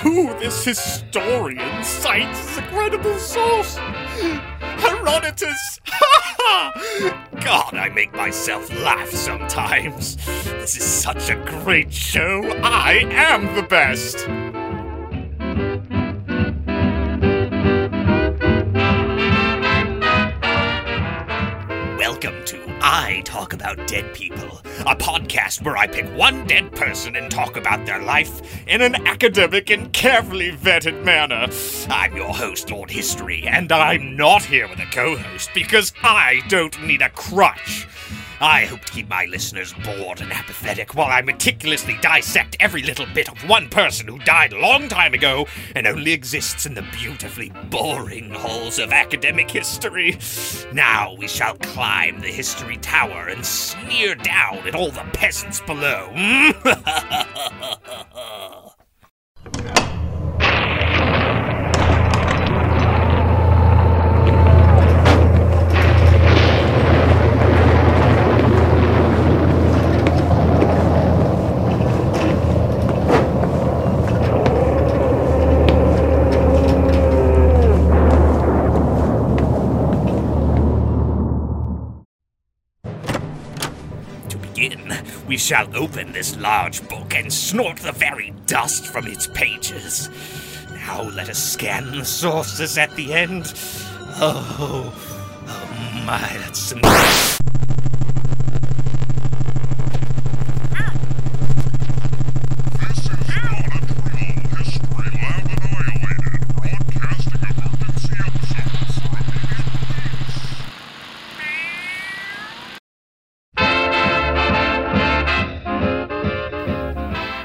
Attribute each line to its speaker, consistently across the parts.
Speaker 1: greatest historian cites as a credible source Herodotus! God, I make myself laugh sometimes. This is such a great show. I am the best. Welcome to I Talk About Dead People, a podcast where I pick one dead person and talk about their life in an academic and carefully vetted manner. I'm your host, Lord History, and I'm not here with a co host because I don't need a crutch. I hope to keep my listeners bored and apathetic while I meticulously dissect every little bit of one person who died a long time ago and only exists in the beautifully boring halls of academic history. Now we shall climb the history tower and sneer down at all the peasants below. Hmm? To begin, we shall open this large book and snort the very dust from its pages. Now let us scan the sources at the end. Oh, oh my, that's some.
Speaker 2: This is not a drill. History Lab Annihilated, broadcasting emergency episodes for immediate release.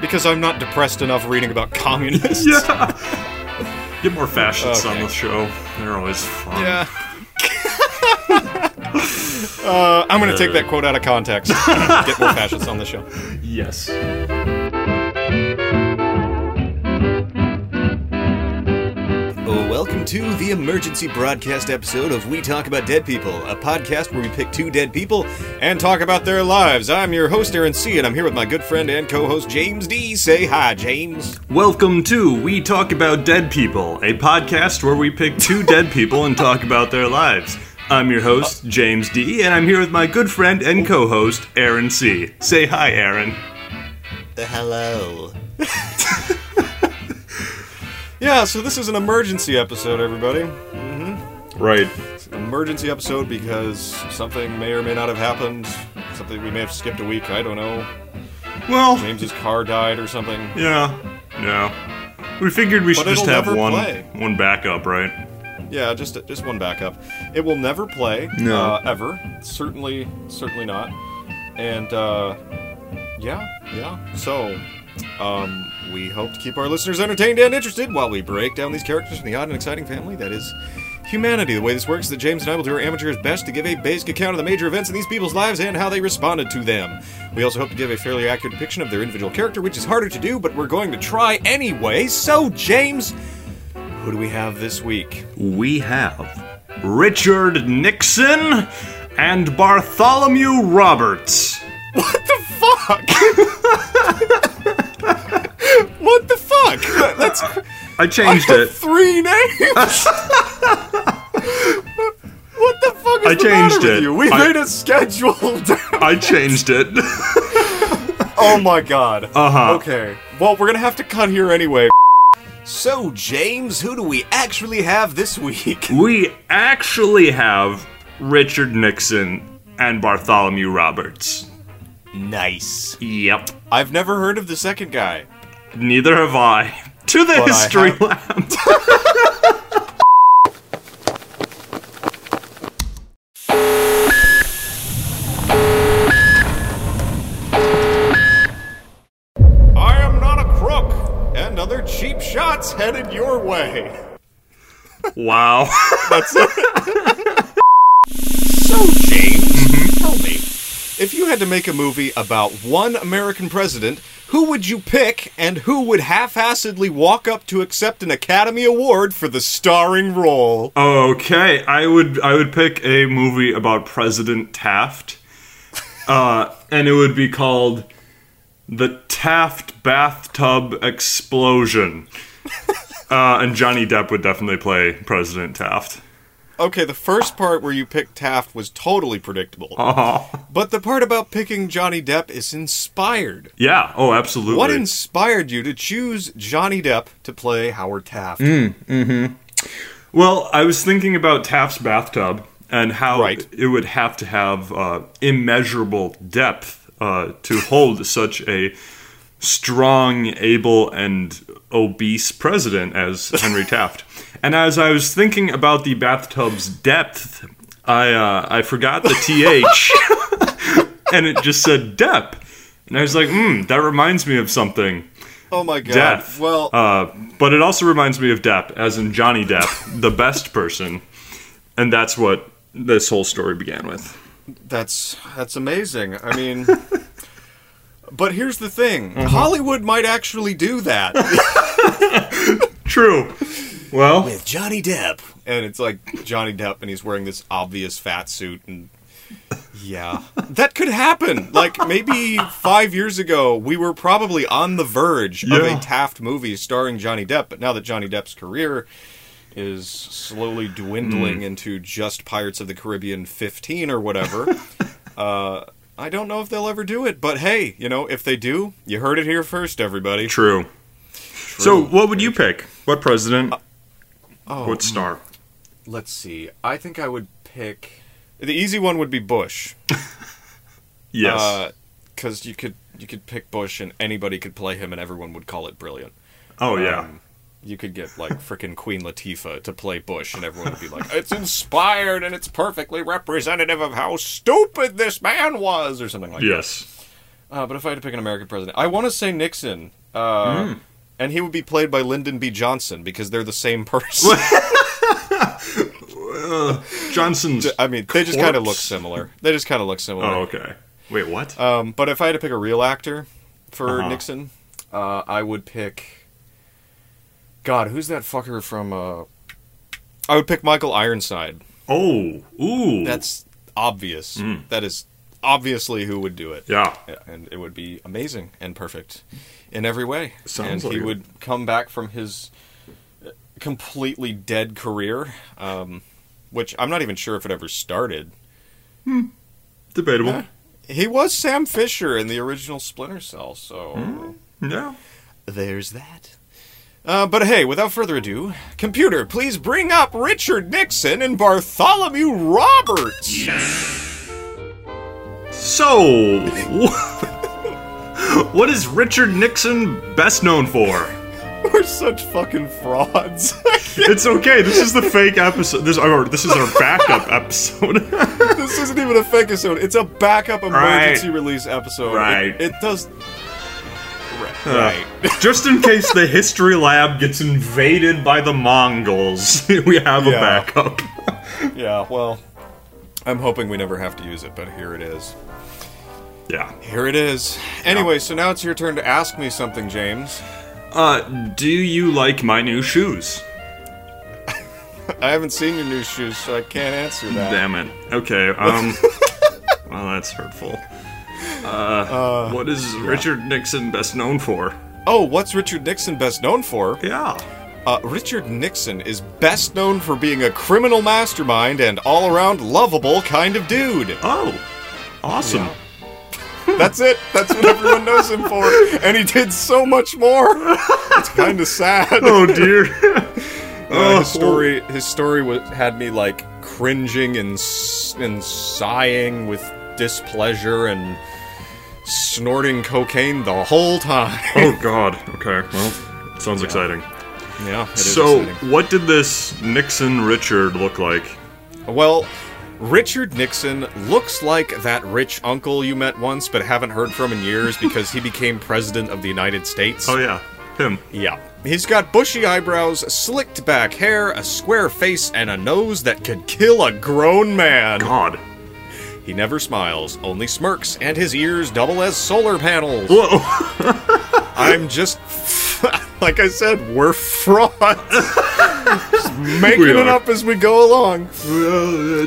Speaker 3: because I'm not depressed enough reading about communists.
Speaker 4: Yeah. Get more fascists on
Speaker 3: Okay.
Speaker 4: the show. They're always fun.
Speaker 3: Yeah. uh, I'm gonna take that quote out of context. Get more fascists on the show.
Speaker 4: Yes.
Speaker 5: Welcome to the emergency broadcast episode of We Talk About Dead People, a podcast where we pick two dead people.
Speaker 3: And talk about their lives. I'm your host Aaron C, and I'm here with my good friend and co-host James D. Say hi, James.
Speaker 4: Welcome to We Talk About Dead People, a podcast where we pick two dead people and talk about their lives. I'm your host, James D, and I'm here with my good friend and co host, Aaron C. Say hi, Aaron.
Speaker 5: Hello.
Speaker 3: Yeah, so this is an emergency episode, everybody.
Speaker 4: Right.
Speaker 3: It's an emergency episode because something may or may not have happened. Something we may have skipped a week. I don't know.
Speaker 4: Well,
Speaker 3: James's car died or something.
Speaker 4: yeah. Yeah. We figured we should
Speaker 3: But
Speaker 4: just
Speaker 3: it'll
Speaker 4: have
Speaker 3: never
Speaker 4: one
Speaker 3: play.
Speaker 4: one backup, right?
Speaker 3: Yeah, just just one backup. It will never play.
Speaker 4: No.
Speaker 3: Uh, ever. Certainly, certainly not. And uh, yeah, yeah. So, um, we hope to keep our listeners entertained and interested while we break down these characters from the odd and exciting family that is humanity. The way this works is that James and I will do our amateur's best to give a basic account of the major events in these people's lives and how they responded to them. We also hope to give a fairly accurate depiction of their individual character, which is harder to do, but we're going to try anyway. So, James, who do we have this week?
Speaker 4: we have Richard Nixon and Bartholomew Roberts.
Speaker 3: fuck? what the fuck? That- That's
Speaker 4: I changed
Speaker 3: I have
Speaker 4: it.
Speaker 3: three names. what the fuck is
Speaker 4: I
Speaker 3: the
Speaker 4: changed
Speaker 3: matter with
Speaker 4: it.
Speaker 3: you? We
Speaker 4: I-
Speaker 3: made a schedule. down.
Speaker 4: I changed it.
Speaker 3: oh my god.
Speaker 4: Uh huh.
Speaker 3: Okay. Well, we're gonna have to cut here anyway.
Speaker 5: So, James, who do we actually have this week?
Speaker 4: We actually have Richard Nixon and Bartholomew Roberts.
Speaker 5: nice.
Speaker 4: Yep.
Speaker 3: I've never heard of the second guy.
Speaker 4: Neither have I. To the
Speaker 3: I
Speaker 4: history
Speaker 3: have-
Speaker 4: lab.
Speaker 3: I am not a crook. And other cheap shots headed your way.
Speaker 4: Wow.
Speaker 3: So, James, tell me, if you had to make a movie about one American president, who would you pick and who would half assedly walk up to accept an Academy Award for the starring role?
Speaker 4: Okay, I would I would pick a movie about President Taft, uh, and it would be called "The Taft Bathtub Explosion," Uh, and Johnny Depp would definitely play President Taft.
Speaker 3: Okay, the first part where you picked Taft was totally predictable.
Speaker 4: Uh-huh.
Speaker 3: But the part about picking Johnny Depp is inspired.
Speaker 4: Yeah. Oh, absolutely.
Speaker 3: What inspired you to choose Johnny Depp to play Howard Taft?
Speaker 4: Mm. Well, I was thinking about Taft's bathtub and how
Speaker 3: Right.
Speaker 4: it would have to have uh, immeasurable depth uh, to hold such a strong, able, and obese president as Henry Taft. And as I was thinking about the bathtub's depth, I uh, I forgot the th, and it just said Depp. And I was like, hmm, that reminds me of something.
Speaker 3: Oh my god.
Speaker 4: Death.
Speaker 3: Well,
Speaker 4: uh, but it also reminds me of Depp, as in Johnny Depp, the best person, and that's what this whole story began with.
Speaker 3: that's that's amazing. I mean But here's the thing.
Speaker 4: Mm-hmm.
Speaker 3: Hollywood might actually do that.
Speaker 4: True. Well,
Speaker 6: With Johnny Depp.
Speaker 3: and it's like Johnny Depp and he's wearing this obvious fat suit and yeah. That could happen. Like maybe 5 years ago we were probably on the verge of
Speaker 4: Yeah.
Speaker 3: a Taft movie starring Johnny Depp, but now that Johnny Depp's career is slowly dwindling into just Pirates of the Caribbean 15 or whatever. uh I don't know if they'll ever do it, but hey, you know, if they do, you heard it here first, everybody.
Speaker 4: true. So, what would you pick? What president? what star?
Speaker 3: Let's see. I think I would pick. The easy one would be Bush.
Speaker 4: Yes.
Speaker 3: Uh, because you could you could pick Bush and anybody could play him and everyone would call it brilliant.
Speaker 4: oh yeah.
Speaker 3: um, You could get like frickin' Queen Latifah to play Bush and everyone would be like, "It's inspired and it's perfectly representative of how stupid this man was," or something like
Speaker 4: yes.
Speaker 3: that. Uh, but if I had to pick an American president, I want to say Nixon. Uh,
Speaker 4: Hmm.
Speaker 3: And he would be played by Lyndon B. Johnson because they're the same person.
Speaker 4: Johnson's.
Speaker 3: I mean, uh, they just kind of
Speaker 4: Corpse?
Speaker 3: look similar. They just kind of look similar.
Speaker 4: oh okay. Wait, what?
Speaker 3: Um, but if I had to pick a real actor for
Speaker 4: Uh-huh.
Speaker 3: Nixon, uh, I would pick. God, who's that fucker from? Uh... I would pick Michael Ironside.
Speaker 4: oh, ooh.
Speaker 3: That's obvious.
Speaker 4: Mm.
Speaker 3: That is obviously who would do it.
Speaker 4: yeah.
Speaker 3: Yeah, and it would be amazing and perfect in every way.
Speaker 4: Sounds
Speaker 3: and
Speaker 4: like
Speaker 3: he
Speaker 4: it.
Speaker 3: would come back from his completely dead career, um, which I'm not even sure if it ever started.
Speaker 4: Debatable.
Speaker 3: He was Sam Fisher in the original Splinter Cell, so.
Speaker 4: Hmm. yeah.
Speaker 6: There's that.
Speaker 3: Uh, but hey, without further ado, computer, please bring up Richard Nixon and Bartholomew Roberts.
Speaker 4: So, what is Richard Nixon best known for?
Speaker 3: We're such fucking frauds.
Speaker 4: It's okay. This is the fake episode. This or this is our backup episode. Uh,
Speaker 3: this isn't even a fake episode. It's a backup emergency
Speaker 4: Right.
Speaker 3: release episode. It-
Speaker 4: Right.
Speaker 3: It, does. Right. right.
Speaker 4: Just in case the history lab gets invaded by the Mongols, we have a
Speaker 3: Yeah.
Speaker 4: backup.
Speaker 3: Yeah. Well, I'm hoping we never have to use it, but here it is.
Speaker 4: Yeah.
Speaker 3: Here it is. Anyway, so now it's your turn to ask me something, James.
Speaker 4: Uh, do you like my new shoes?
Speaker 3: I haven't seen your new shoes, so I can't answer that.
Speaker 4: Damn it. Okay. Um. well, that's hurtful. Uh, what is Richard Nixon best known for?
Speaker 3: Oh, what's Richard Nixon best known for?
Speaker 4: Yeah.
Speaker 3: Uh, Richard Nixon is best known for being a criminal mastermind and all around lovable kind of dude.
Speaker 4: Oh, awesome.
Speaker 3: That's it. That's what everyone knows him for. And he did so much more. It's kind of sad.
Speaker 4: Oh dear.
Speaker 3: Uh, his story, his story wa had me like cringing and s- and sighing with displeasure and snorting cocaine the whole time.
Speaker 4: oh God. Okay. Well, sounds exciting.
Speaker 3: Yeah. it is
Speaker 4: So,
Speaker 3: exciting.
Speaker 4: what did this Nixon Richard look like?
Speaker 3: Well, Richard Nixon looks like that rich uncle you met once but haven't heard from in years because he became president of the United States.
Speaker 4: Oh yeah, him.
Speaker 3: yeah. He's got bushy eyebrows, slicked back hair, a square face, and a nose that could kill a grown man.
Speaker 4: God.
Speaker 3: He never smiles, only smirks, and his ears double as solar panels.
Speaker 4: Whoa.
Speaker 3: I'm just.
Speaker 7: like I said, we're frauds. Just making
Speaker 4: We
Speaker 7: it
Speaker 4: are.
Speaker 7: up as we go along.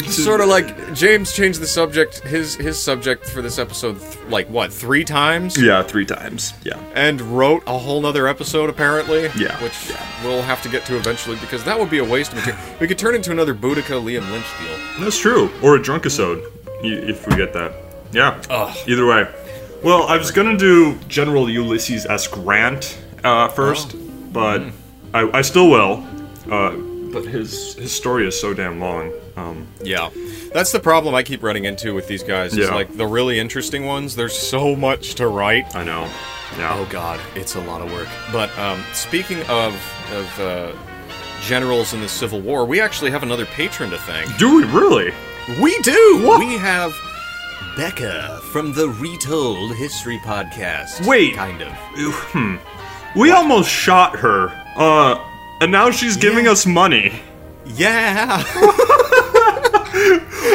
Speaker 3: sort of like James changed the subject, his his subject for this episode, th- like what three times?
Speaker 4: Yeah, three times. Yeah.
Speaker 7: And wrote a whole nother episode apparently.
Speaker 4: Yeah,
Speaker 3: Which
Speaker 4: yeah.
Speaker 3: we'll have to get to eventually because that would be a waste of material. We could turn into another Boudica Liam Lynch deal.
Speaker 4: That's true. Or a drunk episode, if we get that. Yeah. Either way. Well, I was gonna do General Ulysses S. Grant uh, first,
Speaker 3: Oh.
Speaker 4: but
Speaker 3: Hmm.
Speaker 4: I, I still will. Uh, but his his story is so damn long. Um,
Speaker 3: Yeah. That's the problem I keep running into with these guys. Is
Speaker 4: Yeah.
Speaker 3: like the really interesting ones, there's so much to write.
Speaker 4: I know. Yeah.
Speaker 3: Oh god, it's a lot of work. But um, speaking of of uh, generals in the Civil War, we actually have another patron to thank.
Speaker 4: Do we really?
Speaker 3: We do.
Speaker 5: We
Speaker 3: We have
Speaker 5: Becca from the Retold History Podcast.
Speaker 4: Wait.
Speaker 5: Kind of.
Speaker 4: We almost shot her. Uh, and now she's giving us money.
Speaker 3: yeah.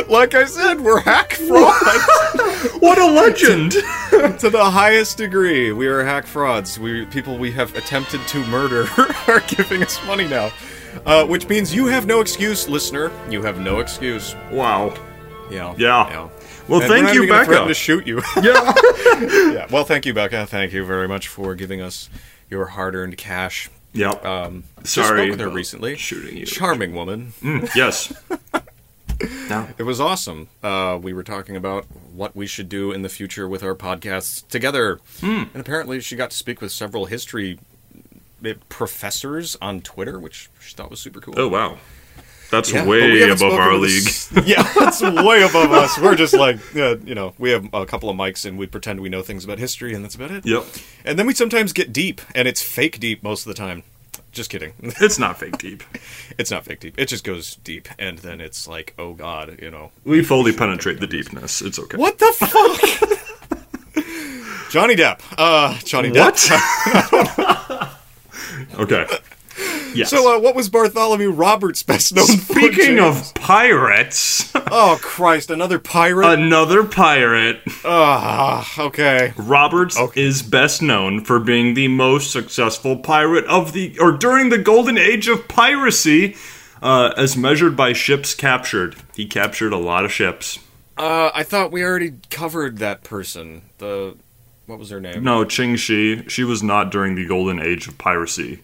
Speaker 3: like I said, we're hack frauds
Speaker 4: What a legend!
Speaker 3: to the highest degree. We are hack frauds. We people we have attempted to murder are giving us money now. Uh, which means you have no excuse, listener. You have no excuse.
Speaker 4: wow.
Speaker 3: Yeah.
Speaker 4: Yeah. Well,
Speaker 3: And we're
Speaker 4: thank
Speaker 3: not
Speaker 4: you,
Speaker 3: even gonna threaten To
Speaker 4: Becca.
Speaker 3: shoot you.
Speaker 4: yeah.
Speaker 3: yeah. Well, thank you, Becca. Thank you very much for giving us your hard-earned cash.
Speaker 4: yep.
Speaker 3: Um, just
Speaker 4: Sorry
Speaker 3: spoke with her
Speaker 4: about
Speaker 3: recently.
Speaker 4: shooting you.
Speaker 3: Charming woman.
Speaker 4: Mm, yes. no.
Speaker 3: It was awesome. Uh, we were talking about what we should do in the future with our podcasts together,
Speaker 4: Hmm.
Speaker 3: and apparently she got to speak with several history eh, professors on Twitter, which she thought was super cool.
Speaker 4: Oh wow, that's
Speaker 3: Yeah, but we
Speaker 4: way
Speaker 3: haven't
Speaker 4: above
Speaker 3: spoken
Speaker 4: our
Speaker 3: with
Speaker 4: league.
Speaker 3: a s- yeah, that's way above us. We're just like, yeah, you know, we have a couple of mics and we pretend we know things about history, and that's about it.
Speaker 4: Yep,
Speaker 3: And then we sometimes get deep, and it's fake deep most of the time. Just kidding.
Speaker 4: it's not fake deep.
Speaker 3: it's not fake deep. It just goes deep, and then it's like, oh god, you know.
Speaker 4: We fully penetrate the deepness. It's okay.
Speaker 3: What the fuck? Johnny Depp. Uh, Johnny Depp.
Speaker 4: What? okay. Yes.
Speaker 3: So, uh, what was Bartholomew Roberts best known for?
Speaker 4: Speaking
Speaker 3: James?
Speaker 4: of pirates,
Speaker 3: Oh, Christ, another pirate?
Speaker 4: another pirate,
Speaker 3: Ah, okay.
Speaker 4: Roberts is best known for being the most successful pirate of the or during the golden age of piracy, uh, as measured by ships captured. He captured a lot of ships.
Speaker 3: Uh, I thought we already covered that person. The. What was her name?
Speaker 4: No, Ching Shi. She was not during the golden age of piracy.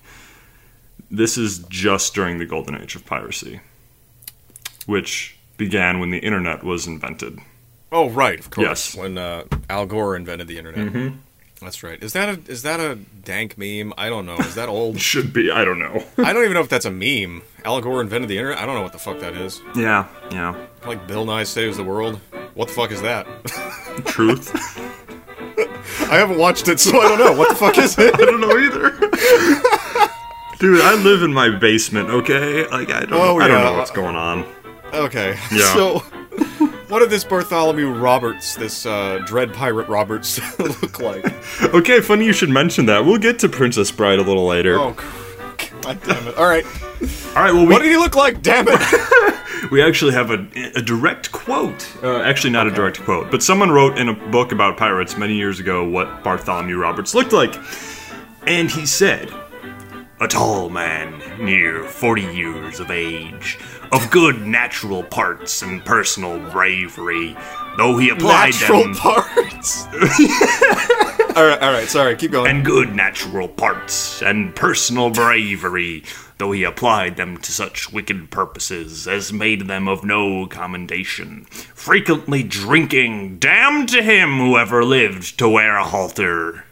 Speaker 4: This is just during the golden age of piracy, which began when the internet was invented.
Speaker 3: Oh, right, of course.
Speaker 4: Yes. Mm-hmm.
Speaker 3: When uh, Al Gore invented the internet. That's right. Is that a is that a dank meme? I don't know. Is that old?
Speaker 4: Should be, I don't know.
Speaker 3: I don't even know if that's a meme. Al Gore invented the internet. I don't know what the fuck that is.
Speaker 4: yeah, yeah.
Speaker 3: Like Bill Nye saves the world. What the fuck is that?
Speaker 4: Truth.
Speaker 3: I haven't watched it, so I don't know. What the fuck is it?
Speaker 4: I don't know either. Dude, I live in my basement, okay? Like I don't,
Speaker 3: Oh,
Speaker 4: I don't
Speaker 3: yeah.
Speaker 4: know what's going on.
Speaker 3: Okay.
Speaker 4: Yeah.
Speaker 3: So, what did this Bartholomew Roberts, this uh, dread pirate Roberts, look like?
Speaker 4: Okay, funny you should mention that. We'll get to Princess Bride a little later.
Speaker 3: Oh, god damn it! All right.
Speaker 4: All right, well we
Speaker 3: What did he look like? Damn it!
Speaker 4: We actually have a, a direct quote. Uh, actually, not a direct quote, but someone wrote in a book about pirates many years ago what Bartholomew Roberts looked like. And he said, A tall man, near 40 years of age, of good natural parts and personal bravery, though he applied
Speaker 3: Natural
Speaker 4: them.
Speaker 3: parts. all right. All right. Sorry. Keep going.
Speaker 4: and good natural parts and personal bravery, though he applied them to such wicked purposes as made them of no commendation, frequently drinking, damn to him whoever lived to wear a halter.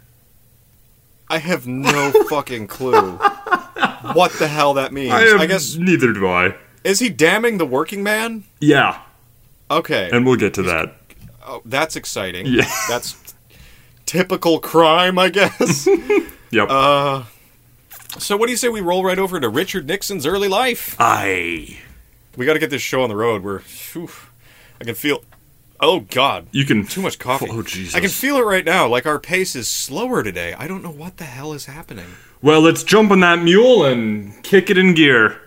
Speaker 3: I have no fucking clue what the hell that means. I, guess
Speaker 4: neither do I.
Speaker 3: is he damning the working man?
Speaker 4: Yeah,
Speaker 3: Okay,
Speaker 4: and we'll get to that.
Speaker 3: oh, that's exciting.
Speaker 4: Yeah.
Speaker 3: That's typical crime, I guess.
Speaker 4: Yep.
Speaker 3: Uh, so, what do you say we roll right over to Richard Nixon's early life?
Speaker 4: I.
Speaker 3: We got to get this show on the road. We're, whew, I can feel. Oh God,
Speaker 4: You can
Speaker 3: too much coffee.
Speaker 4: Oh Jesus.
Speaker 3: I can feel it right now. Like our pace is slower today. I don't know what the hell is happening.
Speaker 4: well, let's jump on that mule and kick it in gear.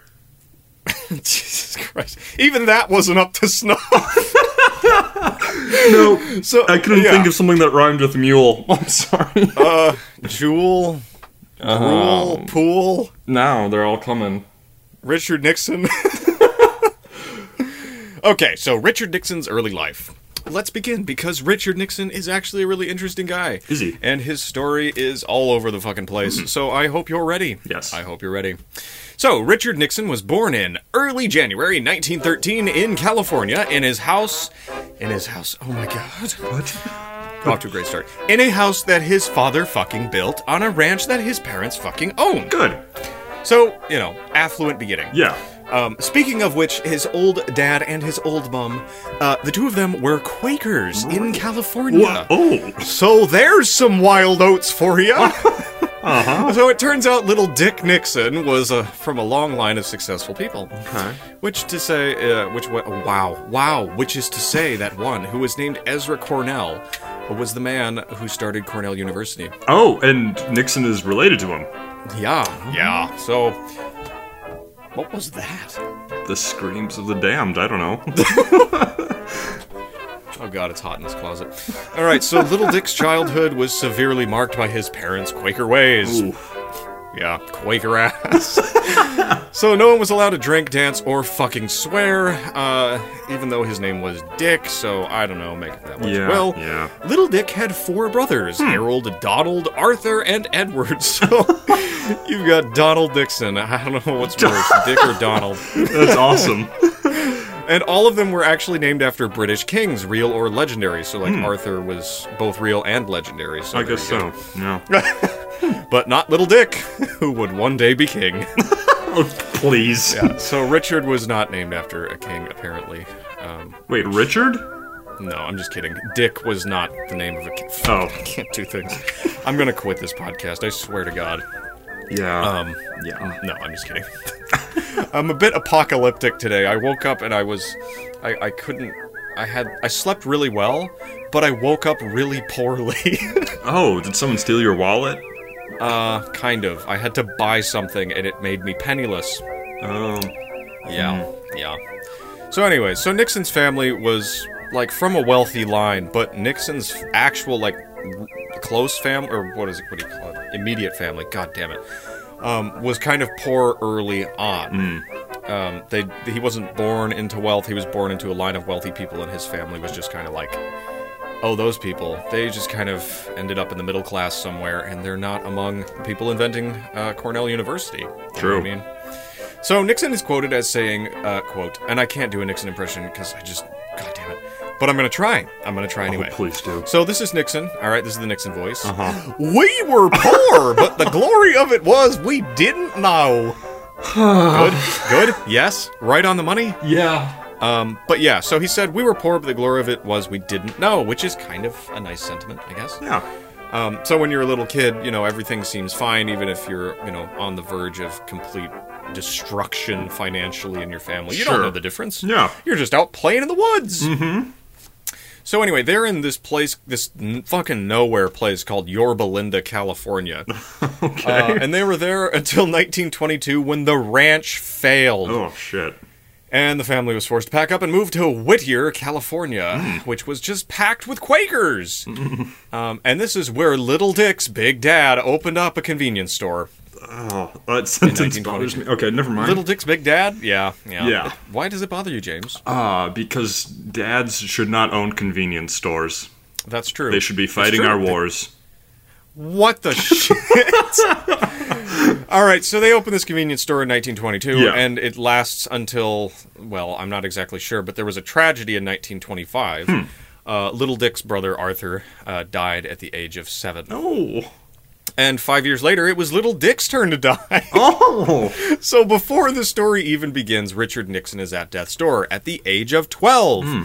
Speaker 3: Jesus Christ! Even that wasn't up to snuff.
Speaker 4: No,
Speaker 3: So
Speaker 4: I couldn't
Speaker 3: yeah. Uh,
Speaker 4: think of something that rhymed with mule. I'm sorry.
Speaker 3: Jewel.
Speaker 4: Um,
Speaker 3: Rule pool.
Speaker 4: Now they're all coming.
Speaker 3: Richard Nixon. okay, so Richard Nixon's early life. Let's begin because Richard Nixon is actually a really interesting guy.
Speaker 4: Is he? Mm-hmm.
Speaker 3: And his story is all over the fucking place. so I hope you're ready.
Speaker 4: Yes.
Speaker 3: I hope you're ready. So, Richard Nixon was born in early January 1913 in California in his house. In his house. Oh my god.
Speaker 4: What?
Speaker 3: Off to a great start. In a house that his father fucking built on a ranch that his parents fucking owned.
Speaker 4: Good.
Speaker 3: So, you know, affluent beginning.
Speaker 4: Yeah.
Speaker 3: Um, speaking of which, his old dad and his old mum, uh, the two of them were Quakers in California.
Speaker 4: Wha- Oh.
Speaker 3: So there's some wild oats for you.
Speaker 4: Uh-huh.
Speaker 3: So it turns out little Dick Nixon was uh, from a long line of successful people.
Speaker 4: Okay.
Speaker 3: Which to say, uh, which wa- wow, wow, which is to say that one who was named Ezra Cornell was the man who started Cornell University.
Speaker 4: Oh, and Nixon is related to him.
Speaker 3: Yeah, yeah. So, what was that?
Speaker 4: The screams of the damned. I don't know.
Speaker 3: Oh god, it's hot in this closet. All right, so little Dick's childhood was severely marked by his parents' Quaker ways.
Speaker 4: Ooh.
Speaker 3: Yeah, Quaker ass. so no one was allowed to drink, dance, or fucking swear, uh, even though his name was Dick, so I don't know, make it that way.
Speaker 4: Yeah,
Speaker 3: well,
Speaker 4: yeah. Hmm.
Speaker 3: little Dick had four brothers Harold, Donald, Arthur, and Edward. So you've got Donald Dixon. I don't know what's worse, Dick or Donald.
Speaker 4: That's awesome.
Speaker 3: And all of them were actually named after British kings, real or legendary. So, like, Arthur was both real and legendary. So
Speaker 4: Hmm. I
Speaker 3: there
Speaker 4: guess
Speaker 3: you
Speaker 4: so.
Speaker 3: go.
Speaker 4: Yeah.
Speaker 3: But not Little Dick, who would one day be king.
Speaker 4: Oh, please.
Speaker 3: so, Richard was not named after a king, apparently. Um,
Speaker 4: Wait, Richard?
Speaker 3: no, I'm just kidding. Dick was not the name of a king.
Speaker 4: Oh.
Speaker 3: I can't do things. I'm going to quit this podcast. I swear to God.
Speaker 4: Yeah.
Speaker 3: Um,
Speaker 4: yeah.
Speaker 3: No, I'm just kidding. I'm a bit apocalyptic today. I woke up and I was, I, I couldn't, I had, I slept really well, but I woke up really poorly.
Speaker 4: Oh, did someone steal your wallet?
Speaker 3: uh, kind of. I had to buy something and it made me penniless.
Speaker 4: Oh.
Speaker 3: Yeah, yeah. So anyway, so Nixon's family was like from a wealthy line, but Nixon's f- actual like w- close fam or what is it? What do you call it? Immediate family. God damn it. Um, was kind of poor early on. Um, they he wasn't born into wealth. He was born into a line of wealthy people, and his family was just kind of like, oh, those people. They just kind of ended up in the middle class somewhere, and they're not among people inventing uh, Cornell University. You know what
Speaker 4: True.
Speaker 3: I mean. So Nixon is quoted as saying, uh, "quote," and I can't do a Nixon impression because I just, god damn it. But I'm gonna try. I'm gonna try anyway.
Speaker 4: please do.
Speaker 3: So this is Nixon. All right, this is the Nixon voice. Uh-huh. We were poor, but the glory of it was we didn't know. good, good. Yes, right on the money.
Speaker 4: Yeah.
Speaker 3: Um, but yeah, so he said we were poor, but the glory of it was we didn't know, which is kind of a nice sentiment, I guess.
Speaker 4: Yeah.
Speaker 3: Um, so when you're a little kid, you know everything seems fine, even if you're, you know, on the verge of complete destruction financially in your family. You
Speaker 4: Sure.
Speaker 3: don't know the difference.
Speaker 4: Yeah.
Speaker 3: you're just out playing in the woods. Mm-hmm. So anyway, they're in this place, this n- fucking nowhere place called Yorba Linda, California,
Speaker 4: Okay.
Speaker 3: Uh, and they were there until 1922 when the ranch failed.
Speaker 4: oh shit.
Speaker 3: And the family was forced to pack up and move to Whittier, California,
Speaker 4: Mm.
Speaker 3: which was just packed with Quakers. um, and this is where Little Dick's big dad opened up a convenience store.
Speaker 4: Oh, that sentence
Speaker 3: 1920.
Speaker 4: bothers me. Okay, never mind.
Speaker 3: Little Dick's big dad? Yeah, yeah.
Speaker 4: Yeah.
Speaker 3: It- why does it bother you, James?
Speaker 4: Uh, because dads should not own convenience stores.
Speaker 3: That's true.
Speaker 4: They should be fighting
Speaker 3: true.
Speaker 4: our wars.
Speaker 3: What the shit? All right, so they opened this convenience store in 1922,
Speaker 4: Yeah.
Speaker 3: and it lasts until, well, I'm not exactly sure, but there was a tragedy in 1925. Uh, Little Dick's brother Arthur uh, died at the age of seven.
Speaker 4: Oh.
Speaker 3: And five years later, it was Little Dick's turn to die.
Speaker 4: Oh.
Speaker 3: so before the story even begins, Richard Nixon is at death's door at the age of 12.
Speaker 4: Hmm.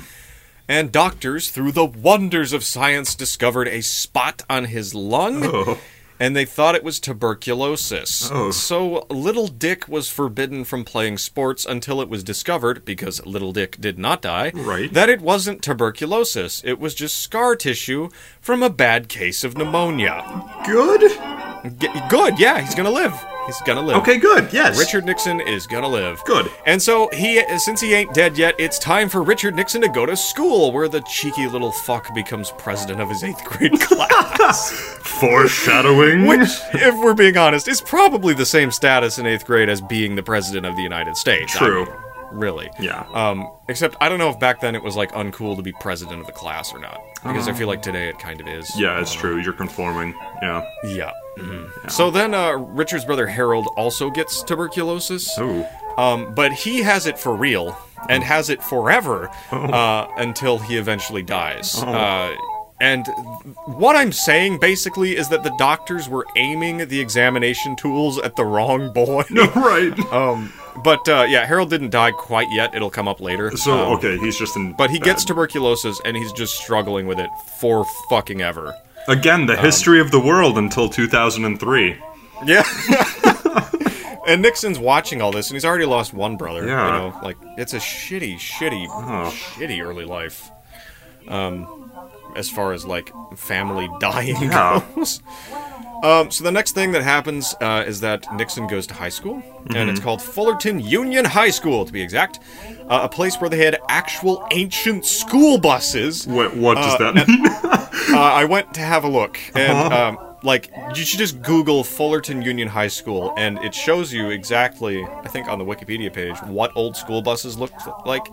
Speaker 3: And doctors, through the wonders of science, discovered a spot on his lung. And they thought it was tuberculosis.
Speaker 4: Oh.
Speaker 3: So Little Dick was forbidden from playing sports until it was discovered, because Little Dick did not die,
Speaker 4: Right.
Speaker 3: that it wasn't tuberculosis. It was just scar tissue from a bad case of pneumonia.
Speaker 4: Good.
Speaker 3: G- good, yeah, he's gonna live. He's gonna live.
Speaker 4: Okay, good. Yes.
Speaker 3: Richard Nixon is gonna live.
Speaker 4: Good.
Speaker 3: And so he, since he ain't dead yet, it's time for Richard Nixon to go to school, where the cheeky little fuck becomes president of his eighth grade class.
Speaker 4: Foreshadowing.
Speaker 3: Which, if we're being honest, is probably the same status in eighth grade as being the president of the United States. I
Speaker 4: True.
Speaker 3: mean, really.
Speaker 4: Yeah.
Speaker 3: Um, except I don't know if back then it was like uncool to be president of the class or not, because I feel like today it kind of is.
Speaker 4: Oh. yeah, Mm-hmm. it's true. You're conforming. Yeah.
Speaker 3: Yeah. So then uh, Richard's brother Harold also gets tuberculosis.
Speaker 4: Ooh.
Speaker 3: Um, but he has it for real and has it forever
Speaker 4: Oh.
Speaker 3: uh, until he eventually dies. Uh, and what I'm saying basically is that the doctors were aiming the examination tools at the wrong boy.
Speaker 4: right.
Speaker 3: Oh, But uh, yeah, Harold didn't die quite yet. It'll come up later.
Speaker 4: so
Speaker 3: Um,
Speaker 4: okay, he's just in.
Speaker 3: But he
Speaker 4: bed.
Speaker 3: gets tuberculosis and he's just struggling with it for fucking ever.
Speaker 4: again
Speaker 3: um,
Speaker 4: the history of the world until 2003.
Speaker 3: Yeah. and Nixon's watching all this, and he's already lost one brother.
Speaker 4: Yeah. Uh-huh.
Speaker 3: You know, like it's a shitty, shitty, shitty early life. Um, as far as like family dying
Speaker 4: Yeah.
Speaker 3: goes. Um, so the next thing that happens uh, is that Nixon goes to high school, and
Speaker 4: Mm-hmm.
Speaker 3: it's called Fullerton Union High School to be exact, uh, a place where they had actual ancient school buses.
Speaker 4: What, what does
Speaker 3: Uh,
Speaker 4: that
Speaker 3: and-
Speaker 4: mean?
Speaker 3: Uh, I went to have a look,
Speaker 4: Uh-huh.
Speaker 3: and um, like you should just Google Fullerton Union High School, and it shows you exactly, I think, on the Wikipedia page what old school buses looked like.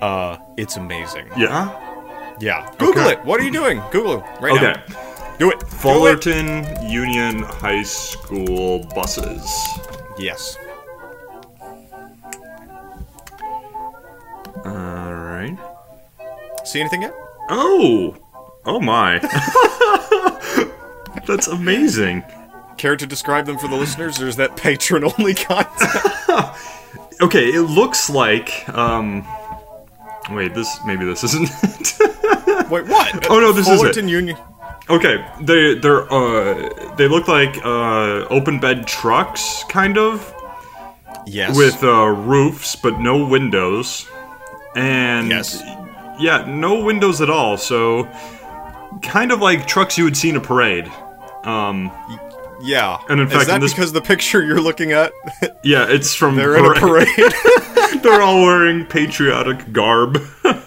Speaker 3: Uh, it's amazing.
Speaker 4: yeah.
Speaker 3: Yeah. Google
Speaker 4: Okay.
Speaker 3: it. What are you doing? Google it right
Speaker 4: Okay.
Speaker 3: now. Do it. Do
Speaker 4: Fullerton Union High School buses.
Speaker 3: it. Yes.
Speaker 4: All right.
Speaker 3: See anything yet?
Speaker 4: Oh. Oh my. That's amazing.
Speaker 3: Care to describe them for the listeners, or is that patron only content?
Speaker 4: Okay, it looks like um wait, this maybe this isn't it.
Speaker 3: Wait, what?
Speaker 4: Oh, no, this is it.
Speaker 3: Fullerton Union.
Speaker 4: okay, they they're uh they look like uh open bed trucks kind of
Speaker 3: Yes.
Speaker 4: with uh roofs but no windows. And
Speaker 3: Yes.
Speaker 4: yeah, no windows at all. So kind of like trucks you would see in a parade. Um
Speaker 3: yeah.
Speaker 4: and in
Speaker 3: is
Speaker 4: fact,
Speaker 3: that
Speaker 4: in this-
Speaker 3: because the picture you're looking at,
Speaker 4: yeah, it's from
Speaker 3: they're in a parade.
Speaker 4: they're all wearing patriotic garb.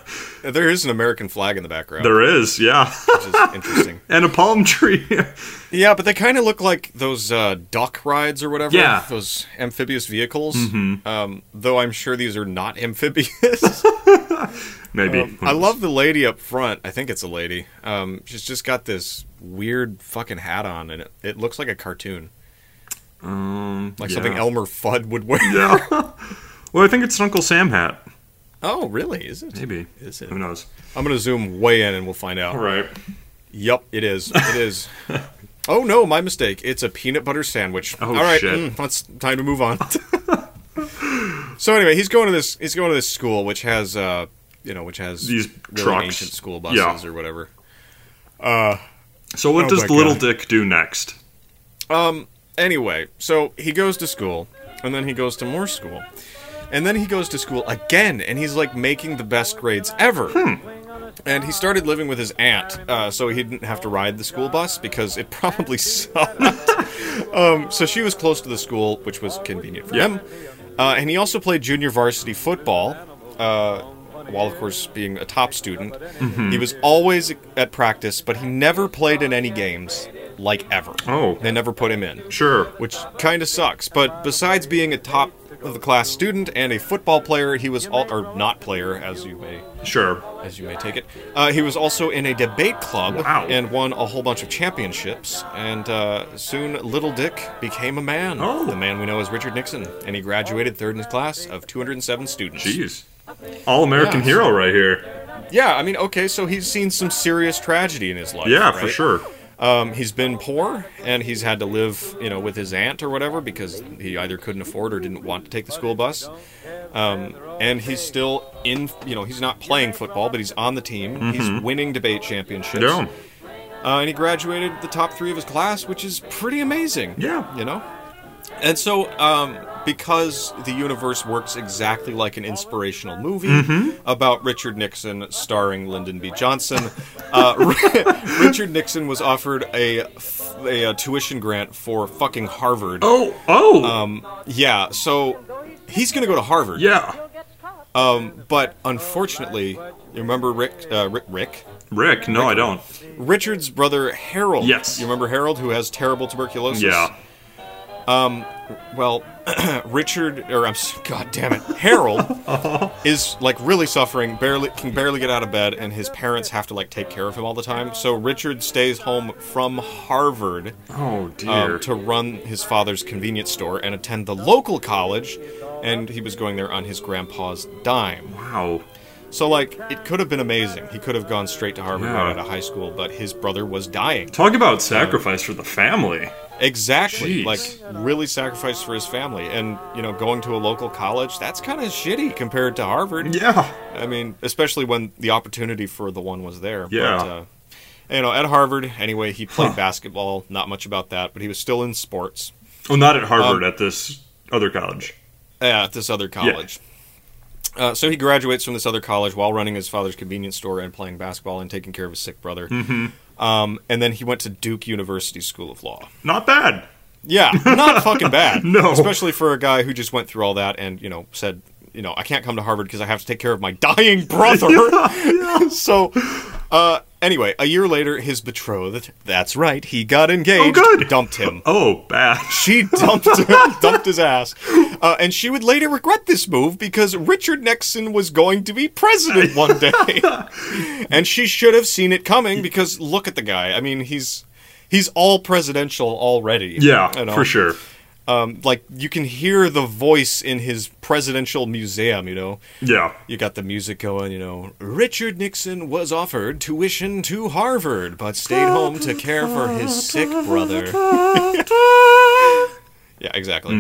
Speaker 3: there is an American flag in the background.
Speaker 4: there is, yeah.
Speaker 3: which is interesting.
Speaker 4: and a palm tree.
Speaker 3: Yeah, but they kind of look like those uh, dock rides or whatever.
Speaker 4: Yeah. Mm-hmm.
Speaker 3: Those amphibious vehicles. Um, though I'm sure these are not amphibious.
Speaker 4: Maybe.
Speaker 3: Um, I love the lady up front. I think it's a lady. Um, she's just got this weird fucking hat on, and it, it looks like a cartoon. Um, like something
Speaker 4: yeah.
Speaker 3: Elmer Fudd would wear.
Speaker 4: Yeah. well, I think it's an Uncle Sam hat.
Speaker 3: Oh, really? Is it?
Speaker 4: Maybe.
Speaker 3: Is it?
Speaker 4: Who knows?
Speaker 3: I'm going to zoom way in and we'll find out.
Speaker 4: All right.
Speaker 3: Yup, it is. It is. oh, no, my mistake. It's a peanut butter sandwich.
Speaker 4: Oh,
Speaker 3: All right,
Speaker 4: shit.
Speaker 3: mm, it's time to move on. so anyway, he's going to this. He's going to this school, which has, uh, you know, which has
Speaker 4: These
Speaker 3: really
Speaker 4: trucks.
Speaker 3: ancient school buses
Speaker 4: Yeah.
Speaker 3: or whatever.
Speaker 4: So, what
Speaker 3: Oh
Speaker 4: does
Speaker 3: my
Speaker 4: the little
Speaker 3: God.
Speaker 4: dick do next?
Speaker 3: Anyway, so he goes to school, and then he goes to more school, and then he goes to school again, and he's like making the best grades ever. And he started living with his aunt, uh, so he didn't have to ride the school bus because it probably sucked. um, so she was close to the school, which was convenient for him. Uh, and he also played junior varsity football, uh, while of course being a top student. He was always at practice, but he never played in any games, like ever.
Speaker 4: Oh.
Speaker 3: They never put him in
Speaker 4: Sure.
Speaker 3: which kind of sucks. But besides being a top of the class student and a football player, he was all or not player as you may
Speaker 4: Sure.
Speaker 3: as you may take it. Uh, he was also in a debate club
Speaker 4: Wow.
Speaker 3: and won a whole bunch of championships. And uh, soon, Little Dick became a man.
Speaker 4: Oh.
Speaker 3: The man we know as Richard Nixon, and he graduated third in his class of 207 students.
Speaker 4: Jeez. All American
Speaker 3: Yeah.
Speaker 4: hero right here.
Speaker 3: Yeah, I mean, okay, so he's seen some serious tragedy in his life.
Speaker 4: Yeah, for
Speaker 3: right?
Speaker 4: sure.
Speaker 3: Um, he's been poor, and he's had to live, you know, with his aunt or whatever because he either couldn't afford or didn't want to take the school bus. Um, and he's still in, you know, he's not playing football, but he's on the team. He's winning debate championships.
Speaker 4: Yeah.
Speaker 3: Uh, and he graduated the top three of his class, which is pretty amazing.
Speaker 4: Yeah.
Speaker 3: You know? And so, um, because the universe works exactly like an inspirational movie
Speaker 4: Mm-hmm.
Speaker 3: about Richard Nixon starring Lyndon B. Johnson, uh, Richard Nixon was offered a f- a, uh tuition grant for fucking Harvard.
Speaker 4: Oh, oh,
Speaker 3: Um, Yeah, so he's gonna go to Harvard.
Speaker 4: yeah.
Speaker 3: Um, but unfortunately, you remember Rick? Uh, Rick, Rick?
Speaker 4: Rick, no, I don't.
Speaker 3: Richard's brother Harold.
Speaker 4: Yes.
Speaker 3: You remember Harold, who has terrible tuberculosis?
Speaker 4: Yeah.
Speaker 3: Well, Richard, or I'm, s- god damn it, Harold is like really suffering, barely can barely get out of bed, and his parents have to like take care of him all the time. So Richard stays home from Harvard
Speaker 4: Oh dear.
Speaker 3: um, to run his father's convenience store and attend the local college, and he was going there on his grandpa's dime.
Speaker 4: wow.
Speaker 3: So like, it could have been amazing. He could have gone straight to Harvard
Speaker 4: Yeah.
Speaker 3: right out of high school, but his brother was dying.
Speaker 4: Talk about sacrifice for the family.
Speaker 3: Exactly.
Speaker 4: Jeez.
Speaker 3: Like really sacrificed for his family and you know going to a local college that's kind of shitty compared to Harvard.
Speaker 4: Yeah.
Speaker 3: I mean, especially when the opportunity for the one was there.
Speaker 4: Yeah.
Speaker 3: But, uh, you know, at Harvard anyway, he played basketball, not much about that, but he was still in sports
Speaker 4: Well, Oh, not at
Speaker 3: Um,
Speaker 4: Harvard, at this other college.
Speaker 3: uh, at this other college. Uh, so he graduates from this other college while running his father's convenience store and playing basketball and taking care of his sick brother.
Speaker 4: Mm-hmm.
Speaker 3: Um, and then he went to Duke University School of Law.
Speaker 4: Not bad.
Speaker 3: Yeah, not fucking bad.
Speaker 4: No.
Speaker 3: especially for a guy who just went through all that and you know said, you know, I can't come to Harvard because I have to take care of my dying brother. so, uh, anyway, a year later, his betrothed—that's right, he got engaged.
Speaker 4: Oh, good.
Speaker 3: Dumped him.
Speaker 4: Oh, bad.
Speaker 3: She dumped him, dumped his ass, uh, and she would later regret this move because Richard Nixon was going to be president one day, and she should have seen it coming because look at the guy. I mean, he's he's all presidential already. you
Speaker 4: Yeah,
Speaker 3: know?
Speaker 4: for sure.
Speaker 3: Um, like you can hear the voice in his presidential museum. You know,
Speaker 4: Yeah.
Speaker 3: you got the music going, you know. Richard Nixon was offered tuition to Harvard, but stayed home to care for his sick brother. yeah, exactly.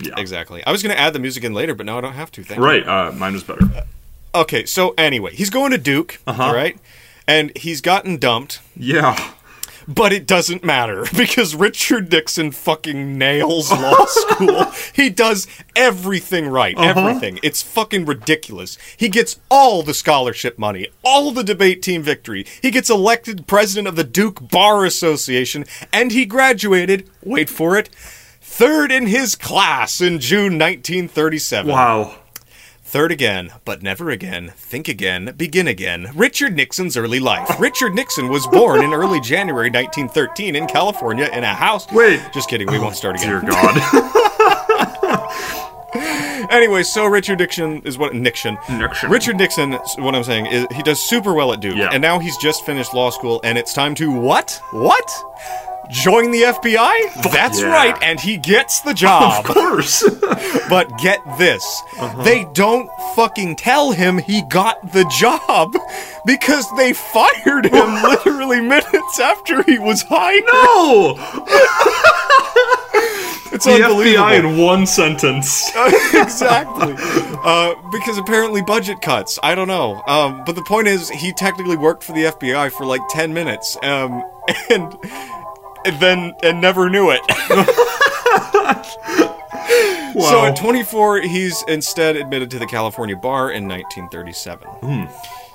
Speaker 4: Yeah.
Speaker 3: Exactly. I was going to add the music in later, but now I don't have to. Thank you.
Speaker 4: Right. Uh, mine was better.
Speaker 3: Okay, so anyway, he's going to Duke, all right? And he's gotten dumped, uh,
Speaker 4: Yeah.
Speaker 3: but it doesn't matter because Richard Nixon fucking nails law school. He does everything right, everything. It's fucking ridiculous. He gets all the scholarship money, all the debate team victory. He gets elected president of the Duke Bar Association, and he graduated, wait for it, third in his class in June 1937.
Speaker 4: Wow.
Speaker 3: Third again, but never again. Think again, begin again. Richard Nixon's early life. Richard Nixon was born in early January 1913 in California in a house.
Speaker 4: Wait.
Speaker 3: Just kidding, we won't start
Speaker 4: Dear
Speaker 3: again.
Speaker 4: God.
Speaker 3: Anyway, so Richard Nixon is what Nixon.
Speaker 4: Nixon.
Speaker 3: Richard Nixon, is what I'm saying, is he does super well at Duke.
Speaker 4: Yeah.
Speaker 3: And now he's just finished law school and it's time to what? What? Join the FBI? That's
Speaker 4: yeah.
Speaker 3: right, and he gets the job.
Speaker 4: of course.
Speaker 3: But get this.
Speaker 4: Uh-huh.
Speaker 3: They don't fucking tell him he got the job because they fired him literally minutes after he was hired.
Speaker 4: oh,
Speaker 3: it's
Speaker 4: the
Speaker 3: unbelievable.
Speaker 4: FBI in one sentence.
Speaker 3: exactly. Uh, because apparently budget cuts. I don't know. Um, but the point is, he technically worked for the FBI for like 10 minutes. Um, and, and then, and never knew it.
Speaker 4: Wow.
Speaker 3: So at 24, he's instead admitted to the California bar in 1937.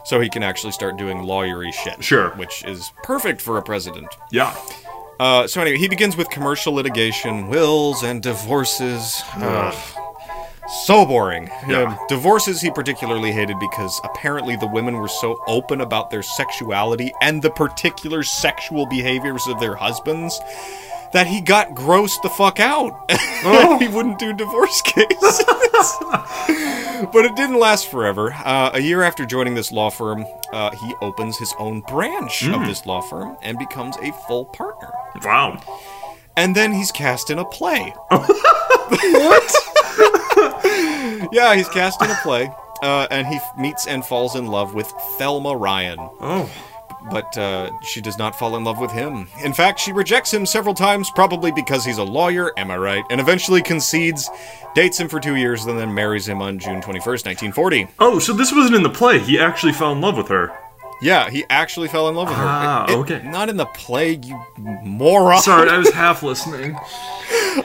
Speaker 3: So he can actually start doing lawyery shit.
Speaker 4: Hmm. Sure.
Speaker 3: Which is perfect for a president.
Speaker 4: yeah.
Speaker 3: Uh, so anyway, he begins with commercial litigation, wills, and divorces. Ugh. So boring.
Speaker 4: Yeah.
Speaker 3: Um, divorces he particularly hated because apparently the women were so open about their sexuality and the particular sexual behaviors of their husbands that he got grossed the fuck out. he wouldn't do divorce cases. but it didn't last forever. Uh, a year after joining this law firm, uh, he opens his own branch of this law firm and becomes a full partner.
Speaker 4: Wow.
Speaker 3: And then he's cast in a play. what? yeah, he's cast in a play, uh, and he f- meets and falls in love with Thelma Ryan.
Speaker 4: Oh.
Speaker 3: But uh, she does not fall in love with him. In fact, she rejects him several times, probably because he's a lawyer, am I right? And eventually concedes, dates him for two years, and then marries him on June 21st, 1940.
Speaker 4: Oh, so this wasn't in the play. He actually fell in love with her.
Speaker 3: Yeah, he actually fell in love with her.
Speaker 4: Ah,
Speaker 3: It- it-
Speaker 4: okay.
Speaker 3: Not in the play, you moron.
Speaker 4: Sorry, I was half listening.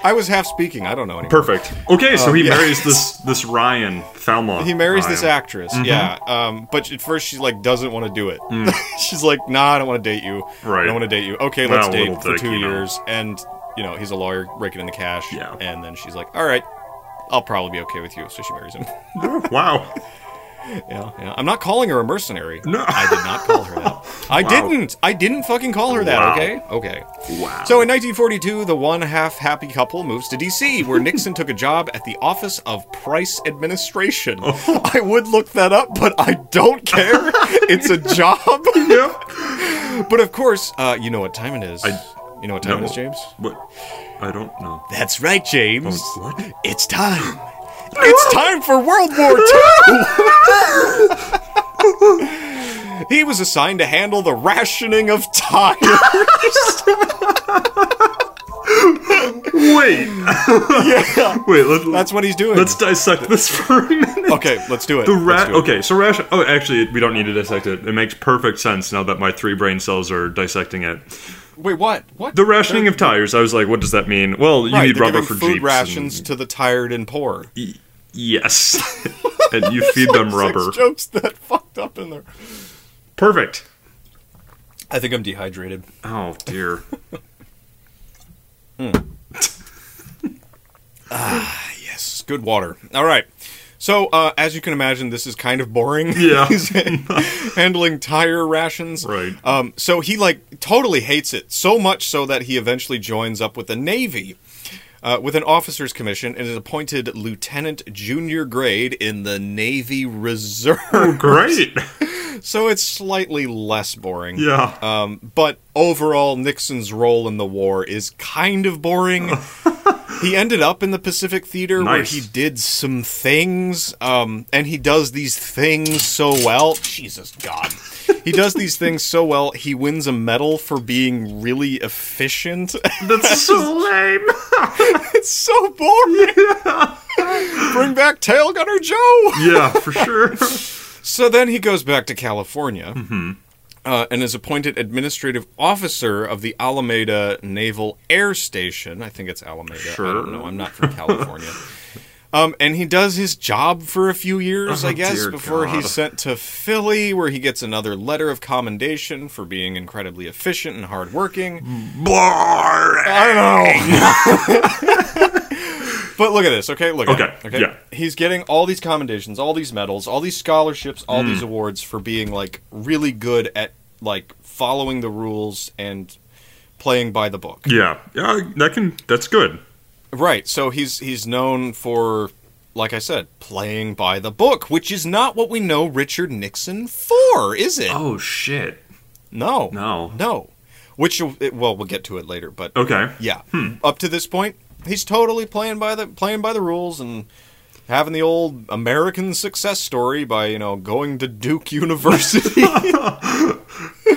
Speaker 3: I was half speaking. I don't know anymore.
Speaker 4: Perfect. Okay, so he marries this this Ryan Thelma.
Speaker 3: Um, He marries this
Speaker 4: Ryan.
Speaker 3: actress, yeah. Um, but at first, she like doesn't want to do it. She's like, "Nah, I don't want to date you. I
Speaker 4: Mm. Right.
Speaker 3: don't want to date you. Okay, let's
Speaker 4: Well,
Speaker 3: date
Speaker 4: little
Speaker 3: for
Speaker 4: dick,
Speaker 3: two
Speaker 4: you know.
Speaker 3: years." And you know, he's a lawyer raking in the cash.
Speaker 4: Yeah.
Speaker 3: And then she's like, "All right, I'll probably be okay with you." So she marries him.
Speaker 4: Wow.
Speaker 3: yeah, yeah. I'm not calling her a mercenary.
Speaker 4: No.
Speaker 3: I did not call her that. I didn't. I didn't fucking call her that.
Speaker 4: Wow.
Speaker 3: Okay. Okay.
Speaker 4: Wow.
Speaker 3: So in 1942, the one half happy couple moves to DC, where Nixon took a job at the Office of Price Administration.
Speaker 4: Oh
Speaker 3: I would look that up, but I don't care. it's a job.
Speaker 4: yeah.
Speaker 3: But of course, uh, you know what time it is.
Speaker 4: I-
Speaker 3: you know what time
Speaker 4: No.
Speaker 3: it is, James?
Speaker 4: What? I don't know.
Speaker 8: That's right, James.
Speaker 4: What?
Speaker 8: It's time.
Speaker 3: It's time for World War II! he was assigned to handle the rationing of tires.
Speaker 4: Wait. Wait. Let,
Speaker 3: That's what he's doing.
Speaker 4: Let's dissect this for a minute.
Speaker 3: okay, let's do it.
Speaker 4: The
Speaker 3: Let's
Speaker 4: ra-
Speaker 3: do it.
Speaker 4: okay, so ration. Oh, actually, we don't need to dissect it. It makes perfect sense now that my three brain cells are dissecting it.
Speaker 3: Wait, what? What?
Speaker 4: The rationing of tires. I was like, what does that mean? Well, you
Speaker 3: Right,
Speaker 4: need
Speaker 3: they're
Speaker 4: rubber
Speaker 3: giving
Speaker 4: for
Speaker 3: food
Speaker 4: jeeps.
Speaker 3: rations
Speaker 4: and-
Speaker 3: to the tired and poor.
Speaker 4: yes, and you feed them rubber.
Speaker 3: Six jokes that fucked up in there.
Speaker 4: Perfect.
Speaker 3: I think I'm dehydrated.
Speaker 4: Oh dear.
Speaker 3: Yes, good water. All right. So, uh, as you can imagine, this is kind of boring.
Speaker 4: Yeah.
Speaker 3: He's handling tire rations.
Speaker 4: Right.
Speaker 3: Um, so he like totally hates it so much so that he eventually joins up with the Navy. Uh, with an officer's commission and is appointed lieutenant junior grade in the Navy Reserve.
Speaker 4: Oh, Great.
Speaker 3: so it's slightly less boring.
Speaker 4: Yeah.
Speaker 3: Um, but overall, Nixon's role in the war is kind of boring. he ended up in the Pacific Theater where
Speaker 4: Nice.
Speaker 3: he did some things, um, and he does these things so well. Jesus God. he does these things so well, he wins a medal for being really efficient.
Speaker 4: That's so lame.
Speaker 3: it's so boring. Bring back Tail Gunner Joe.
Speaker 4: yeah, for sure.
Speaker 3: So then he goes back to California
Speaker 4: Mm-hmm.
Speaker 3: uh, and is appointed administrative officer of the Alameda Naval Air Station. I think it's Alameda. I
Speaker 4: Sure.
Speaker 3: don't know. I'm not from California. um, and he does his job for a few years,
Speaker 4: Oh,
Speaker 3: I guess,
Speaker 4: dear
Speaker 3: before
Speaker 4: God.
Speaker 3: he's sent to Philly, where he gets another letter of commendation for being incredibly efficient and hardworking.
Speaker 4: Boring.
Speaker 3: I know. but look at this, okay? Look
Speaker 4: Okay,
Speaker 3: at it, okay?
Speaker 4: yeah.
Speaker 3: He's getting all these commendations, all these medals, all these scholarships, all
Speaker 4: Hmm.
Speaker 3: these awards for being like really good at like following the rules and playing by the book.
Speaker 4: Yeah. Yeah. That can. That's good.
Speaker 3: Right. So he's he's known for like I said, playing by the book, which is not what we know Richard Nixon for, is it?
Speaker 4: Oh shit.
Speaker 3: no.
Speaker 4: No.
Speaker 3: No. Which well, we'll get to it later, but
Speaker 4: Okay.
Speaker 3: Yeah.
Speaker 4: Hmm.
Speaker 3: Up to this point, he's totally playing by the playing by the rules and having the old American success story by, you know, going to Duke University.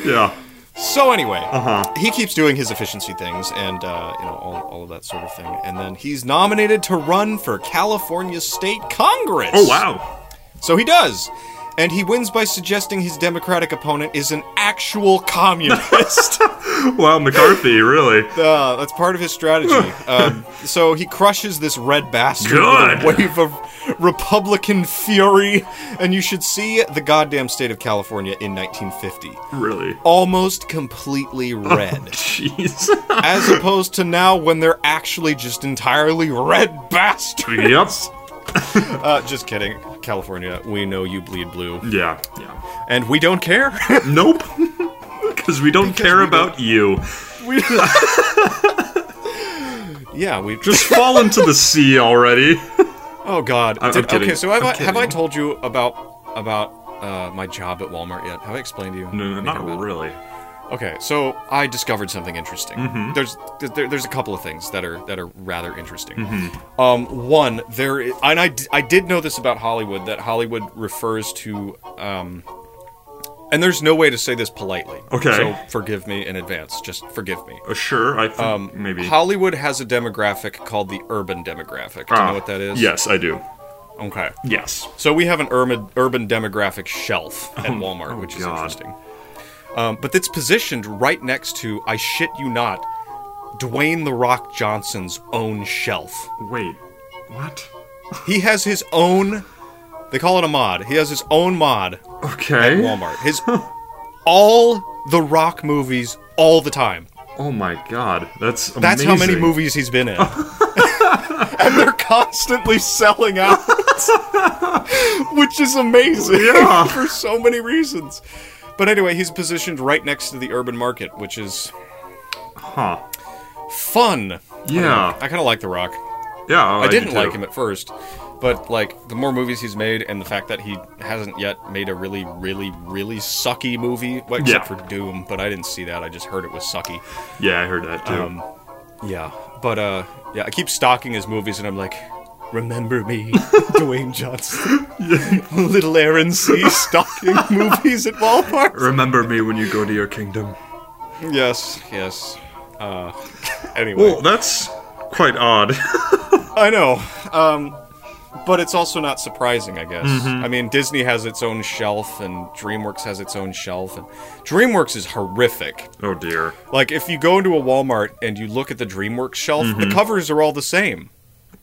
Speaker 4: Yeah.
Speaker 3: so anyway,
Speaker 4: Uh-huh.
Speaker 3: he keeps doing his efficiency things and uh, you know all, all of that sort of thing. And then he's nominated to run for California State Congress.
Speaker 4: Oh wow.
Speaker 3: So he does. And he wins by suggesting his Democratic opponent is an actual communist.
Speaker 4: Wow, McCarthy, really.
Speaker 3: Uh, that's part of his strategy. um, so he crushes this red bastard
Speaker 4: Good.
Speaker 3: with a wave of Republican fury, and you should see the goddamn state of California in 1950.
Speaker 4: Really.
Speaker 3: Almost completely red,
Speaker 4: Jeez.
Speaker 3: as opposed to now when they're actually just entirely red bastards.
Speaker 4: yep.
Speaker 3: Uh, just kidding, California. We know you bleed blue,
Speaker 4: Yeah. Yeah.
Speaker 3: and we don't care.
Speaker 4: Nope. Because we don't care about you.
Speaker 3: yeah, we
Speaker 4: Just fall into the sea already.
Speaker 3: Oh God!
Speaker 4: I'm-
Speaker 3: Did-
Speaker 4: I'm kidding.
Speaker 3: okay, so have
Speaker 4: I'm
Speaker 3: I have I
Speaker 4: kidding.
Speaker 3: told you about about uh, my job at Walmart yet? Have I explained to you?
Speaker 4: No, no,
Speaker 3: anything
Speaker 4: not
Speaker 3: about it?
Speaker 4: really.
Speaker 3: Okay, so I discovered something interesting.
Speaker 4: Mm-hmm.
Speaker 3: There's there, there's a couple of things that are that are rather interesting.
Speaker 4: Mm-hmm.
Speaker 3: Um, one there, i- and I, d- I did know this about Hollywood that Hollywood refers to um, and there's no way to say this politely.
Speaker 4: Okay.
Speaker 3: so forgive me in advance. Just forgive me.
Speaker 4: Uh, sure, I think
Speaker 3: Um,
Speaker 4: maybe.
Speaker 3: Hollywood has a demographic called the urban demographic. Do you
Speaker 4: Ah,
Speaker 3: know what that is?
Speaker 4: Yes, I do.
Speaker 3: Okay.
Speaker 4: Yes.
Speaker 3: So we have an urban urban demographic shelf at Walmart,
Speaker 4: oh
Speaker 3: which is
Speaker 4: God.
Speaker 3: interesting. Um, but it's positioned right next to, I shit you not, Dwayne the Rock Johnson's own shelf.
Speaker 4: Wait, what?
Speaker 3: He has his own. They call it a mod. He has his own mod at
Speaker 4: Okay.
Speaker 3: Walmart. His all the Rock movies all the time.
Speaker 4: Oh my god, that's amazing.
Speaker 3: That's how many movies he's been in. and they're constantly selling out, which is amazing
Speaker 4: Yeah.
Speaker 3: for so many reasons. But anyway, he's positioned right next to the urban market, which is
Speaker 4: Huh.
Speaker 3: fun.
Speaker 4: Yeah.
Speaker 3: I kind of like The Rock.
Speaker 4: Yeah. oh,
Speaker 3: I
Speaker 4: do
Speaker 3: didn't
Speaker 4: too.
Speaker 3: like him at first, but like the more movies he's made, and the fact that he hasn't yet made a really, really, really sucky movie, well, except
Speaker 4: Yeah.
Speaker 3: for Doom. But I didn't see that. I just heard it was sucky.
Speaker 4: Yeah, I heard that too.
Speaker 3: Um, Yeah, but uh, yeah, I keep stalking his movies, and I'm like, remember me, Dwayne Johnson, little Aaron C. stalking movies at Walmart.
Speaker 4: Remember me when you go to your kingdom.
Speaker 3: Yes, yes. Uh, anyway,
Speaker 4: Well, that's quite odd.
Speaker 3: I know, um, but it's also not surprising, I guess. I mean, Disney has its own shelf, and DreamWorks has its own shelf, and DreamWorks is horrific.
Speaker 4: oh dear.
Speaker 3: Like, if you go into a Walmart and you look at the DreamWorks shelf, the covers are all the same.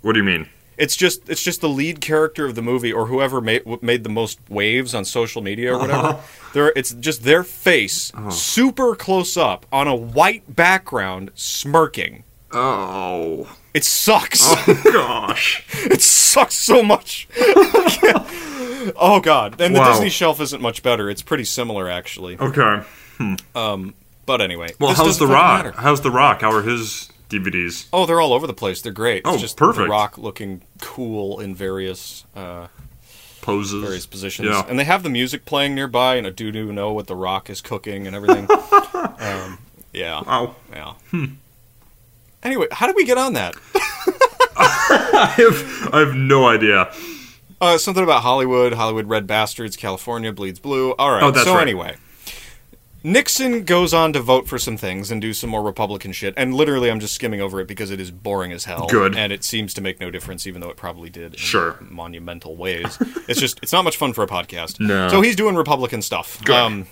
Speaker 4: What do you mean?
Speaker 3: it's just it's just the lead character of the movie or whoever made made the most waves on social media or
Speaker 4: Uh-huh.
Speaker 3: whatever. There, it's just their face, super close up on a white background, smirking.
Speaker 4: Oh.
Speaker 3: It sucks.
Speaker 4: Uh-huh. Gosh.
Speaker 3: It sucks so much. oh god. And
Speaker 4: Wow.
Speaker 3: the Disney shelf isn't much better. It's pretty similar actually.
Speaker 4: Okay.
Speaker 3: But anyway.
Speaker 4: Well,
Speaker 3: this
Speaker 4: how's
Speaker 3: doesn't
Speaker 4: The
Speaker 3: fucking
Speaker 4: Rock?
Speaker 3: matter.
Speaker 4: How's The Rock? How are his DVDs?
Speaker 3: Oh, they're all over the place. They're great. It's
Speaker 4: Oh,
Speaker 3: just
Speaker 4: perfect.
Speaker 3: The Rock looking cool in various uh,
Speaker 4: Poses.
Speaker 3: various positions.
Speaker 4: Yeah.
Speaker 3: And they have the music playing nearby, and a do do know what the rock is cooking and everything. um, yeah.
Speaker 4: Wow.
Speaker 3: Yeah. Anyway, how did we get on that?
Speaker 4: I have, I have no idea.
Speaker 3: Uh, something about Hollywood, Hollywood Red Bastards, California Bleeds Blue. All right.
Speaker 4: Oh, that's
Speaker 3: so
Speaker 4: right.
Speaker 3: anyway. Nixon goes on to vote for some things and do some more Republican shit, and literally I'm just skimming over it because it is boring as hell.
Speaker 4: Good.
Speaker 3: And it seems to make no difference, even though it probably did in
Speaker 4: Sure.
Speaker 3: monumental ways. it's just it's not much fun for a podcast.
Speaker 4: No.
Speaker 3: So he's doing Republican stuff. Um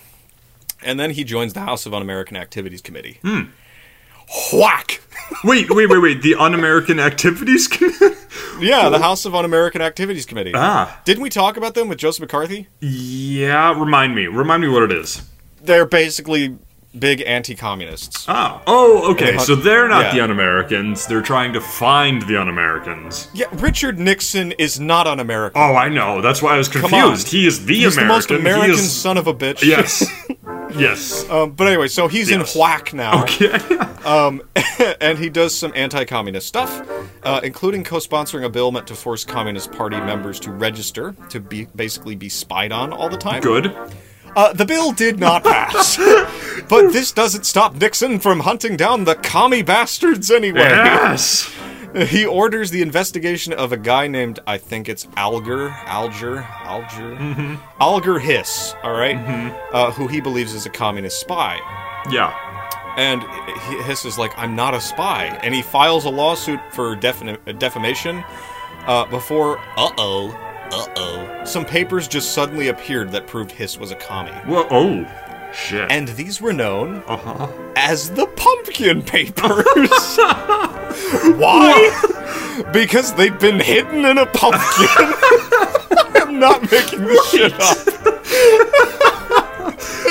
Speaker 3: and then he joins the House of Un American Activities Committee.
Speaker 4: Hmm.
Speaker 3: Whack!
Speaker 4: Wait, wait, wait, wait. The Un-American Activities Committee?
Speaker 3: Yeah, the House of Un American Activities Committee.
Speaker 4: Ah.
Speaker 3: Didn't we talk about them with Joseph McCarthy?
Speaker 4: Yeah, remind me. Remind me what it is.
Speaker 3: they're basically big anti-communists.
Speaker 4: Oh. Oh, okay.
Speaker 3: They-
Speaker 4: So they're not
Speaker 3: yeah.
Speaker 4: the un-Americans. They're trying to find the un-Americans.
Speaker 3: Yeah, Richard Nixon is not un-American.
Speaker 4: Oh, I know. That's why I was
Speaker 3: on.
Speaker 4: confused. He is the
Speaker 3: he's
Speaker 4: American.
Speaker 3: the most American
Speaker 4: He is...
Speaker 3: son of a bitch.
Speaker 4: Yes. yes.
Speaker 3: Um, but anyway, so he's
Speaker 4: Yes.
Speaker 3: in whack now,
Speaker 4: yeah.
Speaker 3: and he does some anti-communist stuff, uh, including co-sponsoring a bill meant to force Communist Party members to register to be basically be spied on all the time.
Speaker 4: Good.
Speaker 3: Uh, the bill did not pass, but this doesn't stop Nixon from hunting down the commie bastards anyway.
Speaker 4: Yes.
Speaker 3: He orders the investigation of a guy named I think it's Alger, Alger, Alger, Alger Hiss. All right? uh, who he believes is a communist spy.
Speaker 4: Yeah.
Speaker 3: And he- Hiss is like, I'm not a spy, and he files a lawsuit for defini- defamation. Uh, before, uh oh, uh oh, some papers just suddenly appeared that proved Hiss was a commie,
Speaker 4: Well. Oh. Shit.
Speaker 3: and these were known
Speaker 4: uh huh.
Speaker 3: as the pumpkin papers. Why? because they've been hidden in a pumpkin. I'm not making this shit up.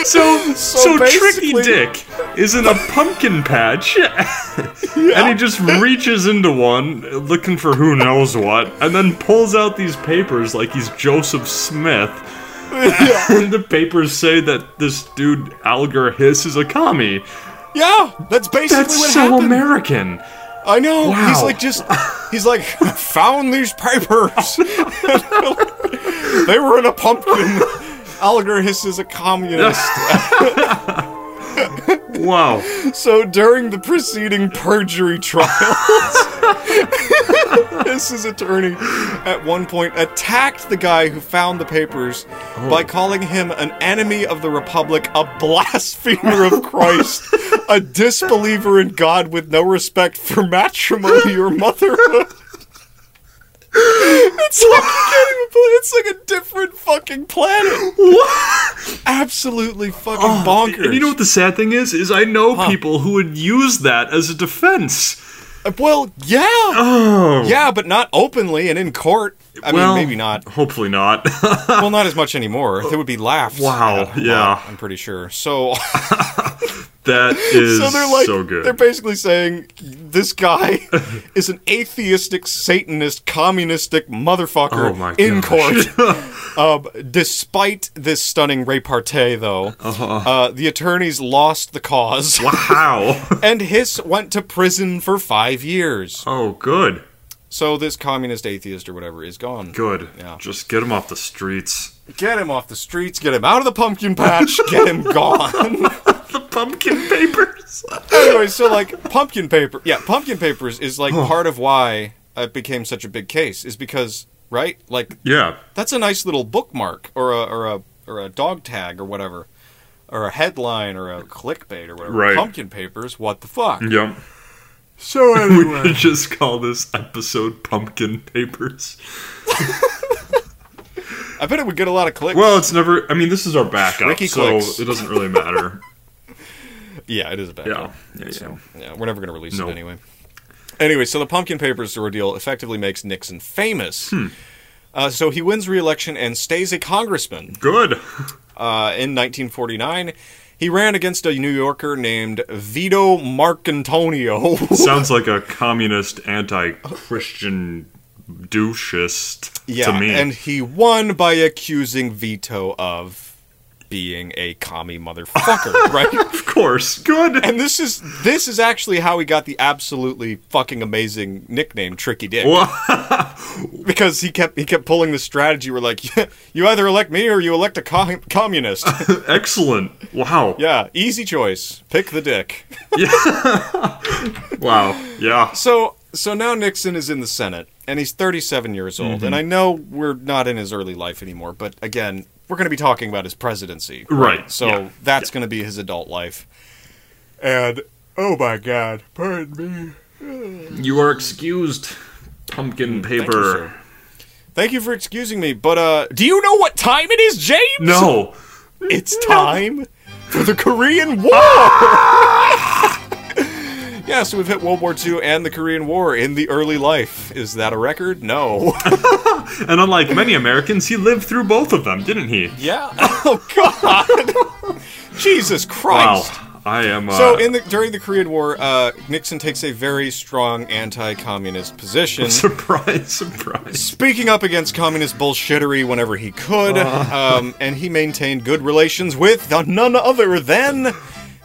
Speaker 4: So, so,
Speaker 3: basically-
Speaker 4: Tricky Dick is in a pumpkin patch, and he just reaches into one, looking for who knows what, and then pulls out these papers like he's Joseph Smith. and the papers say that this dude Alger Hiss is a commie.
Speaker 3: Yeah, that's basically
Speaker 4: That's
Speaker 3: what
Speaker 4: so
Speaker 3: happened.
Speaker 4: American.
Speaker 3: I know. He's
Speaker 4: Wow.
Speaker 3: like just he's like found these papers. they were in a pumpkin. Alger Hiss is a communist.
Speaker 4: Wow.
Speaker 3: So during the preceding perjury trials, Hiss's attorney at one point attacked the guy who found the papers
Speaker 4: Oh.
Speaker 3: by calling him an enemy of the Republic, a blasphemer of Christ, a disbeliever in God with no respect for matrimony or motherhood. It's like, you can't even play- it's like a different fucking planet. Absolutely fucking bonkers.
Speaker 4: Oh, And you know what the sad thing is? Is I know people who would use that as a defense.
Speaker 3: Uh, Well, yeah. Yeah, but not openly and in court. I
Speaker 4: well,
Speaker 3: mean, maybe not.
Speaker 4: Hopefully not.
Speaker 3: Well, not as much anymore. There would be laughs. at
Speaker 4: Wow,
Speaker 3: a lot,
Speaker 4: yeah.
Speaker 3: I'm pretty sure. So,
Speaker 4: that is
Speaker 3: so
Speaker 4: so,
Speaker 3: they're like,
Speaker 4: good.
Speaker 3: they're basically saying this guy is an atheistic, satanist, communistic motherfucker
Speaker 4: Oh my
Speaker 3: in
Speaker 4: gosh.
Speaker 3: court. Um, despite this stunning repartee, though, uh, the attorneys lost the cause,
Speaker 4: Uh-huh. wow.
Speaker 3: and Hiss went to prison for five years.
Speaker 4: Oh, good.
Speaker 3: So this communist atheist or whatever is gone.
Speaker 4: Good.
Speaker 3: Yeah.
Speaker 4: Just get him off the streets.
Speaker 3: Get him off the streets. Get him out of the pumpkin patch. get him gone.
Speaker 4: The pumpkin papers.
Speaker 3: anyway, so like pumpkin paper. Yeah, pumpkin papers is like part of why it became such a big case is because right, like
Speaker 4: yeah.
Speaker 3: that's a nice little bookmark or a or a or a dog tag or whatever, or a headline or a clickbait or whatever.
Speaker 4: Right.
Speaker 3: Pumpkin papers. What the fuck?
Speaker 4: Yep.
Speaker 3: So
Speaker 4: We should just call this episode Pumpkin Papers.
Speaker 3: I bet it would get a lot of clicks.
Speaker 4: Well, it's never. I mean, this is our backup,
Speaker 3: Tricky
Speaker 4: so
Speaker 3: clicks.
Speaker 4: it doesn't really matter.
Speaker 3: yeah, it is a bad.
Speaker 4: yeah. Yeah. yeah.
Speaker 3: Yeah, we're never going to release
Speaker 4: No.
Speaker 3: it anyway. Anyway, so the pumpkin papers ordeal effectively makes Nixon famous.
Speaker 4: Hmm.
Speaker 3: Uh, so he wins re-election and stays a congressman.
Speaker 4: Good.
Speaker 3: Uh, in 1949, he ran against a New Yorker named Vito Marcantonio.
Speaker 4: Sounds like a communist, anti-Christian doucheist
Speaker 3: yeah,
Speaker 4: to me.
Speaker 3: and he won by accusing Vito of being a commie motherfucker, right?
Speaker 4: of course, good.
Speaker 3: And this is this is actually how he got the absolutely fucking amazing nickname Tricky Dick. because he kept he kept pulling the strategy where like you either elect me or you elect a co- communist.
Speaker 4: Excellent. Wow.
Speaker 3: yeah, easy choice. Pick the dick.
Speaker 4: Wow. Yeah.
Speaker 3: So so now Nixon is in the Senate and he's 37 years old and I know we're not in his early life anymore, but again, we're going to be talking about his presidency.
Speaker 4: Right.
Speaker 3: So
Speaker 4: yeah.
Speaker 3: that's going to be his adult life. And oh my god, pardon me.
Speaker 4: you are excused. Pumpkin paper.
Speaker 3: sir. Thank you for excusing me, but uh do you know what time it is, James?
Speaker 4: no.
Speaker 3: It's time for the Korean War! yeah, so we've hit World War II and the Korean War in the early life. Is that a record? No.
Speaker 4: And unlike many Americans, he lived through both of them, didn't he?
Speaker 3: yeah. Oh, God! Jesus Christ!
Speaker 4: Wow. I am. Uh,
Speaker 3: So in the during the Korean War, uh, Nixon takes a very strong anti-communist position,
Speaker 4: surprise, surprise.
Speaker 3: speaking up against communist bullshittery whenever he could, um, and he maintained good relations with none other than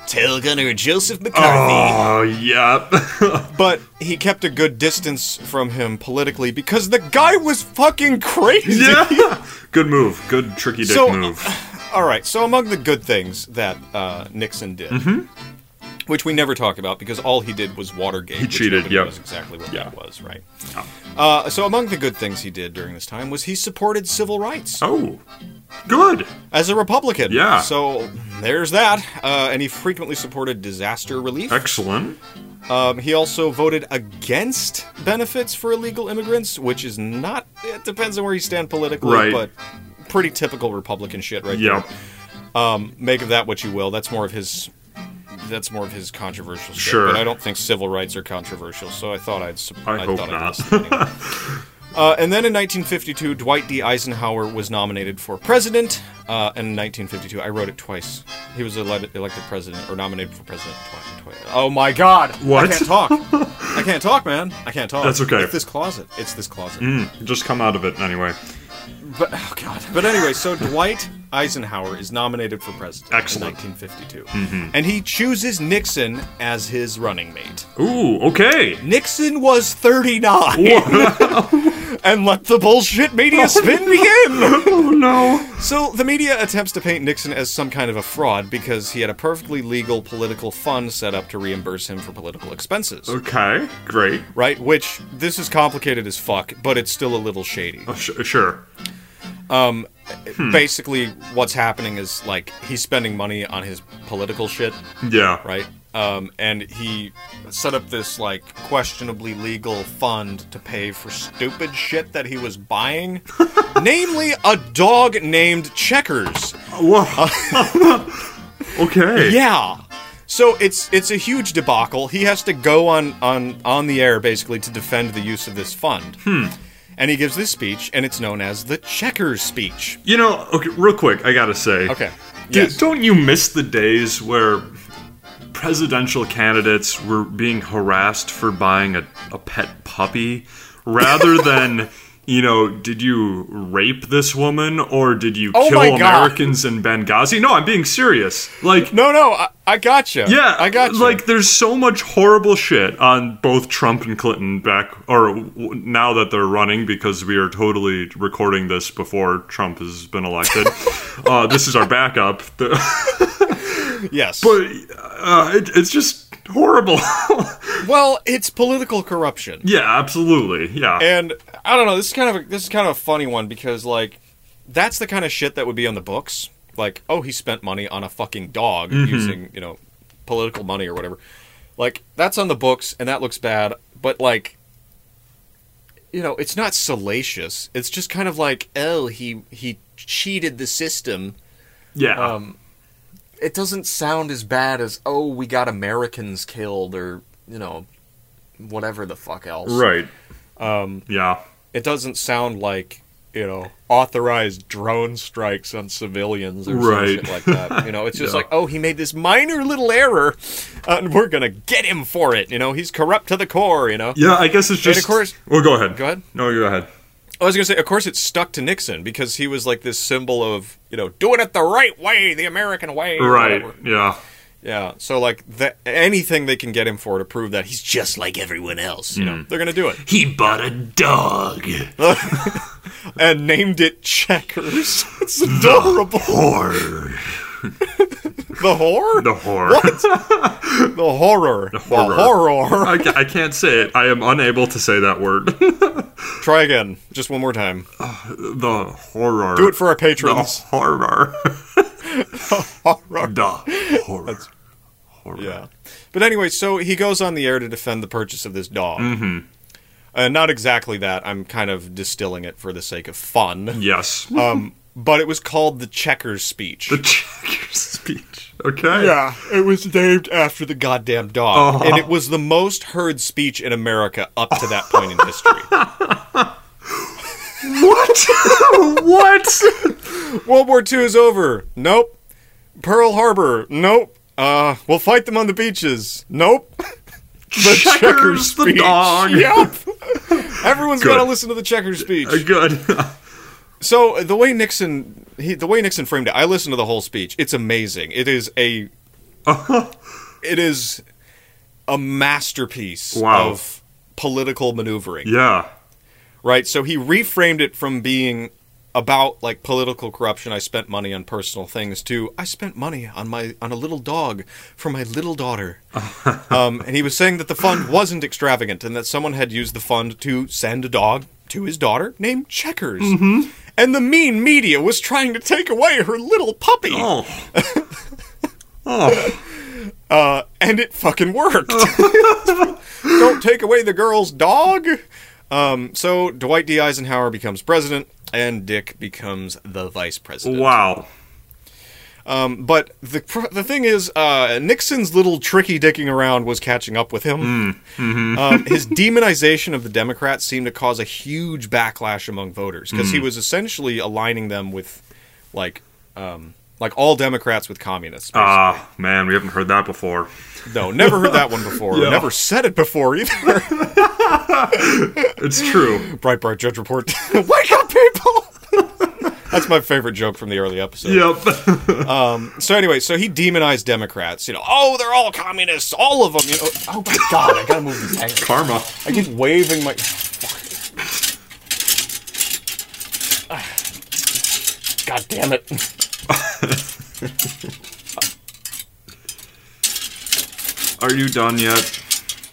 Speaker 3: Tail Gunner Joseph McCarthy.
Speaker 4: Oh yeah.
Speaker 3: But he kept a good distance from him politically because the guy was fucking crazy.
Speaker 4: yeah. Good move. Good tricky dick
Speaker 3: So-
Speaker 4: move.
Speaker 3: All right, so among the good things that uh, Nixon did,
Speaker 4: Mm-hmm.
Speaker 3: which we never talk about because all he did was Watergate. He
Speaker 4: cheated, yeah.
Speaker 3: Knows exactly what
Speaker 4: Yeah.
Speaker 3: that was, right? Uh, so among the good things he did during this time was he supported civil rights
Speaker 4: Oh. Good.
Speaker 3: as a Republican.
Speaker 4: Yeah.
Speaker 3: So there's that, uh, and he frequently supported disaster relief.
Speaker 4: Excellent.
Speaker 3: Um, he also voted against benefits for illegal immigrants, which is not. It depends on where you stand politically,
Speaker 4: Right.
Speaker 3: but pretty typical Republican shit, right?
Speaker 4: Yep.
Speaker 3: there. Make of that what you will. That's more of his. That's more of his controversial. Shit,
Speaker 4: Sure.
Speaker 3: But I don't think civil rights are controversial, so I thought I'd. sup-
Speaker 4: I hope
Speaker 3: thought
Speaker 4: not.
Speaker 3: listen anyway. Uh, and then in 1952, Dwight D. Eisenhower was nominated for president. Uh, and in 1952, I wrote it twice. He was ele- elected president or nominated for president twice. Twi- oh my God!
Speaker 4: What?
Speaker 3: I can't talk. I can't talk, man. I can't talk.
Speaker 4: That's okay.
Speaker 3: It's this closet. It's this closet.
Speaker 4: Just come out of it anyway.
Speaker 3: But oh God. But anyway, so Dwight Eisenhower is nominated for president
Speaker 4: Excellent.
Speaker 3: in 1952, and he chooses Nixon as his running mate.
Speaker 4: Ooh. Okay.
Speaker 3: Nixon was 39. and let the bullshit media spin begin.
Speaker 4: Oh no.
Speaker 3: So the media attempts to paint Nixon as some kind of a fraud because he had a perfectly legal political fund set up to reimburse him for political expenses.
Speaker 4: Okay. Great.
Speaker 3: Right? Which this is complicated as fuck, but it's still a little shady.
Speaker 4: Oh, sh- sure.
Speaker 3: Hmm. Basically, what's happening is like he's spending money on his political shit,
Speaker 4: Yeah.
Speaker 3: right? um, and he set up this like questionably legal fund to pay for stupid shit that he was buying, namely a dog named Checkers.
Speaker 4: Okay.
Speaker 3: Yeah. So it's it's a huge debacle. He has to go on on on the air basically to defend the use of this fund. Hmm. And he gives this speech, and it's known as the Checkers speech.
Speaker 4: You know, okay, real quick, I gotta say.
Speaker 3: Okay.
Speaker 4: D-
Speaker 3: Yes.
Speaker 4: don't you miss the days where presidential candidates were being harassed for buying a, a pet puppy rather than, you know, did you rape this woman or did you
Speaker 3: Oh
Speaker 4: kill
Speaker 3: my God.
Speaker 4: Americans in Benghazi? No, I'm being serious. Like,
Speaker 3: No, no, I, I gotcha.
Speaker 4: yeah,
Speaker 3: I gotcha.
Speaker 4: Like, there's so much horrible shit on both Trump and Clinton back, or w- now that they're running, because we are totally recording this before Trump has been elected. uh, this is our backup. The-
Speaker 3: yes.
Speaker 4: but uh, it, it's just horrible.
Speaker 3: well, it's political corruption.
Speaker 4: yeah, absolutely. Yeah.
Speaker 3: And I don't know. This is kind of a, this is kind of a funny one because like that's the kind of shit that would be on the books. Like, oh, he spent money on a fucking dog using you know political money or whatever. Like that's on the books and that looks bad. But like, you know, it's not salacious. It's just kind of like, oh, he he cheated the system.
Speaker 4: yeah.
Speaker 3: um, It doesn't sound as bad as oh, we got Americans killed or you know whatever the fuck else.
Speaker 4: right. Um, yeah.
Speaker 3: it doesn't sound like you know authorized drone strikes on civilians or
Speaker 4: Right.
Speaker 3: something like that. You know, it's just like, oh, he made this minor little error, uh, and we're gonna get him for it. You know, he's corrupt to the core. You know,
Speaker 4: Yeah, I guess it's
Speaker 3: And
Speaker 4: just.
Speaker 3: of course-
Speaker 4: Well, go ahead.
Speaker 3: Go ahead.
Speaker 4: No, go ahead.
Speaker 3: I was gonna say, of course, it stuck to Nixon because he was like this symbol of you know doing it the right way, the American way. or
Speaker 4: Right.
Speaker 3: whatever.
Speaker 4: Yeah.
Speaker 3: Yeah. So like the, anything they can get him for to prove that he's just like everyone else, you know, they're gonna do it.
Speaker 4: Mm. He bought a dog.
Speaker 3: and named it Checkers. It's adorable.
Speaker 4: Horror.
Speaker 3: the whore.
Speaker 4: The horror.
Speaker 3: The horror. The
Speaker 4: horror.
Speaker 3: horror.
Speaker 4: I, ca- I can't say it. I am unable to say that word.
Speaker 3: Try again. Just one more time.
Speaker 4: the horror.
Speaker 3: Do it for our
Speaker 4: the
Speaker 3: patrons.
Speaker 4: horror.
Speaker 3: Horror.
Speaker 4: the horror. horror.
Speaker 3: Yeah. But anyway, so he goes on the air to defend the purchase of this dog. Mm-hmm. Uh, not exactly that. I'm kind of distilling it for the sake of fun.
Speaker 4: Yes.
Speaker 3: Uh, But it was called the Checkers speech.
Speaker 4: the checker speech. Okay.
Speaker 3: yeah, it was named after the goddamn dog.
Speaker 4: Uh-huh.
Speaker 3: And it was the most heard speech in America up to that point in history.
Speaker 4: What? what?
Speaker 3: World War II is over. Nope. Pearl Harbor. Nope. Uh, we'll fight them on the beaches. Nope. The checkers
Speaker 4: Checkers the dog.
Speaker 3: Yep. Everyone's got to
Speaker 4: Good.
Speaker 3: listen to the checker speech.
Speaker 4: Good.
Speaker 3: So uh, the way Nixon, he, the way Nixon framed it, I listened to the whole speech. It's amazing. It is a, it is a masterpiece
Speaker 4: Wow.
Speaker 3: of political maneuvering
Speaker 4: yeah.
Speaker 3: right? So he reframed it from being about like political corruption. I spent money on personal things to I spent money on my on a little dog for my little daughter. um, and he was saying that the fund wasn't extravagant and that someone had used the fund to send a dog to his daughter named Checkers. And the mean media was trying to take away her little puppy,
Speaker 4: Oh.
Speaker 3: and it fucking worked. Don't take away the girl's dog. Um, so Dwight D. Eisenhower becomes president, and Dick becomes the vice president.
Speaker 4: Wow.
Speaker 3: But the pr- the thing is, uh, Nixon's little tricky dicking around was catching up with him.
Speaker 4: Hmm. Mm-hmm.
Speaker 3: Um, his demonization of the Democrats seemed to cause a huge backlash among voters because
Speaker 4: Hmm.
Speaker 3: he was essentially aligning them with, like, um, like all Democrats with communists.
Speaker 4: Ah, man, we haven't heard that before.
Speaker 3: No, never heard that one before.
Speaker 4: Yeah.
Speaker 3: Never said it before either.
Speaker 4: It's true.
Speaker 3: Breitbart Judge Report. Wake up, people! That's my favorite joke from the early episode.
Speaker 4: yep.
Speaker 3: So anyway, so he demonized Democrats. You know, oh, they're all communists, all of them. You know, oh my god, I gotta move these angles.
Speaker 4: Karma.
Speaker 3: I keep waving my. God damn it!
Speaker 4: Are you done yet?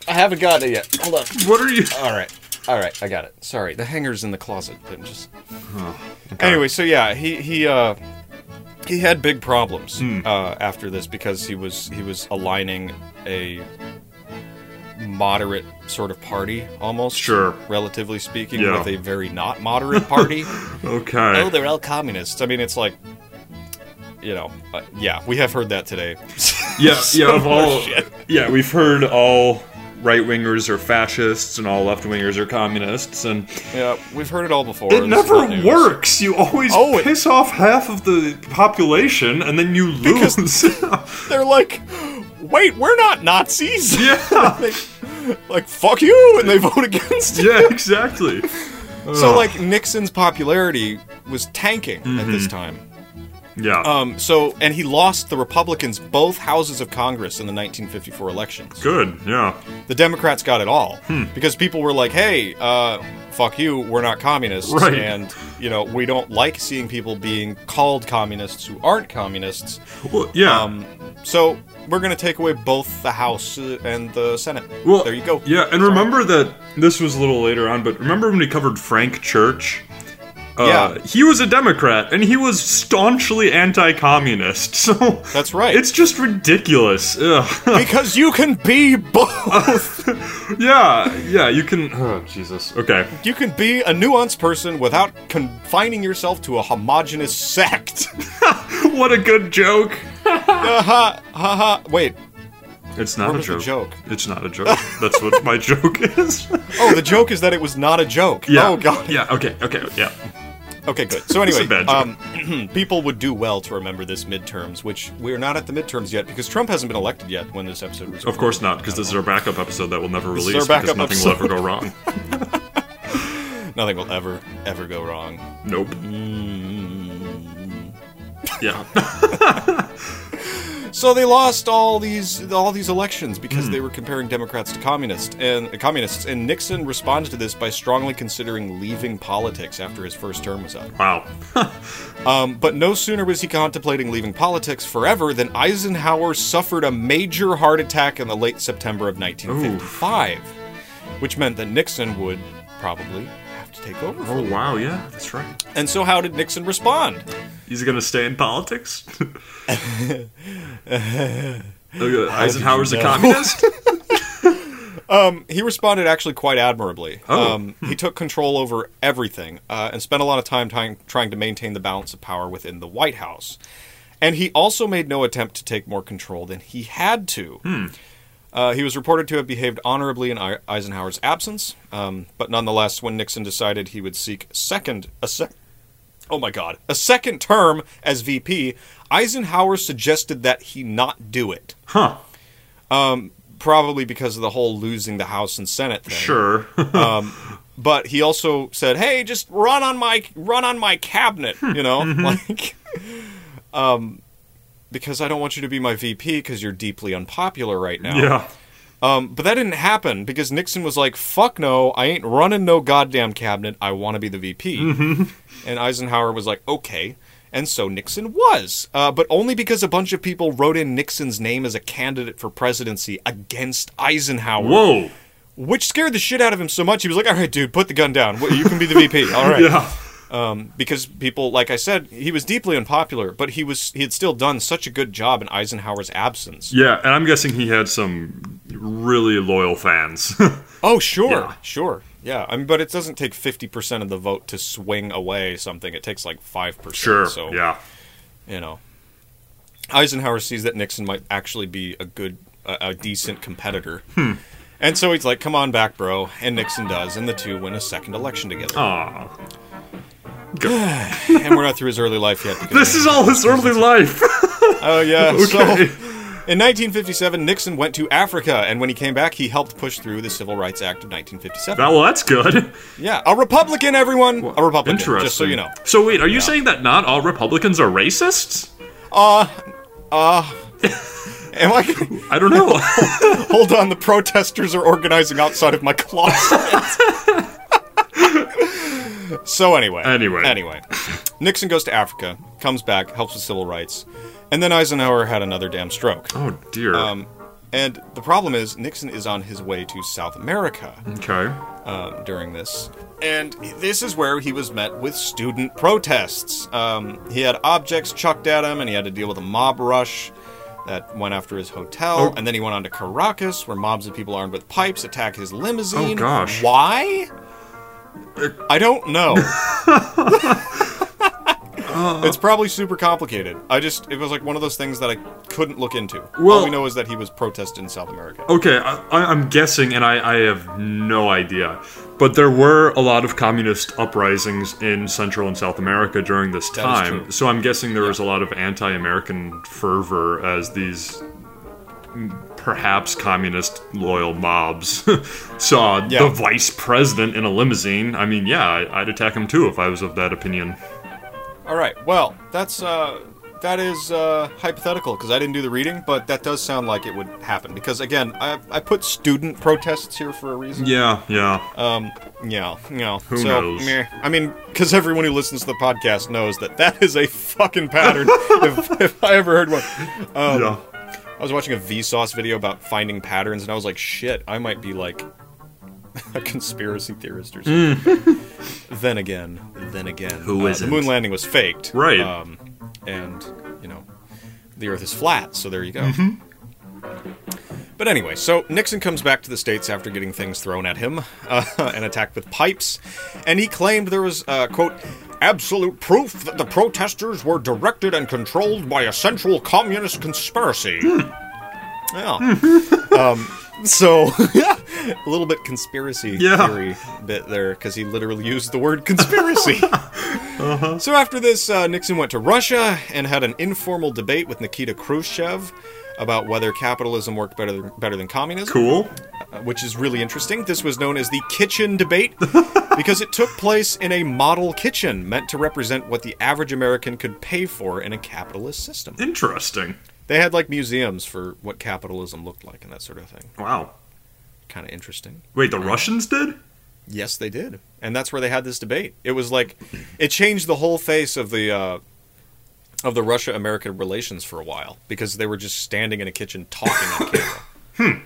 Speaker 3: I haven't got it yet. Hold on.
Speaker 4: What are you?
Speaker 3: All right, all right, I got it. Sorry, the hanger's in the closet. Didn't just. Anyway, so yeah, he he uh
Speaker 4: Hmm.
Speaker 3: he had big problems uh, after this because he was he was aligning a moderate sort of party almost
Speaker 4: Sure.
Speaker 3: relatively speaking
Speaker 4: Yeah.
Speaker 3: with a very not moderate party
Speaker 4: Okay.
Speaker 3: oh they're all communists i mean it's like you know uh, yeah we have heard that today
Speaker 4: yeah, yeah, of all,
Speaker 3: shit.
Speaker 4: yeah, we've heard all right wingers are fascists and all left wingers are communists, and
Speaker 3: yeah we've heard it all before
Speaker 4: it
Speaker 3: This is
Speaker 4: never
Speaker 3: not news.
Speaker 4: works. You always
Speaker 3: Oh, it-
Speaker 4: piss off half of the population, and then you lose.
Speaker 3: Because- they're like wait we're not nazis
Speaker 4: yeah,
Speaker 3: like fuck you and they vote against you
Speaker 4: yeah, exactly.
Speaker 3: so like nixon's popularity was tanking at
Speaker 4: Mm-hmm.
Speaker 3: this time
Speaker 4: Yeah,
Speaker 3: Um, so, and he lost the Republicans both houses of Congress in the 1954 elections.
Speaker 4: good. Hmm. Yeah,
Speaker 3: The Democrats got it all because people were like, "Hey, uh, fuck you, we're not communists,"
Speaker 4: Right.
Speaker 3: and you know we don't like seeing people being called communists who aren't communists.
Speaker 4: well, yeah.
Speaker 3: Um, so we're gonna take away both the House uh, and the Senate.
Speaker 4: Well,
Speaker 3: there you go.
Speaker 4: Yeah, and remember that this was a little later on, but remember when we covered Frank Church? Uh,
Speaker 3: Yeah.
Speaker 4: He was a Democrat, and he was staunchly anti-communist. So
Speaker 3: That's right.
Speaker 4: It's just ridiculous. Ugh.
Speaker 3: because you can be both.
Speaker 4: yeah, yeah. You can. Oh, Jesus. Okay.
Speaker 3: you can be a nuanced person without confining yourself to a homogenous sect.
Speaker 4: What a good joke.
Speaker 3: ha ha ha. Uh, Wait,
Speaker 4: It's not
Speaker 3: What
Speaker 4: a
Speaker 3: was the
Speaker 4: joke.
Speaker 3: joke?
Speaker 4: It's not a joke. That's what my joke is.
Speaker 3: Oh, the joke is that it was not a joke.
Speaker 4: yeah.
Speaker 3: Oh god.
Speaker 4: Yeah. Okay. Okay. Yeah.
Speaker 3: Okay, good. So anyway,
Speaker 4: a bad
Speaker 3: um, people would do well to remember this midterms, which we're not at the midterms yet because Trump hasn't been elected yet when this episode was.
Speaker 4: Of course not, because this is our backup episode that we'll never
Speaker 3: is
Speaker 4: release
Speaker 3: our backup
Speaker 4: because nothing will ever go wrong.
Speaker 3: Nothing will ever, ever go wrong.
Speaker 4: Nope.
Speaker 3: Mm.
Speaker 4: Yeah.
Speaker 3: So they lost all these all these elections because they were comparing Democrats to communists and uh, communists. And Nixon responded to this by strongly considering leaving politics after his first term was up.
Speaker 4: Wow.
Speaker 3: Um, but no sooner was he contemplating leaving politics forever than Eisenhower suffered a major heart attack in the late September of 1955, which meant that Nixon would probably have to take over.
Speaker 4: Oh wow, yeah, that's right.
Speaker 3: And so, how did Nixon respond?
Speaker 4: He's gonna stay in politics. Look at Eisenhower's a communist.
Speaker 3: He responded actually quite admirably.
Speaker 4: Oh.
Speaker 3: Um, he took control over everything uh, and spent a lot of time trying, trying to maintain the balance of power within the White House. And he also made no attempt to take more control than he had to. Uh, he was reported to have behaved honorably in I- Eisenhower's absence, um, but nonetheless, when Nixon decided he would seek second a sec- oh my god a second term as VP, Eisenhower suggested that he not do it,
Speaker 4: Huh.
Speaker 3: probably because of the whole losing the House and Senate thing.
Speaker 4: Sure.
Speaker 3: But he also said, "Hey, just run on my run on my cabinet," you know, like. Um, because I don't want you to be my VP because you're deeply unpopular right now.
Speaker 4: yeah.
Speaker 3: Um, but that didn't happen because Nixon was like, "Fuck no, I ain't running no goddamn cabinet. I want to be the VP." And Eisenhower was like, "Okay." And so Nixon was, uh, but only because a bunch of people wrote in Nixon's name as a candidate for presidency against Eisenhower,
Speaker 4: Whoa.
Speaker 3: which scared the shit out of him so much he was like, "All right, dude, put the gun down. Wh- You can be the VP. All right."
Speaker 4: Yeah.
Speaker 3: because people like i said he was deeply unpopular but he was he had still done such a good job in eisenhower's absence
Speaker 4: Yeah, and I'm guessing he had some really loyal fans.
Speaker 3: oh sure
Speaker 4: Yeah.
Speaker 3: sure yeah i mean but it doesn't take 50% of the vote to swing away something it takes like 5%
Speaker 4: sure.
Speaker 3: so
Speaker 4: yeah.
Speaker 3: you know eisenhower sees that nixon might actually be a good a, a decent competitor
Speaker 4: Hmm.
Speaker 3: and so he's like come on back bro and nixon does and the two win a second election together
Speaker 4: Aw.
Speaker 3: and we're not through his early life yet because-
Speaker 4: This is all his early life.
Speaker 3: oh yeah so
Speaker 4: okay.
Speaker 3: In 1957, Nixon went to Africa, and when he came back, he helped push through the Civil Rights Act of 1957.
Speaker 4: That- well, that's good.
Speaker 3: yeah, a Republican, everyone, a Republican.
Speaker 4: Interesting.
Speaker 3: Just so you know.
Speaker 4: So wait, are you saying that not all Republicans are racists?
Speaker 3: Am I?
Speaker 4: I don't know.
Speaker 3: hold on, the protesters are organizing outside of my closet. so anyway,
Speaker 4: Anyway.
Speaker 3: anyway, Nixon goes to Africa, comes back, helps with civil rights, and then Eisenhower had another damn stroke.
Speaker 4: oh dear.
Speaker 3: Um, and the problem is, Nixon is on his way to South America.
Speaker 4: okay.
Speaker 3: um, during this. And this is where he was met with student protests. Um, he had objects chucked at him, and he had to deal with a mob rush. that went after his
Speaker 4: Oh.
Speaker 3: hotel, and then he went on to Caracas, where mobs of people armed with pipes attack his limousine.
Speaker 4: Oh, gosh.
Speaker 3: Why? I don't know. it's probably super complicated. I just it was like one of those things that I couldn't look into.
Speaker 4: Well-
Speaker 3: All we know is that he was protesting in South America.
Speaker 4: Okay, I, I- I'm guessing, and I, I have no idea, but there were a lot of communist uprisings in Central and South America during this
Speaker 3: is
Speaker 4: time.
Speaker 3: true.
Speaker 4: So I'm guessing there was a lot of anti-American fervor as these mm, perhaps communist loyal mobs saw
Speaker 3: Yeah.
Speaker 4: the vice president in a limousine. I mean, yeah, I, I'd attack him too if I was of that opinion.
Speaker 3: All right. Well, that's uh that is uh hypothetical because I didn't do the reading, but that does sound like it would happen because again, I I put student protests here for a reason.
Speaker 4: Yeah, yeah.
Speaker 3: Yeah, yeah.
Speaker 4: Who
Speaker 3: so,
Speaker 4: knows?
Speaker 3: meh. I mean, because everyone who listens to the podcast knows that that is a fucking pattern. if, if I ever heard one, Um,
Speaker 4: yeah.
Speaker 3: I was watching a Vsauce video about finding patterns, and I was like, shit, I might be like a conspiracy theorist or something. then again, then again,
Speaker 4: Hmm. Who
Speaker 3: uh, the
Speaker 4: isn't?
Speaker 3: moon landing was faked,
Speaker 4: Right.
Speaker 3: Um, and you know, the Earth is flat. So there you go. But anyway, so Nixon comes back to the States after getting things thrown at him uh, and attacked with pipes, and he claimed there was, uh, quote, absolute proof that the protesters were directed and controlled by a central communist conspiracy. Yeah. um, so, a little bit conspiracy
Speaker 4: Yeah.
Speaker 3: theory bit there, because he literally used the word conspiracy. So after this, uh, Nixon went to Russia and had an informal debate with Nikita Khrushchev about whether capitalism worked better than, better than communism,
Speaker 4: Cool.
Speaker 3: uh, which is really interesting. This was known as the kitchen debate because it took place in a model kitchen meant to represent what the average American could pay for in a capitalist system.
Speaker 4: Interesting.
Speaker 3: They had like museums for what capitalism looked like and that sort of thing.
Speaker 4: Wow.
Speaker 3: Kind of interesting.
Speaker 4: Wait, the Russians did?
Speaker 3: Yes, they did, and that's where they had this debate. It was like it changed the whole face of the uh, of the Russia American relations for a while because they were just standing in a kitchen talking on camera.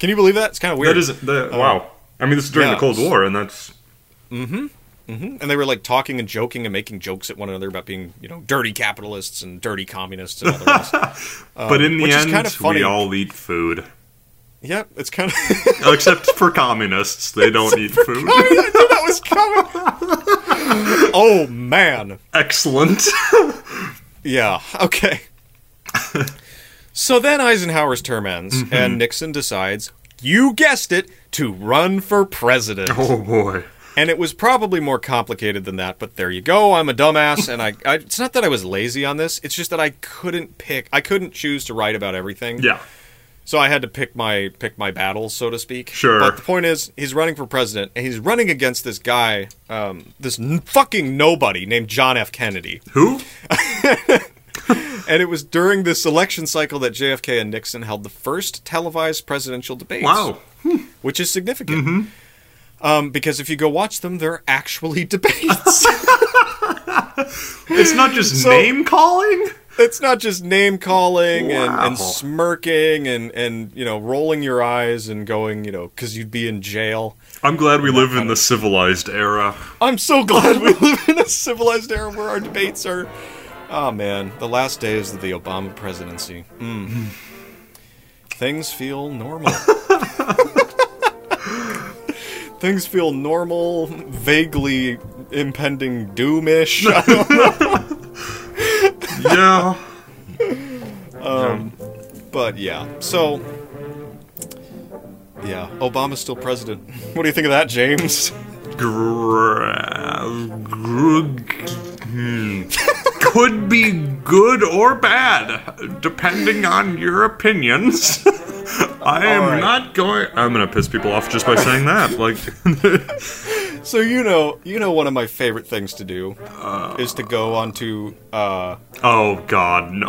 Speaker 3: Can you believe that? It's kind of weird.
Speaker 4: That isn't. That, Oh, wow. I mean, this is during
Speaker 3: yeah.
Speaker 4: the Cold War, and that's
Speaker 3: and they were like talking and joking and making jokes at one another about being you know dirty capitalists and dirty communists and all the rest.
Speaker 4: but in the
Speaker 3: which is
Speaker 4: end,
Speaker 3: kinda funny.
Speaker 4: we all eat food, Oh,
Speaker 3: yep, it's kind of
Speaker 4: except for communists. They don't eat food.
Speaker 3: that was coming. oh man.
Speaker 4: Excellent.
Speaker 3: Yeah, okay. so then Eisenhower's term ends,
Speaker 4: Mm-hmm.
Speaker 3: and Nixon decides, you guessed it, to run for president.
Speaker 4: oh boy.
Speaker 3: And it was probably more complicated than that, but there you go. I'm a dumbass, and I, I. It's not that I was lazy on this, it's just that I couldn't pick, I couldn't choose to write about everything.
Speaker 4: Yeah.
Speaker 3: So I had to pick my pick my battles, so to speak.
Speaker 4: Sure.
Speaker 3: But the point is, he's running for president, and he's running against this guy, um, this n- fucking nobody named John F. Kennedy.
Speaker 4: Who?
Speaker 3: And it was during this election cycle that JFK and Nixon held the first televised presidential debates.
Speaker 4: Wow. Mm-hmm.
Speaker 3: Which is significant. Um, because if you go watch them, they're actually debates.
Speaker 4: It's not just
Speaker 3: So-
Speaker 4: name calling.
Speaker 3: it's not just name calling and,
Speaker 4: Wow.
Speaker 3: and smirking and, and, you know, rolling your eyes and going, you know, because you'd be in jail.
Speaker 4: I'm glad we live in the civilized era.
Speaker 3: I'm so glad we live in a civilized era where our debates are. Oh man, the last days of the Obama presidency. Mm. Things feel normal. Things feel normal, vaguely impending doomish. I don't-
Speaker 4: Yeah.
Speaker 3: but yeah, so yeah, Obama's still president. What do you think of that, James?
Speaker 4: Gra- gr- hmm. Could be good or bad, depending on your opinions. I am
Speaker 3: All right.
Speaker 4: not going. I'm gonna piss people off just by saying that. Like,
Speaker 3: So you know, you know, one of my favorite things to do is to go onto. Uh,
Speaker 4: oh god, no.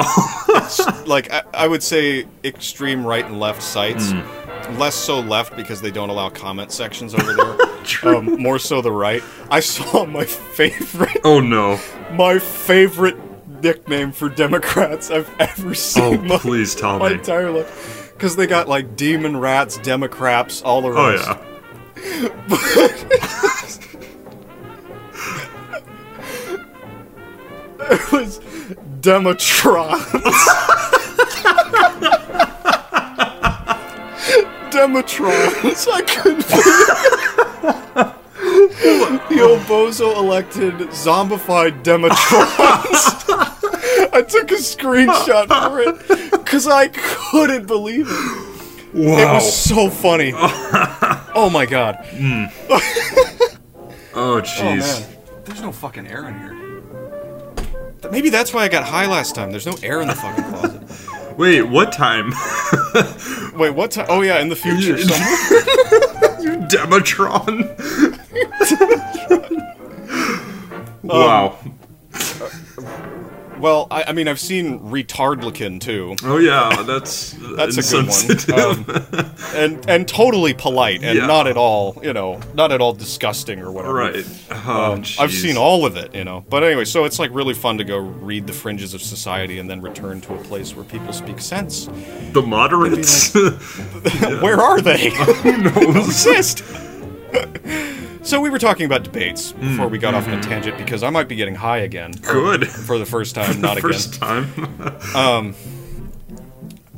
Speaker 3: like I, I would say extreme right and left sites
Speaker 4: Hmm.
Speaker 3: less so left because they don't allow comment sections over there um, more so the right i saw my favorite
Speaker 4: oh no.
Speaker 3: my favorite nickname for democrats i've ever
Speaker 4: Oh,
Speaker 3: seen my,
Speaker 4: please tell
Speaker 3: my
Speaker 4: me.
Speaker 3: entire life because they got like demon rats democrats all the
Speaker 4: Oh
Speaker 3: rest
Speaker 4: yeah.
Speaker 3: it was demotrons Demetrons. I couldn't The old bozo elected zombified Demetrons. I took a screenshot for it because I couldn't believe it. It
Speaker 4: Wow.
Speaker 3: was so funny. Oh my god.
Speaker 4: oh,
Speaker 3: Oh,
Speaker 4: jeez.
Speaker 3: man.
Speaker 9: There's no fucking air in here.
Speaker 3: Maybe that's why I got high last time. There's no air in the fucking closet.
Speaker 4: Wait, what time?
Speaker 3: Wait, what time? Oh yeah, in the future. somewhere.
Speaker 4: Dematron.
Speaker 3: Um,
Speaker 4: wow.
Speaker 3: Well, I, I mean, I've seen retardlican too.
Speaker 4: Oh yeah, that's
Speaker 3: That's a
Speaker 4: insensitive.
Speaker 3: good one. Um, and and totally polite and
Speaker 4: Yeah.
Speaker 3: not at all, you know, not at all disgusting or whatever.
Speaker 4: Right. Oh,
Speaker 3: um, I've
Speaker 4: jeez.
Speaker 3: seen all of it, you know. But anyway, so it's like really fun to go read the fringes of society and then return to a place where people speak sense.
Speaker 4: the moderates.
Speaker 3: Where are they?
Speaker 4: Who knows?
Speaker 3: Exist. so we were talking about debates
Speaker 4: Hmm.
Speaker 3: before we got off on a
Speaker 4: Mm-hmm.
Speaker 3: tangent because I might be getting high again.
Speaker 4: Good.
Speaker 3: For the first time, not again.
Speaker 4: First time.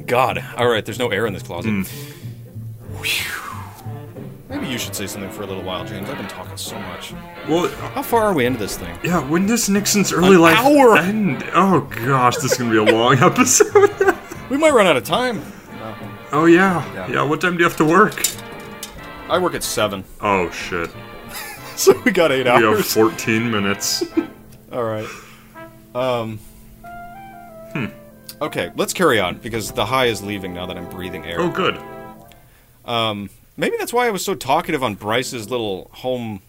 Speaker 3: God. All right, there's no air in this closet. Whew. Maybe you should say something for a little while, James. I've been talking so much.
Speaker 4: Well,
Speaker 3: How far are we into this thing?
Speaker 4: yeah. When does Nixon's early
Speaker 3: An
Speaker 4: life
Speaker 3: hour!
Speaker 4: end? Oh gosh, this is gonna be a long episode.
Speaker 3: We might run out of time.
Speaker 4: oh yeah. yeah. What time do you have to work?
Speaker 3: I work at 7,
Speaker 4: Oh shit.
Speaker 3: so we got 8
Speaker 4: We have
Speaker 3: hours.
Speaker 4: 14 minutes.
Speaker 3: All right. Um. Hmm. Okay, let's carry on because the high is leaving now that I'm breathing air.
Speaker 4: Oh good.
Speaker 3: Maybe that's why I was so talkative on Bryce's little home,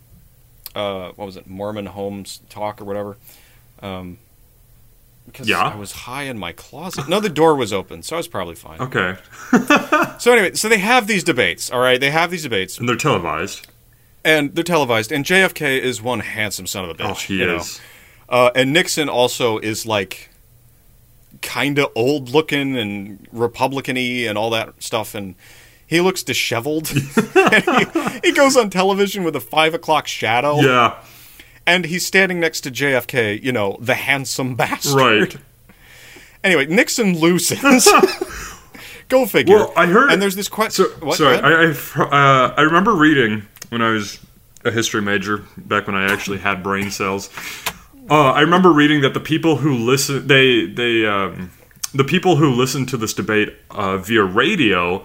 Speaker 3: uh, what was it, Mormon homes talk or whatever. Um, because
Speaker 4: Yeah.
Speaker 3: I was high in my closet. No, the door was open, so I was probably fine.
Speaker 4: Okay.
Speaker 3: So anyway, so they have these debates, all right? They have these debates,
Speaker 4: And they're televised.
Speaker 3: and they're televised. And JFK is one handsome son of a bitch.
Speaker 4: Oh, he
Speaker 3: you know?
Speaker 4: is.
Speaker 3: Uh, and Nixon also is like kind of old looking and Republican y and all that stuff. And he looks disheveled. and he, he goes on television with a five o'clock shadow.
Speaker 4: Yeah.
Speaker 3: And he's standing next to JFK, you know, the handsome bastard.
Speaker 4: Right.
Speaker 3: Anyway, Nixon loses. Go figure.
Speaker 4: Well, I heard.
Speaker 3: And there's this question.
Speaker 4: So, sorry, I I, fr- uh, I remember reading when I was a history major back when I actually had brain cells. Uh, I remember reading that the people who listen they they um, the people who listened to this debate uh, via radio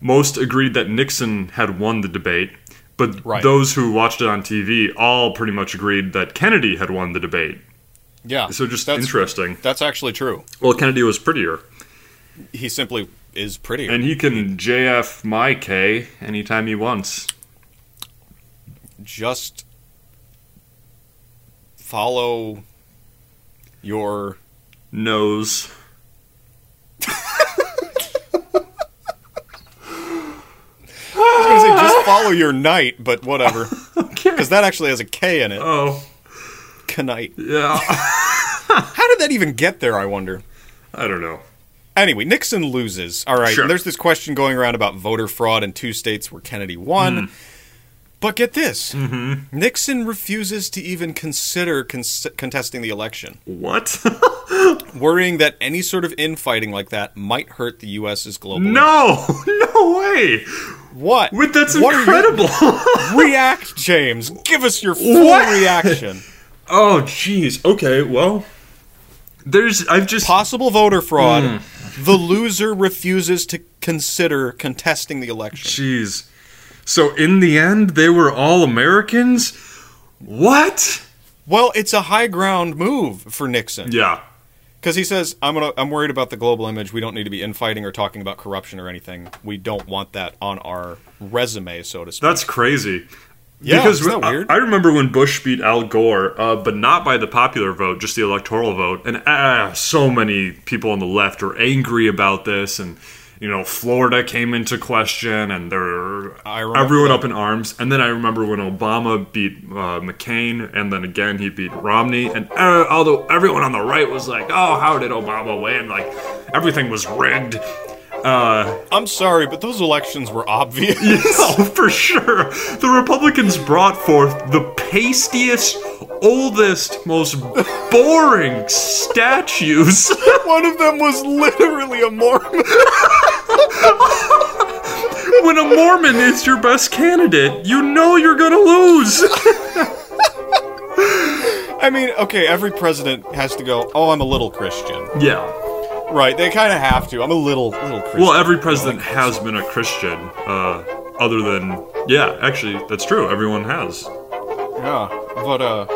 Speaker 4: most agreed that Nixon had won the debate. But
Speaker 3: Right.
Speaker 4: those who watched it on TV all pretty much agreed that Kennedy had won the debate.
Speaker 3: yeah.
Speaker 4: So just
Speaker 3: that's,
Speaker 4: interesting.
Speaker 3: That's actually true.
Speaker 4: Well, Kennedy was prettier,
Speaker 3: He simply is prettier.
Speaker 4: and he can JF my K anytime he wants.
Speaker 3: just follow your
Speaker 4: Nose.
Speaker 3: I was gonna say just follow your knight, but whatever. Because that actually has a K in it.
Speaker 4: Oh,
Speaker 3: Knight.
Speaker 4: yeah.
Speaker 3: How did that even get there, I wonder?
Speaker 4: I don't know.
Speaker 3: Anyway, Nixon loses. All right.
Speaker 4: Sure.
Speaker 3: There's this question going around about voter fraud in two states where Kennedy won.
Speaker 4: Hmm.
Speaker 3: But get this
Speaker 4: Mm-hmm.
Speaker 3: Nixon refuses to even consider cons- contesting the election,
Speaker 4: What?
Speaker 3: worrying that any sort of infighting like that might hurt the U.S.'s global.
Speaker 4: no, no way.
Speaker 3: What?
Speaker 4: Wait, that's
Speaker 3: What are you-
Speaker 4: incredible.
Speaker 3: react, James. Give us your full
Speaker 4: What?
Speaker 3: reaction.
Speaker 4: oh, jeez. Okay, well, there's. I've just.
Speaker 3: Possible voter fraud.
Speaker 4: Hmm.
Speaker 3: The loser refuses to consider contesting the election.
Speaker 4: Jeez. So in the end, they were all Americans. What?
Speaker 3: Well, it's a high ground move for Nixon
Speaker 4: Yeah.
Speaker 3: because he says, "I'm gonna, I'm worried about the global image. We don't need to be infighting or talking about corruption or anything. We don't want that on our resume, so to speak."
Speaker 4: That's crazy.
Speaker 3: Yeah,
Speaker 4: because
Speaker 3: isn't that
Speaker 4: I-
Speaker 3: weird?
Speaker 4: I, remember when Bush beat Al Gore, uh, but not by the popular vote, just the electoral vote. And ah, so many people on the left are angry about this, and you know, Florida came into question, and they're
Speaker 3: I remember
Speaker 4: everyone
Speaker 3: that.
Speaker 4: up in arms. And then I remember when Obama beat uh, McCain, and then again he beat Romney. And uh, although everyone on the right was like, "Oh, how did Obama win? Like everything was rigged." Uh,
Speaker 3: I'm sorry, but those elections were obvious.
Speaker 4: Oh, for sure. The Republicans brought forth the pastiest, oldest, most boring statues.
Speaker 3: One of them was literally a Mormon.
Speaker 4: When a Mormon is your best candidate, you know you're gonna lose.
Speaker 3: I mean, okay, every president has to go, "Oh, I'm a little Christian."
Speaker 4: Yeah.
Speaker 3: Right. They kind of have to. I'm a little little Christian.
Speaker 4: Well, every president has been a Christian, uh, other than yeah. Actually, that's true. Everyone has.
Speaker 3: yeah. But uh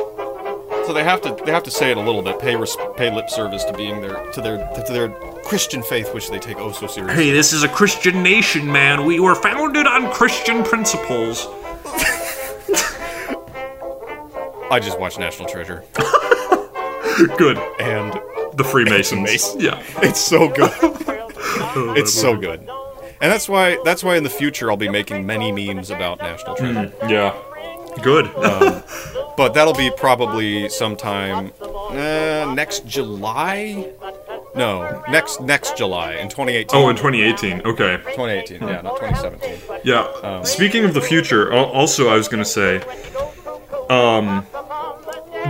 Speaker 3: so they have to they have to say it a little bit, pay res- pay lip service to being their to their to their Christian faith which they take oh so seriously.
Speaker 4: Hey, this is a Christian nation, man. We were founded on Christian principles.
Speaker 3: I just watched National Treasure
Speaker 4: Good.
Speaker 3: and
Speaker 4: The Freemasons.
Speaker 3: Mason.
Speaker 4: Yeah.
Speaker 3: it's so good. it's so good. And that's why that's why in the future I'll be making many memes about National Treasure.
Speaker 4: Yeah. Good. Mm.
Speaker 3: But that'll be probably sometime uh, next July. No, next next July in 2018.
Speaker 4: oh, in 2018. Okay.
Speaker 3: 2018, yeah, not 2017.
Speaker 4: Yeah.
Speaker 3: Um,
Speaker 4: Speaking of the future, al- also I was gonna say, um,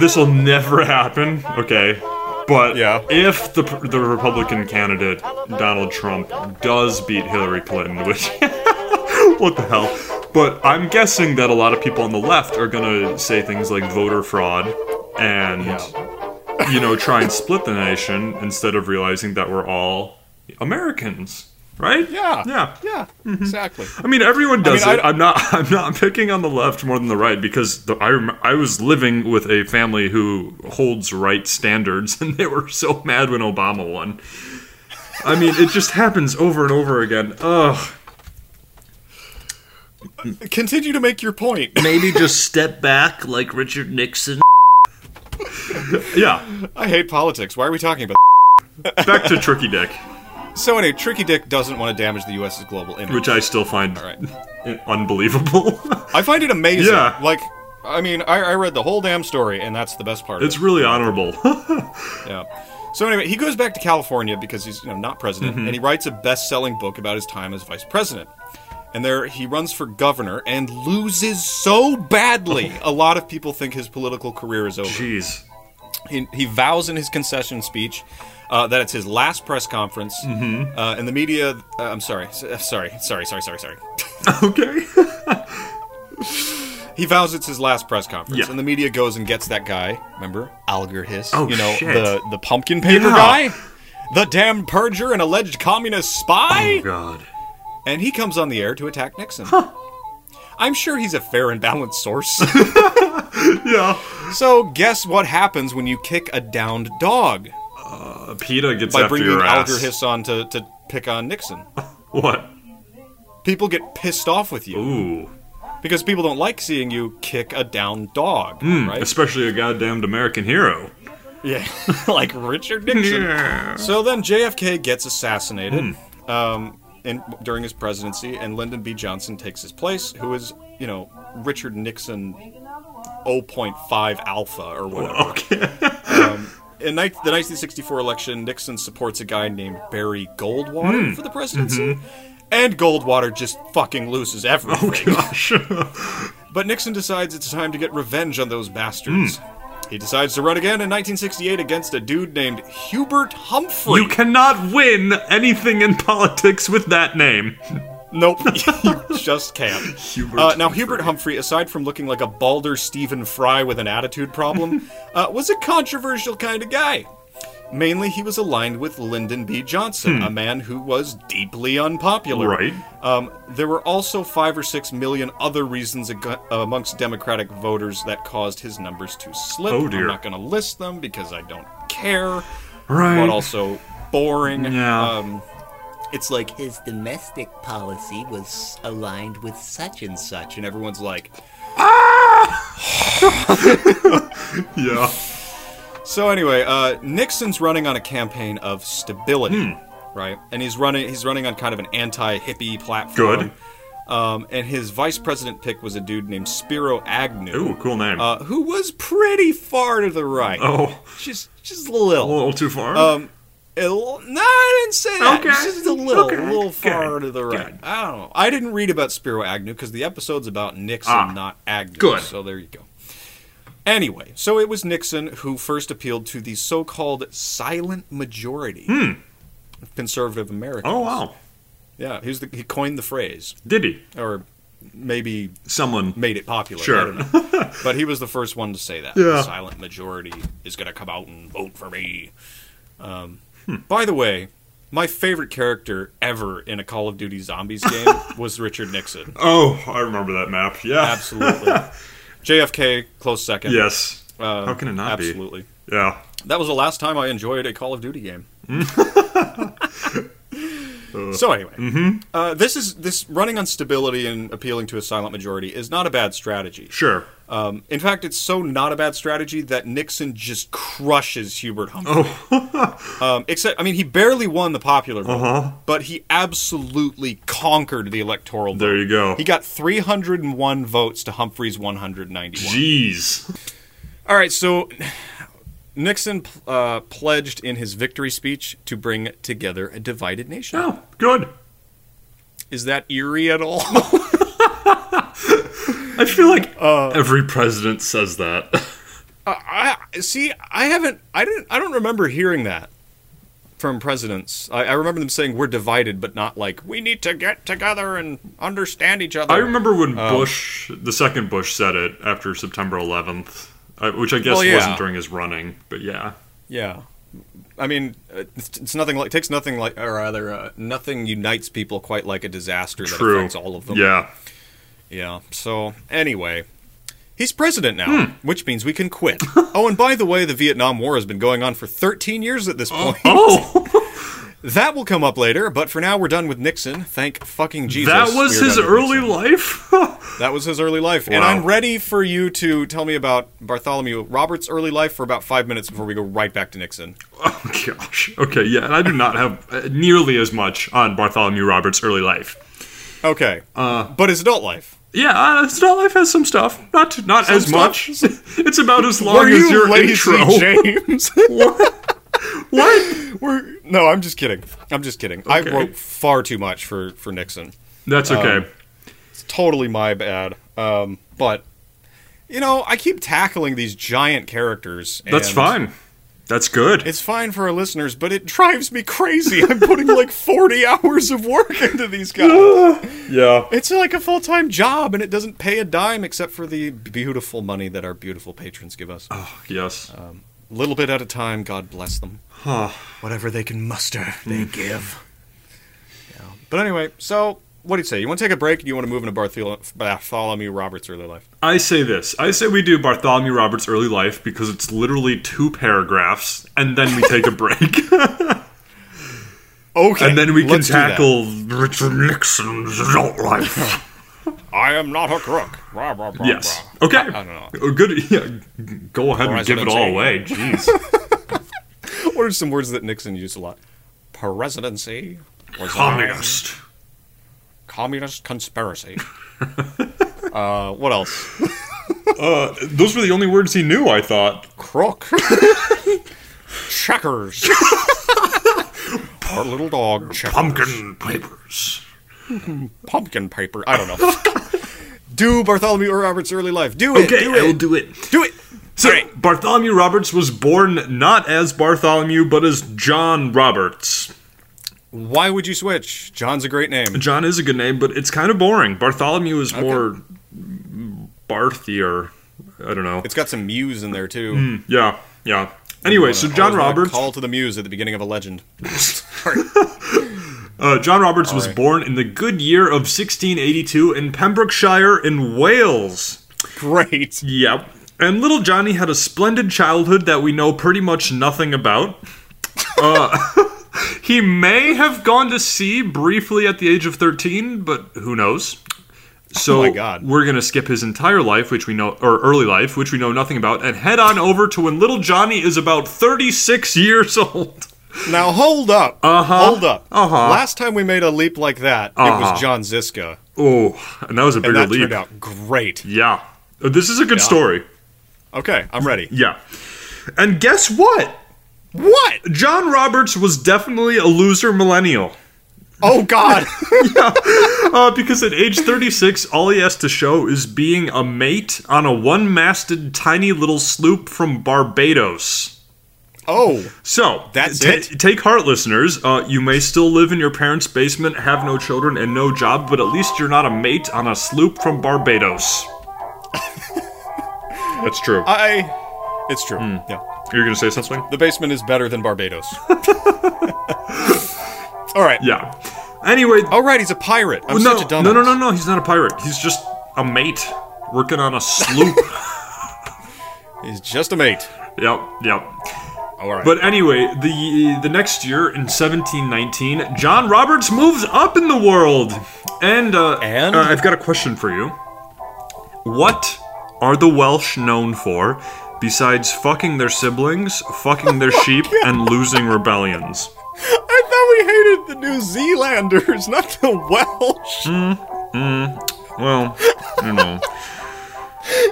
Speaker 4: this will never happen. Okay. But
Speaker 3: Yeah.
Speaker 4: if the the Republican candidate Donald Trump does beat Hillary Clinton, which what the hell? But I'm guessing that a lot of people on the left are gonna say things like voter fraud and you know try and split the nation instead of realizing that we're all Americans, right?
Speaker 3: Yeah.
Speaker 4: Yeah.
Speaker 3: Yeah, exactly.
Speaker 4: I mean, everyone does
Speaker 3: mean, I
Speaker 4: it.
Speaker 3: don't-
Speaker 4: I'm not. I'm not picking on the left more than the right because the, I rem- I was living with a family who holds right standards, and they were so mad when Obama won. I mean, it just happens over and over again. Ugh.
Speaker 3: Continue to make your point.
Speaker 10: Maybe just step back like Richard Nixon.
Speaker 4: Yeah.
Speaker 3: I hate politics. Why are we talking about?
Speaker 4: Back to Tricky Dick,
Speaker 3: So anyway, Tricky Dick doesn't want to damage the U.S.'s global image.
Speaker 4: which I still find
Speaker 3: right.
Speaker 4: unbelievable.
Speaker 3: I find it amazing.
Speaker 4: Yeah.
Speaker 3: Like, I mean, I, I read the whole damn story, and that's the best part. of
Speaker 4: it's really honorable.
Speaker 3: Yeah. So anyway, he goes back to California because he's you know not president,
Speaker 4: Mm-hmm.
Speaker 3: and he writes a best-selling book about his time as vice president. And there he runs for governor and loses so badly.
Speaker 4: Oh.
Speaker 3: a lot of people think his political career is over.
Speaker 4: Jeez.
Speaker 3: He, he vows in his concession speech uh, that it's his last press conference,
Speaker 4: Mm-hmm.
Speaker 3: uh, and the media. Uh, I'm sorry, s- uh, sorry, sorry, sorry, sorry, sorry.
Speaker 4: Okay.
Speaker 3: He vows it's his last press conference,
Speaker 4: Yeah.
Speaker 3: and the media goes and gets that guy. Remember Alger Hiss?
Speaker 4: Oh,
Speaker 3: you know
Speaker 4: shit.
Speaker 3: the the pumpkin paper
Speaker 4: Yeah.
Speaker 3: guy, the damned perjure and alleged communist spy,
Speaker 4: Oh God.
Speaker 3: and he comes on the air to attack Nixon. I'm sure he's a fair and balanced source.
Speaker 4: Yeah.
Speaker 3: so guess what happens when you kick a downed dog
Speaker 4: Uh, PETA gets
Speaker 3: by
Speaker 4: after
Speaker 3: bringing
Speaker 4: your ass.
Speaker 3: Alger Hiss on to to pick on Nixon?
Speaker 4: What?
Speaker 3: People get pissed off with you
Speaker 4: Ooh.
Speaker 3: because people don't like seeing you kick a downed dog, right?
Speaker 4: Especially a goddamned American hero.
Speaker 3: Yeah, like Richard Nixon. So then JFK gets assassinated um, in, during his presidency, and Lyndon B. Johnson takes his place, who is, you know, Richard Nixon 0.5 alpha or whatever.
Speaker 4: Okay.
Speaker 3: In ni- the 1964 election, Nixon supports a guy named Barry Goldwater for the presidency. And Goldwater just fucking loses everything.
Speaker 4: Oh, Gosh.
Speaker 3: But Nixon decides it's time to get revenge on those bastards. He decides to run again in 1968 against a dude named Hubert Humphrey.
Speaker 4: You cannot win anything in politics with that name.
Speaker 3: Nope, you just can't. uh, now, Hubert Humphrey, aside from looking like a balder Stephen Fry with an attitude problem, uh, was a controversial kind of guy. Mainly, he was aligned with Lyndon B. Johnson, a man who was deeply unpopular.
Speaker 4: Hmm. Right.
Speaker 3: Um, there were also five or six million other reasons ag- amongst Democratic voters that caused his numbers to slip.
Speaker 4: Oh, dear.
Speaker 3: I'm not going to list them because I don't care,
Speaker 4: Right.
Speaker 3: but also boring.
Speaker 4: Yeah.
Speaker 3: Um, it's like
Speaker 10: His domestic policy was aligned with such and such.
Speaker 3: and everyone's like,
Speaker 4: Yeah.
Speaker 3: So anyway, uh, Nixon's running on a campaign of
Speaker 4: Hmm.
Speaker 3: stability, right? And he's running he's running on kind of an anti-hippie platform. Good. Um, and his vice president pick was a dude named Spiro Agnew,
Speaker 4: Ooh, cool name.
Speaker 3: uh, who was pretty far to the right,
Speaker 4: oh,
Speaker 3: just just a little.
Speaker 4: a little too far.
Speaker 3: Um, a l- no, I didn't say that.
Speaker 4: Okay.
Speaker 3: Just a little,
Speaker 4: Okay.
Speaker 3: a little
Speaker 4: Good.
Speaker 3: far to the right.
Speaker 4: Good.
Speaker 3: I don't know. I didn't read about Spiro Agnew because the episode's about Nixon,
Speaker 4: Ah.
Speaker 3: not Agnew.
Speaker 4: Good.
Speaker 3: So there you go. Anyway, so it was Nixon who first appealed to the so-called silent majority of conservative Americans.
Speaker 4: Hmm. oh wow.
Speaker 3: Yeah, he was the, he coined the phrase,
Speaker 4: Did he?
Speaker 3: or maybe
Speaker 4: Someone.
Speaker 3: made it popular. I
Speaker 4: Sure.
Speaker 3: don't know. but he was the first one to say that. The
Speaker 4: Yeah.
Speaker 3: silent majority is going to come out and vote for me.
Speaker 4: Hmm.
Speaker 3: Um, By the way, my favorite character ever in a Call of Duty Zombies game was Richard Nixon.
Speaker 4: Oh, I remember that map. Yeah.
Speaker 3: Absolutely. JFK, close second.
Speaker 4: Yes.
Speaker 3: Uh,
Speaker 4: How can it not be?
Speaker 3: absolutely.
Speaker 4: Yeah.
Speaker 3: That was the last time I enjoyed a Call of Duty game.
Speaker 4: Mm.
Speaker 3: so anyway,
Speaker 4: mm-hmm.
Speaker 3: uh, this is this running on stability and appealing to a silent majority is not a bad strategy.
Speaker 4: Sure.
Speaker 3: Um, in fact, it's so not a bad strategy that Nixon just crushes Hubert Humphrey. um, except, I mean, he barely won the popular vote, but he absolutely conquered the electoral vote.
Speaker 4: There you go.
Speaker 3: He got 301 votes to Humphrey's 191.
Speaker 4: Jeez.
Speaker 3: All right, so Nixon uh, pledged in his victory speech to bring together a divided nation.
Speaker 4: Oh, good.
Speaker 3: Is that eerie at all?
Speaker 4: I feel like
Speaker 3: Uh,
Speaker 4: every president says that.
Speaker 3: I, see, I haven't, I didn't, I don't remember hearing that from presidents. I, I remember them saying we're divided, but not like we need to get together and understand each other.
Speaker 4: I remember when
Speaker 3: um,
Speaker 4: Bush, the second Bush, said it after September 11th, uh, which I guess
Speaker 3: Well, yeah.
Speaker 4: wasn't during his running, but yeah.
Speaker 3: Yeah. I mean, it's, it's nothing like takes nothing like, or rather, uh, nothing unites people quite like a disaster that
Speaker 4: True.
Speaker 3: affects all of them.
Speaker 4: Yeah.
Speaker 3: Yeah. So anyway, he's president now,
Speaker 4: Hmm.
Speaker 3: which means we can quit. oh, and by the way, the Vietnam War has been going on for 13 years at this point.
Speaker 4: Oh,
Speaker 3: That will come up later, but for now we're done with Nixon. Thank fucking Jesus.
Speaker 4: that was
Speaker 3: we are
Speaker 4: his
Speaker 3: done with
Speaker 4: early
Speaker 3: Nixon.
Speaker 4: life?
Speaker 3: That was his early life, and
Speaker 4: Wow.
Speaker 3: I'm ready for you to tell me about Bartholomew Roberts' early life for about five minutes before we go right back to Nixon.
Speaker 4: oh, gosh. Okay, yeah, and I do not have uh, nearly as much on Bartholomew Roberts' early life.
Speaker 3: Okay. Uh, but his adult life.
Speaker 4: Yeah, uh, Still Life has some stuff. Not not as
Speaker 3: stuff?
Speaker 4: much. it's about as long
Speaker 3: Were
Speaker 4: as
Speaker 3: you
Speaker 4: your
Speaker 3: lazy,
Speaker 4: intro.
Speaker 3: James?
Speaker 4: What?
Speaker 3: We're, no, I'm just kidding. I'm just kidding. I
Speaker 4: Okay.
Speaker 3: wrote far too much for for Nixon.
Speaker 4: That's okay.
Speaker 3: Um, totally my bad. Um, but you know, I keep tackling these giant characters.
Speaker 4: That's
Speaker 3: and
Speaker 4: fine. That's good.
Speaker 3: It's fine for our listeners, but it drives me crazy. I'm putting like 40 hours of work into these guys.
Speaker 4: yeah.
Speaker 3: It's like a full time job, and it doesn't pay a dime except for the beautiful money that our beautiful patrons give us.
Speaker 4: Oh.
Speaker 3: A
Speaker 4: Yes.
Speaker 3: little bit at a time, God bless them. Whatever they can muster, they give. Yeah. But anyway, so what do you say? You want to take a break, and you want to move into Barthel- Bartholomew Roberts' early life?
Speaker 4: I say this. I say we do Bartholomew Roberts' early life because it's literally two paragraphs, and then we take a break,
Speaker 3: Okay.
Speaker 4: and then we can
Speaker 3: let's do that.
Speaker 4: tackle Richard Nixon's adult life.
Speaker 3: I am not a crook. Rah, rah, rah,
Speaker 4: yes.
Speaker 3: rah.
Speaker 4: Okay.
Speaker 3: I don't know.
Speaker 4: Oh, Good. Yeah. Go ahead
Speaker 3: Or
Speaker 4: and
Speaker 3: as
Speaker 4: give
Speaker 3: I'm
Speaker 4: it all
Speaker 3: saying.
Speaker 4: away. Jeez.
Speaker 3: What are some words that Nixon used a lot? Presidency. Was
Speaker 4: Communist.
Speaker 3: Communist conspiracy. uh, what else?
Speaker 4: Uh, Those were the only words he knew. I thought.
Speaker 3: Crook. Checkers. Our little dog. Checkers.
Speaker 4: Pumpkin papers.
Speaker 3: Pumpkin paper. I don't know. do Bartholomew Roberts' early life. Do it.
Speaker 4: Okay,
Speaker 3: do
Speaker 4: I'll
Speaker 3: it.
Speaker 4: do it.
Speaker 3: do it.
Speaker 4: So,
Speaker 3: All right.
Speaker 4: Bartholomew Roberts was born not as Bartholomew, but as John Roberts.
Speaker 3: Why would you switch? John's a great name.
Speaker 4: John is a good name, but it's kind of boring. Bartholomew is more Barthier. I don't know.
Speaker 3: It's got some muse in there too.
Speaker 4: yeah, yeah. Mm. Anyway, so
Speaker 3: Always
Speaker 4: John
Speaker 3: wanna
Speaker 4: Roberts,
Speaker 3: Call to the muse at the beginning of a legend.
Speaker 4: uh, John Roberts was
Speaker 3: right.
Speaker 4: born in the good year of 1682 in Pembrokeshire in Wales.
Speaker 3: Great.
Speaker 4: Yep. And little Johnny had a splendid childhood that we know pretty much nothing about. Uh, he may have gone to sea briefly at the age of 13, but who knows? So
Speaker 3: Oh my God.
Speaker 4: we're going to skip his entire life, which we know, or early life, which we know nothing about, and head on over to when little Johnny is about 36 years old.
Speaker 3: Now hold up.
Speaker 4: Uh-huh.
Speaker 3: Hold up.
Speaker 4: Uh-huh.
Speaker 3: Last time we made a leap like that, it was John Ziska,
Speaker 4: Oh, and that was a
Speaker 3: and
Speaker 4: bigger
Speaker 3: that
Speaker 4: leap.
Speaker 3: turned out great.
Speaker 4: Yeah. Uh, This is a good story.
Speaker 3: Okay, I'm ready.
Speaker 4: Yeah. And guess what?
Speaker 3: What?
Speaker 4: John Roberts was definitely a loser millennial.
Speaker 3: Oh God.
Speaker 4: Uh, because at age 36, all he has to show is being a mate on a one masted tiny little sloop from Barbados.
Speaker 3: Oh,
Speaker 4: So
Speaker 3: That's
Speaker 4: ta-
Speaker 3: it?
Speaker 4: Take heart, listeners. Uh, you may still live in your parents' basement, have no children, and no job, but at least you're not a mate on a sloop from Barbados. That's true.
Speaker 3: I. It's true.
Speaker 4: Hmm.
Speaker 3: Yeah.
Speaker 4: You're gonna say something?
Speaker 3: The basement is better than Barbados. All right.
Speaker 4: Yeah. Anyway,
Speaker 3: All right, he's a pirate. I'm
Speaker 4: no,
Speaker 3: such a dumbass.
Speaker 4: no, no, no, no. He's not a pirate. He's just a mate working on a sloop.
Speaker 3: He's just a mate.
Speaker 4: yep, yep.
Speaker 3: All right.
Speaker 4: But anyway, the the next year in 1719, John Roberts moves up in the world. And, uh,
Speaker 3: And?
Speaker 4: uh, I've got a question for you. What are the Welsh known for besides fucking their siblings, fucking
Speaker 3: Oh
Speaker 4: their sheep, and losing rebellions?
Speaker 3: I thought we hated the New Zealanders, not the Welsh.
Speaker 4: Well, I don't know.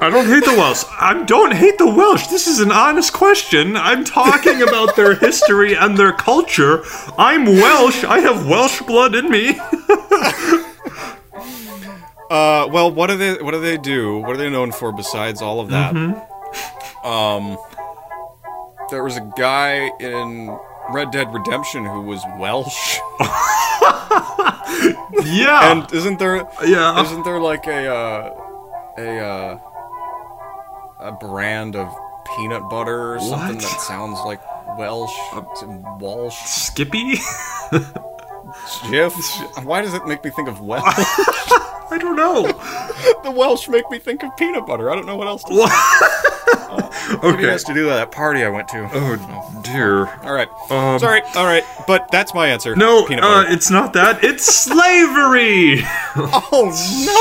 Speaker 4: I don't hate the Welsh. I don't hate the Welsh. This is an honest question. I'm talking about their history and their culture. I'm Welsh. I have Welsh blood in me.
Speaker 3: Uh, well, what do they? What do they do? What are they known for besides all of that?
Speaker 4: Mm-hmm.
Speaker 3: Um, there was a guy in Red Dead Redemption who was Welsh,
Speaker 4: Yeah.
Speaker 3: and isn't there?
Speaker 4: Yeah.
Speaker 3: Isn't there like a uh, a uh, a brand of peanut butter or something
Speaker 4: What? Uh,
Speaker 3: that sounds like Welsh? Is it Walsh?
Speaker 4: Skippy?
Speaker 3: Jif? Why does it make me think of Welsh?
Speaker 4: I don't know.
Speaker 3: the Welsh make me think of peanut butter. I don't know what else to What
Speaker 4: Okay.
Speaker 3: has to do with that party I went to?
Speaker 4: Oh dear.
Speaker 3: All right.
Speaker 4: Um,
Speaker 3: Sorry. All right. But that's my answer.
Speaker 4: No,
Speaker 3: peanut
Speaker 4: uh,
Speaker 3: butter.
Speaker 4: it's not that. It's slavery.
Speaker 3: oh,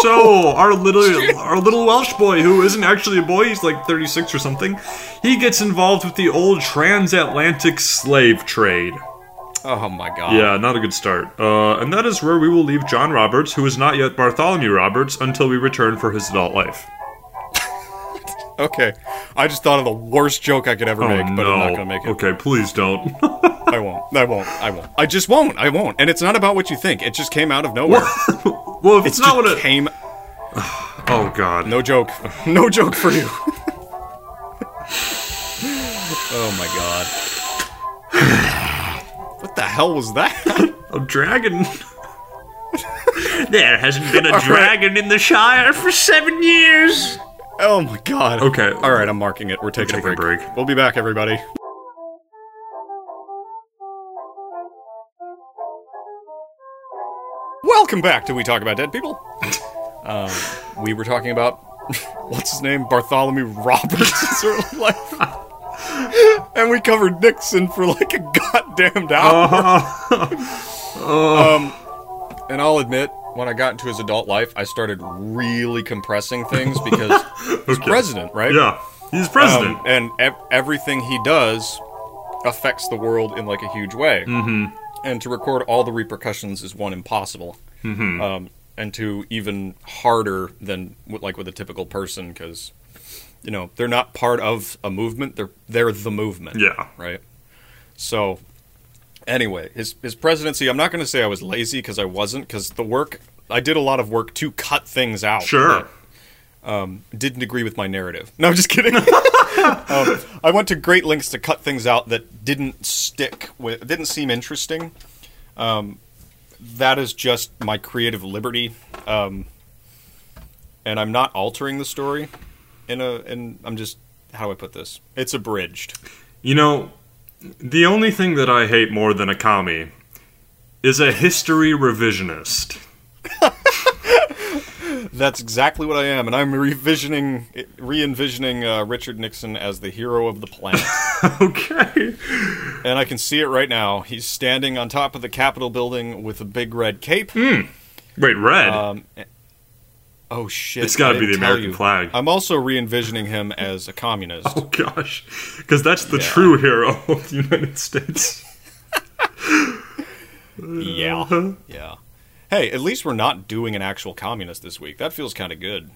Speaker 4: So our little our little Welsh boy, who isn't actually a boy, he's like 36 or something, he gets involved with the old transatlantic slave trade.
Speaker 3: oh my god.
Speaker 4: Yeah, not a good start. Uh, and that is where we will leave John Roberts, who is not yet Bartholomew Roberts, until we return for his adult life.
Speaker 3: Okay. I just thought of the worst joke I could ever make, but I'm not gonna make it.
Speaker 4: Oh, Okay, please don't.
Speaker 3: I won't. I won't. I won't. I just won't. I won't. And it's not about what you think. It just came out of nowhere.
Speaker 4: well, if it's,
Speaker 3: It's
Speaker 4: not
Speaker 3: just
Speaker 4: what it.
Speaker 3: came.
Speaker 4: Oh God.
Speaker 3: No joke. No joke for you. oh my god. What the hell was that?
Speaker 4: A dragon. there hasn't been a dragon in the Shire for seven years.
Speaker 3: oh my god.
Speaker 4: Okay.
Speaker 3: All right. I'm marking it. We're taking,
Speaker 4: taking a
Speaker 3: a break.
Speaker 4: break.
Speaker 3: We'll be back, everybody. Welcome back to We Talk About Dead People. um, we were talking about what's his name, Bartholomew Roberts' early life, and we covered Nixon for like a goddamn
Speaker 4: Uh.
Speaker 3: hour. Um, and I'll admit, when I got into his adult life, I started really compressing things because he's president, right?
Speaker 4: Yeah, he's president.
Speaker 3: Um, and ev- everything he does affects the world in like a huge way. Mm-hmm. And to record all the repercussions is one impossible. Mm-hmm. Um, and two, even harder than with, like with a typical person because you know they're not part of a movement; they're they're the movement.
Speaker 4: Yeah.
Speaker 3: Right. So. Anyway, his his presidency. I'm not going to say I was lazy because I wasn't because the work I did a lot of work to cut things out.
Speaker 4: sure.
Speaker 3: that didn't agree with my narrative. No, I'm just kidding. um, I went to great lengths to cut things out that didn't stick with, didn't seem interesting. Um, that is just my creative liberty, um, and I'm not altering the story. In a, and I'm just how do I put this? It's abridged.
Speaker 4: You know, the only thing that I hate more than a commie is a history revisionist.
Speaker 3: That's exactly what I am, and I'm revisioning, re-envisioning uh, Richard Nixon as the hero of the planet.
Speaker 4: Okay.
Speaker 3: And I can see it right now. He's standing on top of the Capitol building with a big red cape.
Speaker 4: Wait, red.
Speaker 3: Um, eh, oh shit!
Speaker 4: It's gotta
Speaker 3: I
Speaker 4: be
Speaker 3: didn't
Speaker 4: the
Speaker 3: tell
Speaker 4: American
Speaker 3: you.
Speaker 4: flag.
Speaker 3: I'm also re-envisioning him as a communist.
Speaker 4: oh gosh, because that's the true hero of the United States.
Speaker 3: Yeah, yeah. Hey, at least we're not doing an actual communist this week. That feels kind of good.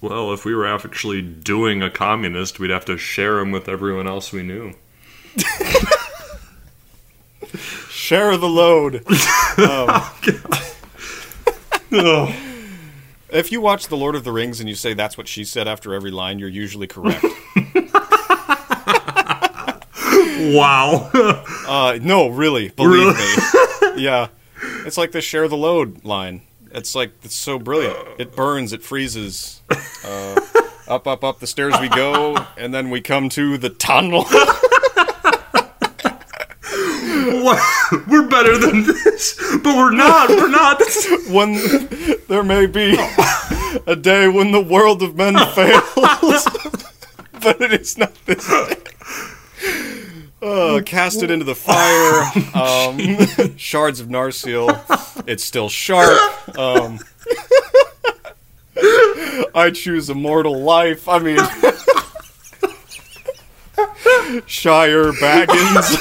Speaker 4: Well, if we were actually doing a communist, we'd have to share him with everyone else we knew.
Speaker 3: Share the load. Um,
Speaker 4: Oh,
Speaker 3: if you watch The Lord of the Rings and you say that's what she said after every line, you're usually correct.
Speaker 4: Wow.
Speaker 3: Uh, no, really, believe me. yeah, it's like the share the load line. It's like it's so brilliant. It burns. It freezes. Uh, up, up, up the stairs we go, and then we come to the tunnel.
Speaker 4: What? We're better than this, but we're not. We're not.
Speaker 3: when there may be a day when the world of men fails, but it is not this day. Uh, cast it into the fire. Um, shards of Narsil. It's still sharp. Um, I choose immortal life. I mean, Shire Baggins.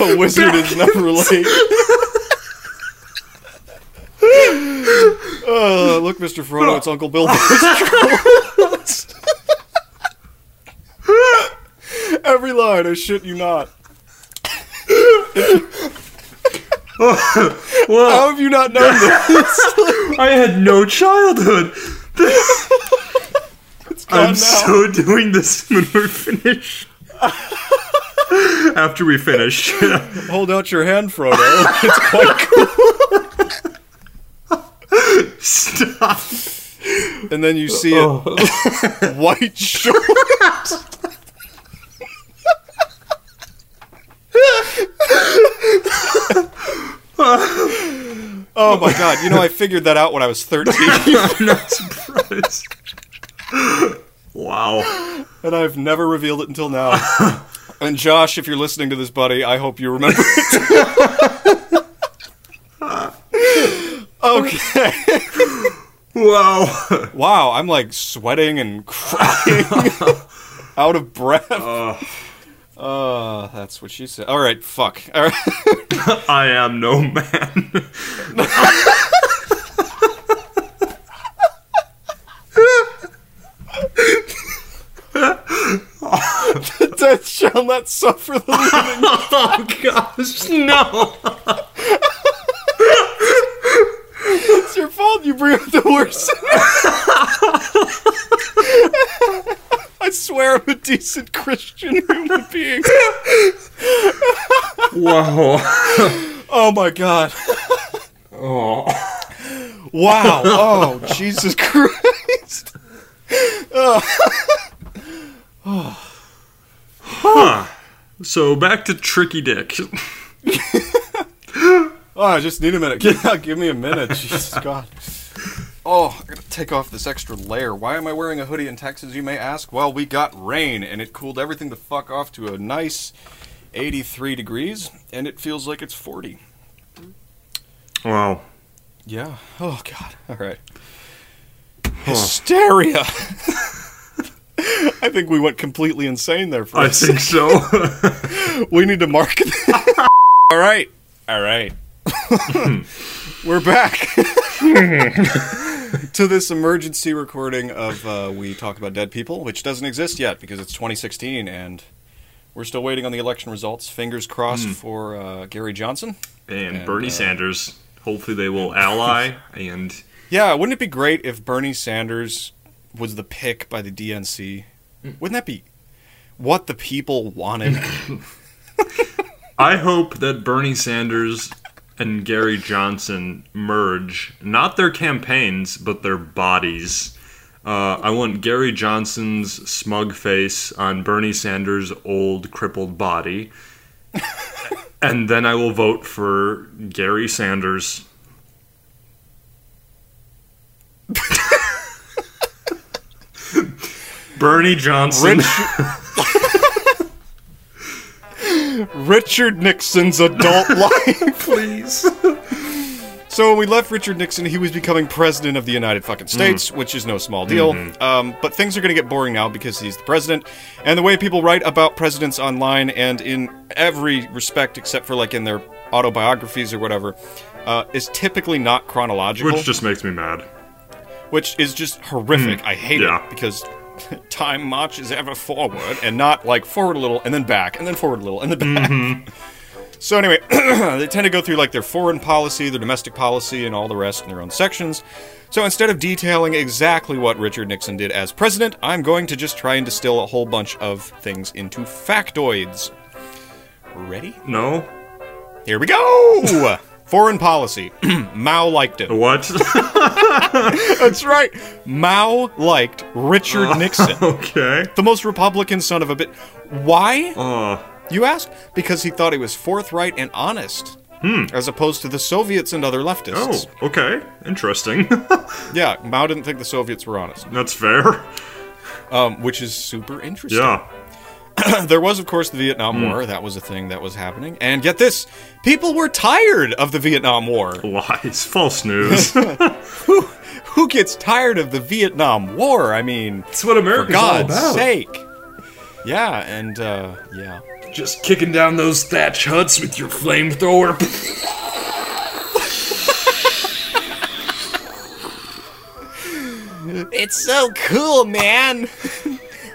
Speaker 3: a wizard is never late. Uh, look, Mr. Frodo, it's Uncle Bilbo's Trolls. Every line, I shit you not.
Speaker 4: Well,
Speaker 3: How have you not known this?
Speaker 4: I had no childhood. I'm
Speaker 3: now.
Speaker 4: so doing this when we're finished. After we finish,
Speaker 3: Hold out your hand, Frodo. It's quite cool.
Speaker 4: stop.
Speaker 3: And then you see it. White short. oh my god, you know, I figured that out when I was 13,
Speaker 4: I'm not surprised. Wow.
Speaker 3: and I've never revealed it until now. And Josh, if you're listening to this, buddy, I hope you remember it. okay.
Speaker 4: Wow.
Speaker 3: Wow, I'm like sweating and crying, out of breath. Uh, that's what she said. All right, fuck. All right.
Speaker 4: I am no man.
Speaker 3: Death shall not suffer the living.
Speaker 4: Oh gosh, no.
Speaker 3: It's your fault. You bring up the worst. I swear I'm a decent Christian human being.
Speaker 4: Wow.
Speaker 3: Oh my god.
Speaker 4: Oh.
Speaker 3: Wow. Oh, Jesus Christ.
Speaker 4: So back to Tricky Dick.
Speaker 3: Oh, I just need a minute. Give, give me a minute. Jesus God. Oh, I gotta take off this extra layer. Why am I wearing a hoodie in Texas, you may ask? Well, we got rain, and it cooled everything the fuck off to a nice 83 degrees, and it feels like it's 40.
Speaker 4: Wow.
Speaker 3: Yeah. Oh, God. All right. Hysteria! I think we went completely insane there for
Speaker 4: I
Speaker 3: a second.
Speaker 4: think so.
Speaker 3: We need to mark that. All right. All right. We're back to this emergency recording of uh, We Talk About Dead People, which doesn't exist yet because it's 2016 and we're still waiting on the election results. Fingers crossed for uh, Gary Johnson.
Speaker 4: and,
Speaker 3: And,
Speaker 4: Bernie
Speaker 3: uh,
Speaker 4: Sanders. Hopefully they will ally and
Speaker 3: Yeah, wouldn't it be great if Bernie Sanders was the pick by the DNC? Wouldn't that be what the people wanted?
Speaker 4: I hope that Bernie Sanders and Gary Johnson merge, not their campaigns, but their bodies. Uh, I want Gary Johnson's smug face on Bernie Sanders' old crippled body. and then I will vote for Gary Sanders. Bernie Johnson.
Speaker 3: Richard Nixon's adult life.
Speaker 4: please.
Speaker 3: So when we left Richard Nixon, he was becoming president of the United fucking States, which is no small deal. Um, but things are going to get boring now because he's the president, and the way people write about presidents online and in every respect except for like in their autobiographies or whatever, uh, is typically not chronological,
Speaker 4: Which just makes me mad.
Speaker 3: which is just horrific. I hate
Speaker 4: Yeah.
Speaker 3: it because time marches ever forward and not like forward a little and then back and then forward a little and then back. So anyway, they tend to go through like their foreign policy, their domestic policy, and all the rest in their own sections. So instead of detailing exactly what Richard Nixon did as president, I'm going to just try and distill a whole bunch of things into factoids. Ready?
Speaker 4: No?
Speaker 3: Here we go! Foreign policy. Mao liked it.
Speaker 4: What?
Speaker 3: That's right. Mao liked Richard Nixon.
Speaker 4: okay.
Speaker 3: The most Republican son of a bit. Why?
Speaker 4: Uh,
Speaker 3: You ask? Because he thought he was forthright and honest.
Speaker 4: Hmm.
Speaker 3: As opposed to the Soviets and other
Speaker 4: oh,
Speaker 3: leftists.
Speaker 4: okay. Interesting. Oh.
Speaker 3: Yeah, Mao didn't think the Soviets were honest,
Speaker 4: That's fair.
Speaker 3: um, which is super interesting.
Speaker 4: Yeah. Hmm.
Speaker 3: There was, of course, the Vietnam War. That was a thing that was happening. And get this people were tired of the Vietnam War.
Speaker 4: Lies. False news.
Speaker 3: Who gets tired of the Vietnam War? I mean,
Speaker 4: That's what America's all
Speaker 3: God's
Speaker 4: about.
Speaker 3: sake. Yeah, and, uh, yeah.
Speaker 4: Just kicking down those thatch huts with your flamethrower.
Speaker 11: It's so cool, man.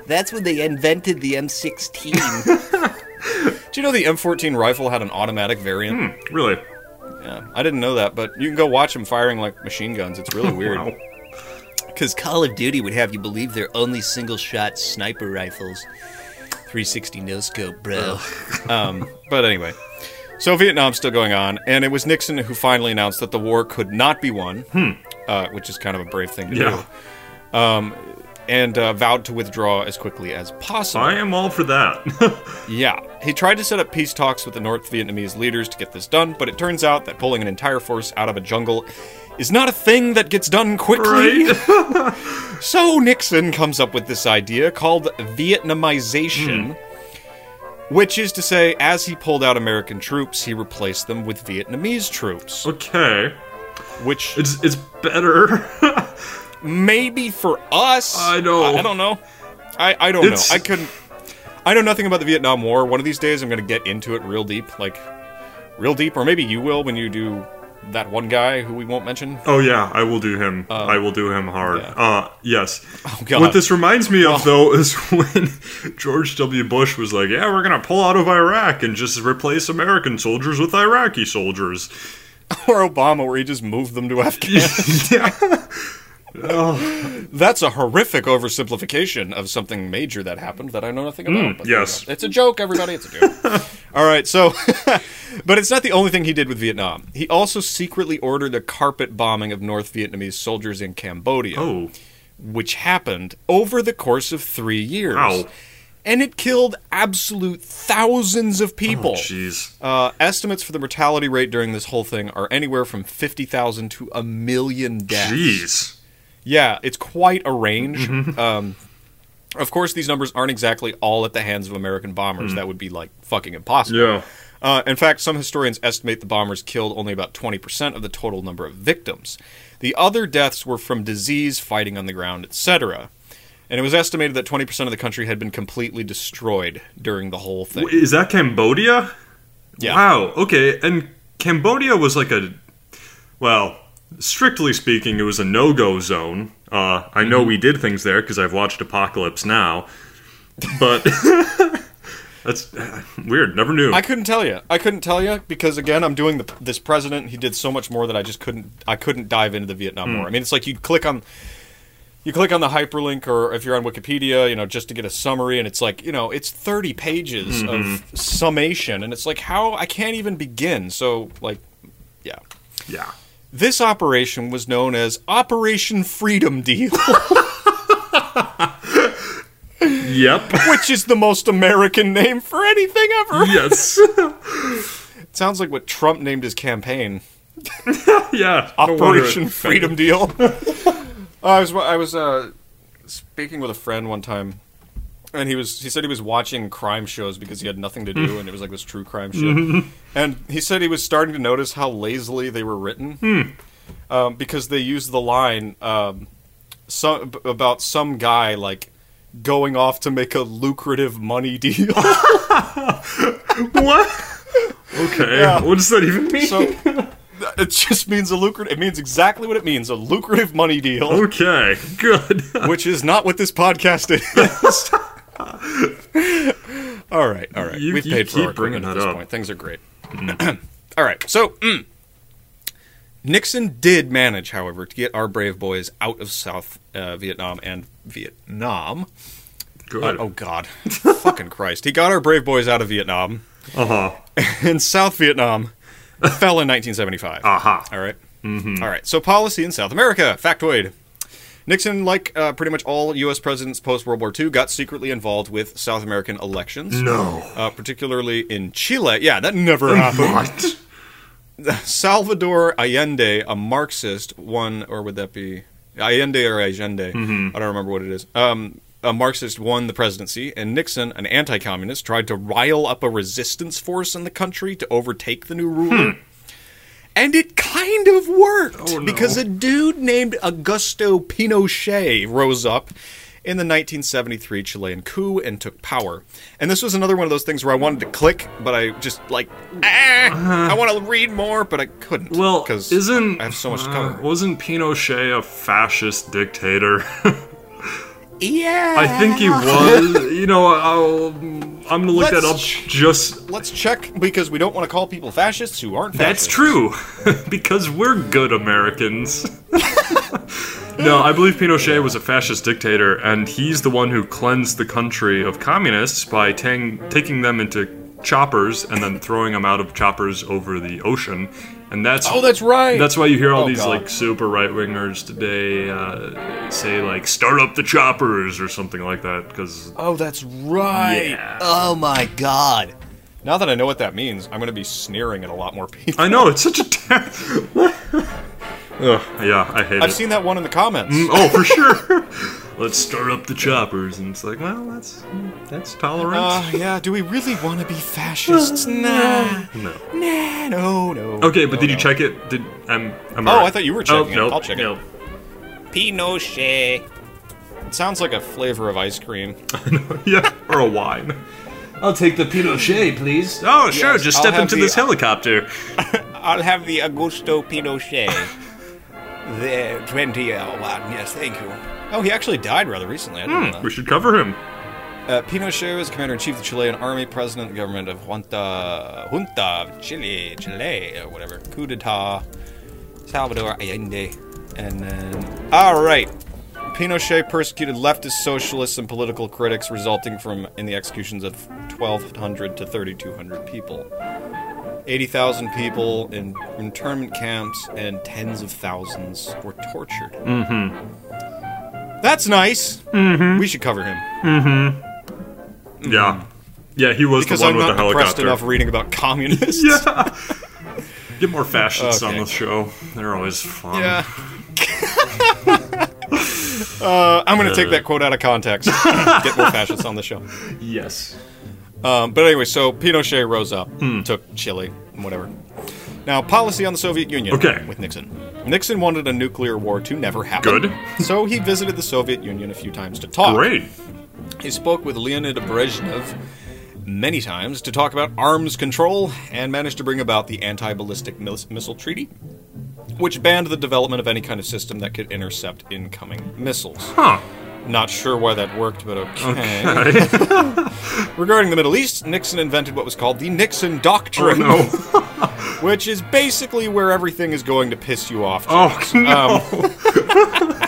Speaker 11: That's when they invented the M16.
Speaker 3: Do you know the M14 rifle had an automatic variant?
Speaker 4: really? Hmm.
Speaker 3: Yeah, I didn't know that, but you can go watch them firing like machine guns. It's really weird.
Speaker 4: Wow.
Speaker 11: Because Call of Duty would have you believe they're only single shot sniper rifles. 360 no scope, bro.
Speaker 3: But anyway, so Vietnam's still going on, and it was Nixon who finally announced that the war could not be won, uh, which is kind of a brave thing to
Speaker 4: Hmm. Yeah.
Speaker 3: do, and uh, vowed to withdraw as quickly as possible.
Speaker 4: I am all for that.
Speaker 3: Yeah. He tried to set up peace talks with the North Vietnamese leaders to get this done, but it turns out that pulling an entire force out of a jungle is not a thing that gets done quickly.
Speaker 4: right?
Speaker 3: So Nixon comes up with this idea called Vietnamization, which is to say, as he pulled out American troops, he replaced them with Vietnamese troops,
Speaker 4: okay.
Speaker 3: which
Speaker 4: It's it's better.
Speaker 3: maybe for us.
Speaker 4: I know.
Speaker 3: I, I don't know. I, I don't
Speaker 4: It's-
Speaker 3: know. I couldn't. I know nothing about the Vietnam War. One of these days, I'm going to get into it real deep, like real deep, or maybe you will when you do that one guy who we won't mention.
Speaker 4: oh yeah, I will do him. I will do him hard.
Speaker 3: Um, yeah. Oh,
Speaker 4: Uh yes.
Speaker 3: God.
Speaker 4: What this reminds me of though is when George W. Bush was like, "Yeah, we're going to pull out of Iraq and just replace American soldiers with Iraqi soldiers."
Speaker 3: Or Obama, where he just moved them to Afghanistan.
Speaker 4: yeah.
Speaker 3: That's a horrific oversimplification of something major that happened that I know nothing about. but there
Speaker 4: yes.
Speaker 3: you go. It's a joke, everybody. It's a joke. All right, so. but it's not the only thing he did with Vietnam. He also secretly ordered a carpet bombing of North Vietnamese soldiers in Cambodia,
Speaker 4: Oh.
Speaker 3: which happened over the course of three years.
Speaker 4: Ow.
Speaker 3: And it killed absolute thousands of
Speaker 4: Oh,
Speaker 3: people.
Speaker 4: Jeez.
Speaker 3: uh, estimates for the mortality rate during this whole thing are anywhere from 50,000 to a million deaths.
Speaker 4: Jeez. Mm-hmm.
Speaker 3: Yeah, it's quite a range. Um, of course, these numbers aren't exactly all at the hands of American bombers. That would be like fucking impossible.
Speaker 4: Mm-hmm. Yeah.
Speaker 3: Uh, in fact, some historians estimate the bombers killed only about 20% of the total number of victims. The other deaths were from disease, fighting on the ground, etc. And it was estimated that 20% of the country had been completely destroyed during the whole thing.
Speaker 4: Is that Cambodia?
Speaker 3: Yeah.
Speaker 4: Wow. Okay. And Cambodia was like a, well, strictly speaking, it was a no-go zone. Uh, I
Speaker 3: Mm-hmm.
Speaker 4: know we did things there because I've watched Apocalypse Now, but that's uh, weird. Never knew.
Speaker 3: I couldn't tell you. I couldn't tell you because again, I'm doing the, this president. He did so much more that I just couldn't. I couldn't dive into the Vietnam War. I mean, it's like you click on, you click on the hyperlink, or if you're on Wikipedia, you know, just to get a summary, and it's like you know, it's 30 pages of summation, and it's like how I can't even begin. So like, yeah,
Speaker 4: yeah.
Speaker 3: this operation was known as Operation Freedom Deal,
Speaker 4: Yep.
Speaker 3: which is the most American name for anything ever.
Speaker 4: yes.
Speaker 3: It sounds like what Trump named his campaign.
Speaker 4: yeah. no wonder it
Speaker 3: Operation Freedom Deal. I was I was uh, speaking with a friend one time, and he was he said he was watching crime shows because he had nothing to do, and it was like this true crime shit. and he said he was starting to notice how lazily they were written, um, because they used the line um, some about some guy like going off to make a lucrative money deal.
Speaker 4: What? Okay. What does that even mean?
Speaker 3: so. It just means a lucrative. It means exactly what it means—a lucrative money deal.
Speaker 4: okay. Good.
Speaker 3: which is not what this podcast is. all right, all right.
Speaker 4: You-
Speaker 3: We've
Speaker 4: you
Speaker 3: paid for
Speaker 4: keep
Speaker 3: our
Speaker 4: bringing
Speaker 3: equipment at
Speaker 4: that
Speaker 3: this
Speaker 4: up.
Speaker 3: point. Things are great. all right, so mm, Nixon did manage, however, to get our brave boys out of South uh, Vietnam and Vietnam
Speaker 4: Good.
Speaker 3: oh God, fucking Christ! He got our brave boys out of Vietnam.
Speaker 4: Uh huh.
Speaker 3: in South Vietnam fell in 1975.
Speaker 4: Aha.
Speaker 3: All right. All right. So policy in South America. Factoid. Nixon, like uh, pretty much all U.S. presidents post World War II, got secretly involved with South American elections.
Speaker 4: No.
Speaker 3: Uh, particularly in Chile. Yeah, that never happened.
Speaker 4: What?
Speaker 3: Salvador Allende, a Marxist, won, or would that be Allende or Allende? I don't remember what it is. Um, a Marxist won the presidency, and Nixon, an anti communist, tried to rile up a resistance force in the country to overtake the new ruler. And it kind of worked
Speaker 4: Oh, no.
Speaker 3: because a dude named Augusto Pinochet rose up in the 1973 Chilean coup and took power. And this was another one of those things where I wanted to click, but I just like, ah, I want to read more, but I couldn't.
Speaker 4: Uh-huh. Well,
Speaker 3: because
Speaker 4: isn't
Speaker 3: I have so much to
Speaker 4: uh,
Speaker 3: cover.
Speaker 4: wasn't Pinochet a fascist dictator?
Speaker 3: yeah,
Speaker 4: I think he was. You know, I'll, I'm gonna look that
Speaker 3: Let's
Speaker 4: up.
Speaker 3: ch-
Speaker 4: Just
Speaker 3: Let's check because we don't want to call people fascists who aren't.
Speaker 4: That's
Speaker 3: fascists.
Speaker 4: true, because we're good Americans. no, I believe Pinochet was a fascist dictator, and he's the one who cleansed the country of communists by tang- taking them into choppers and then throwing them out of choppers over the ocean. And that's
Speaker 3: Oh, that's right.
Speaker 4: that's why you hear all
Speaker 3: Oh,
Speaker 4: these
Speaker 3: God.
Speaker 4: like super right wingers today uh, say like "start up the choppers" or something like that because
Speaker 3: Oh, that's right.
Speaker 11: Oh my god.
Speaker 3: Now that I know what that means, I'm going to be sneering at a lot more people.
Speaker 4: I know it's such a. Ter- Ugh, yeah, I hate it.
Speaker 3: I've seen that one in the comments.
Speaker 4: Oh, for sure. Let's stir up the choppers, and it's like, well, that's that's
Speaker 3: Uh,
Speaker 4: tolerance.
Speaker 3: yeah, do we really want to be fascists? nah.
Speaker 4: no.
Speaker 3: Nah, no, no.
Speaker 4: Okay, but
Speaker 3: no,
Speaker 4: did you
Speaker 3: no.
Speaker 4: check it? Did um, I'm? I'm
Speaker 3: Oh,
Speaker 4: alright.
Speaker 3: I thought you were
Speaker 4: Oh,
Speaker 3: checking it.
Speaker 4: nope,
Speaker 3: I'll check it.
Speaker 4: nope.
Speaker 11: Pinochet.
Speaker 3: It sounds like a flavor of ice cream.
Speaker 4: yeah, or a wine. I'll take the Pinochet, please. Oh, sure.
Speaker 3: Yes,
Speaker 4: just
Speaker 3: I'll
Speaker 4: step
Speaker 3: have
Speaker 4: into
Speaker 3: the-
Speaker 4: this helicopter.
Speaker 11: I'll have the Augusto Pinochet. the 20 hour one, yes, thank you.
Speaker 3: Oh, he actually died rather recently. I didn't know
Speaker 4: We should cover him.
Speaker 3: that. Uh, Pinochet was commander in chief of the Chilean army, president of the government of Junta, Junta of Chile, Chile, or whatever. Coup d'etat, Salvador Allende. And then. Alright! Pinochet persecuted leftist socialists and political critics, resulting from in the executions of 1,200 to 3,200 people. 80,000 people in internment camps and tens of thousands were tortured. Mm-hmm. That's nice. Mm-hmm. We should cover him
Speaker 4: Yeah, yeah. He was
Speaker 3: because
Speaker 4: the one
Speaker 3: I'm
Speaker 4: with
Speaker 3: not
Speaker 4: the
Speaker 3: depressed
Speaker 4: helicopter.
Speaker 3: enough reading about communists.
Speaker 4: Yeah. Get more fascists
Speaker 3: Okay.
Speaker 4: on the show. They're always fun.
Speaker 3: Yeah. uh, I'm going to take that quote out of context. Get more fascists on the show.
Speaker 4: Yes.
Speaker 3: Um, but anyway, so Pinochet rose up, took Chile, and whatever. Now, policy on the Soviet Union
Speaker 4: Okay.
Speaker 3: with Nixon. Nixon wanted a nuclear war to never happen.
Speaker 4: Good.
Speaker 3: so he visited the Soviet Union a few times to talk.
Speaker 4: Great.
Speaker 3: He spoke with Leonid Brezhnev many times to talk about arms control and managed to bring about the Anti Ballistic Miss- Missile Treaty, which banned the development of any kind of system that could intercept incoming missiles.
Speaker 4: Huh.
Speaker 3: Not sure why that worked, but okay. Regarding the Middle East, Nixon invented what was called the Nixon Doctrine,
Speaker 4: Oh, No.
Speaker 3: which is basically where everything is going to piss you off.
Speaker 4: Oh no.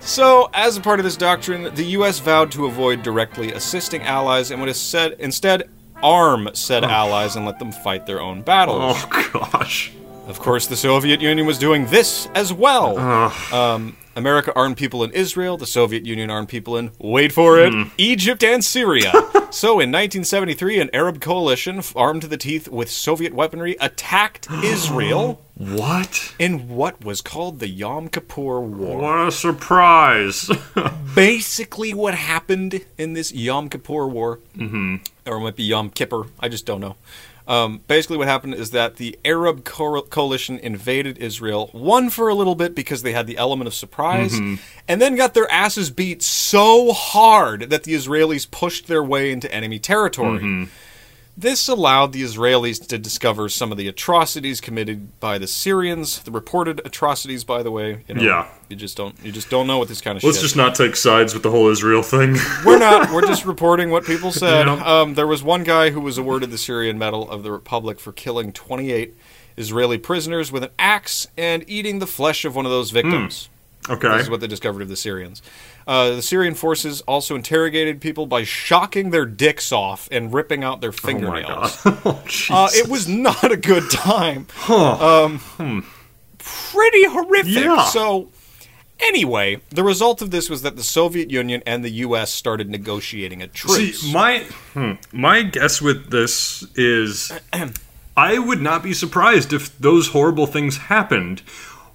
Speaker 3: So, as a part of this doctrine, the U.S. vowed to avoid directly assisting allies and would instead, instead arm said allies and let them fight their own battles.
Speaker 4: oh gosh.
Speaker 3: Of course, the Soviet Union was doing this as well. Um, America armed people in Israel, the Soviet Union armed people in, wait for it, Egypt and Syria. so, in 1973, an Arab coalition, f- armed to the teeth with Soviet weaponry, attacked Israel
Speaker 4: What?
Speaker 3: in what was called the Yom Kippur War.
Speaker 4: What a surprise!
Speaker 3: basically what happened in this Yom Kippur War, mm-hmm. or it might be Yom Kippur. I just don't know. Um, basically, what happened is that the Arab co- coalition invaded Israel, won for a little bit because they had the element of surprise, and then got their asses beat so hard that the Israelis pushed their way into enemy territory. This allowed the Israelis to discover some of the atrocities committed by the Syrians. The reported atrocities, by the way, you know,
Speaker 4: Yeah.
Speaker 3: you just don't you just don't know what this kind of
Speaker 4: Let's
Speaker 3: shit.
Speaker 4: just not take sides with the whole Israel thing.
Speaker 3: We're not. We're just reporting what people said.
Speaker 4: Yeah.
Speaker 3: Um, there was one guy who was awarded the Syrian Medal of the Republic for killing 28 Israeli prisoners with an axe and eating the flesh of one of those victims.
Speaker 4: Okay.
Speaker 3: This is what they discovered of the Syrians. Uh, the Syrian forces also interrogated people by shocking their dicks off and ripping out their fingernails.
Speaker 4: oh,
Speaker 3: Uh,
Speaker 4: Jesus.
Speaker 3: it was not a good time. Um, pretty horrific.
Speaker 4: Hmm. Yeah.
Speaker 3: So, anyway, the result of this was that the Soviet Union and the U.S. started negotiating a truce.
Speaker 4: See, my hmm, my guess with this is, I would not be surprised if those horrible things happened.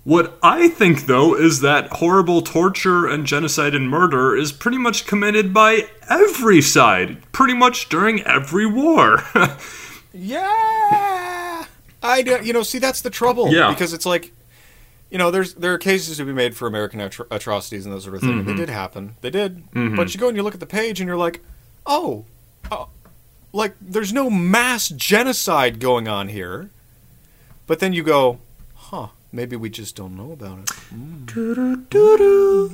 Speaker 4: What I think, though, is that horrible torture and genocide and murder is pretty much committed by every side, pretty much during every war.
Speaker 3: yeah. I don't, you know, see, that's the trouble.
Speaker 4: Yeah.
Speaker 3: Because it's like, you know, there's there are cases to be made for American atro- atrocities and those sort of things.
Speaker 4: Mm-hmm.
Speaker 3: They did happen. They did. But you go and you look at the page and you're like, oh, uh, like there's no mass genocide going on here. But then you go, huh, maybe we just don't know about it.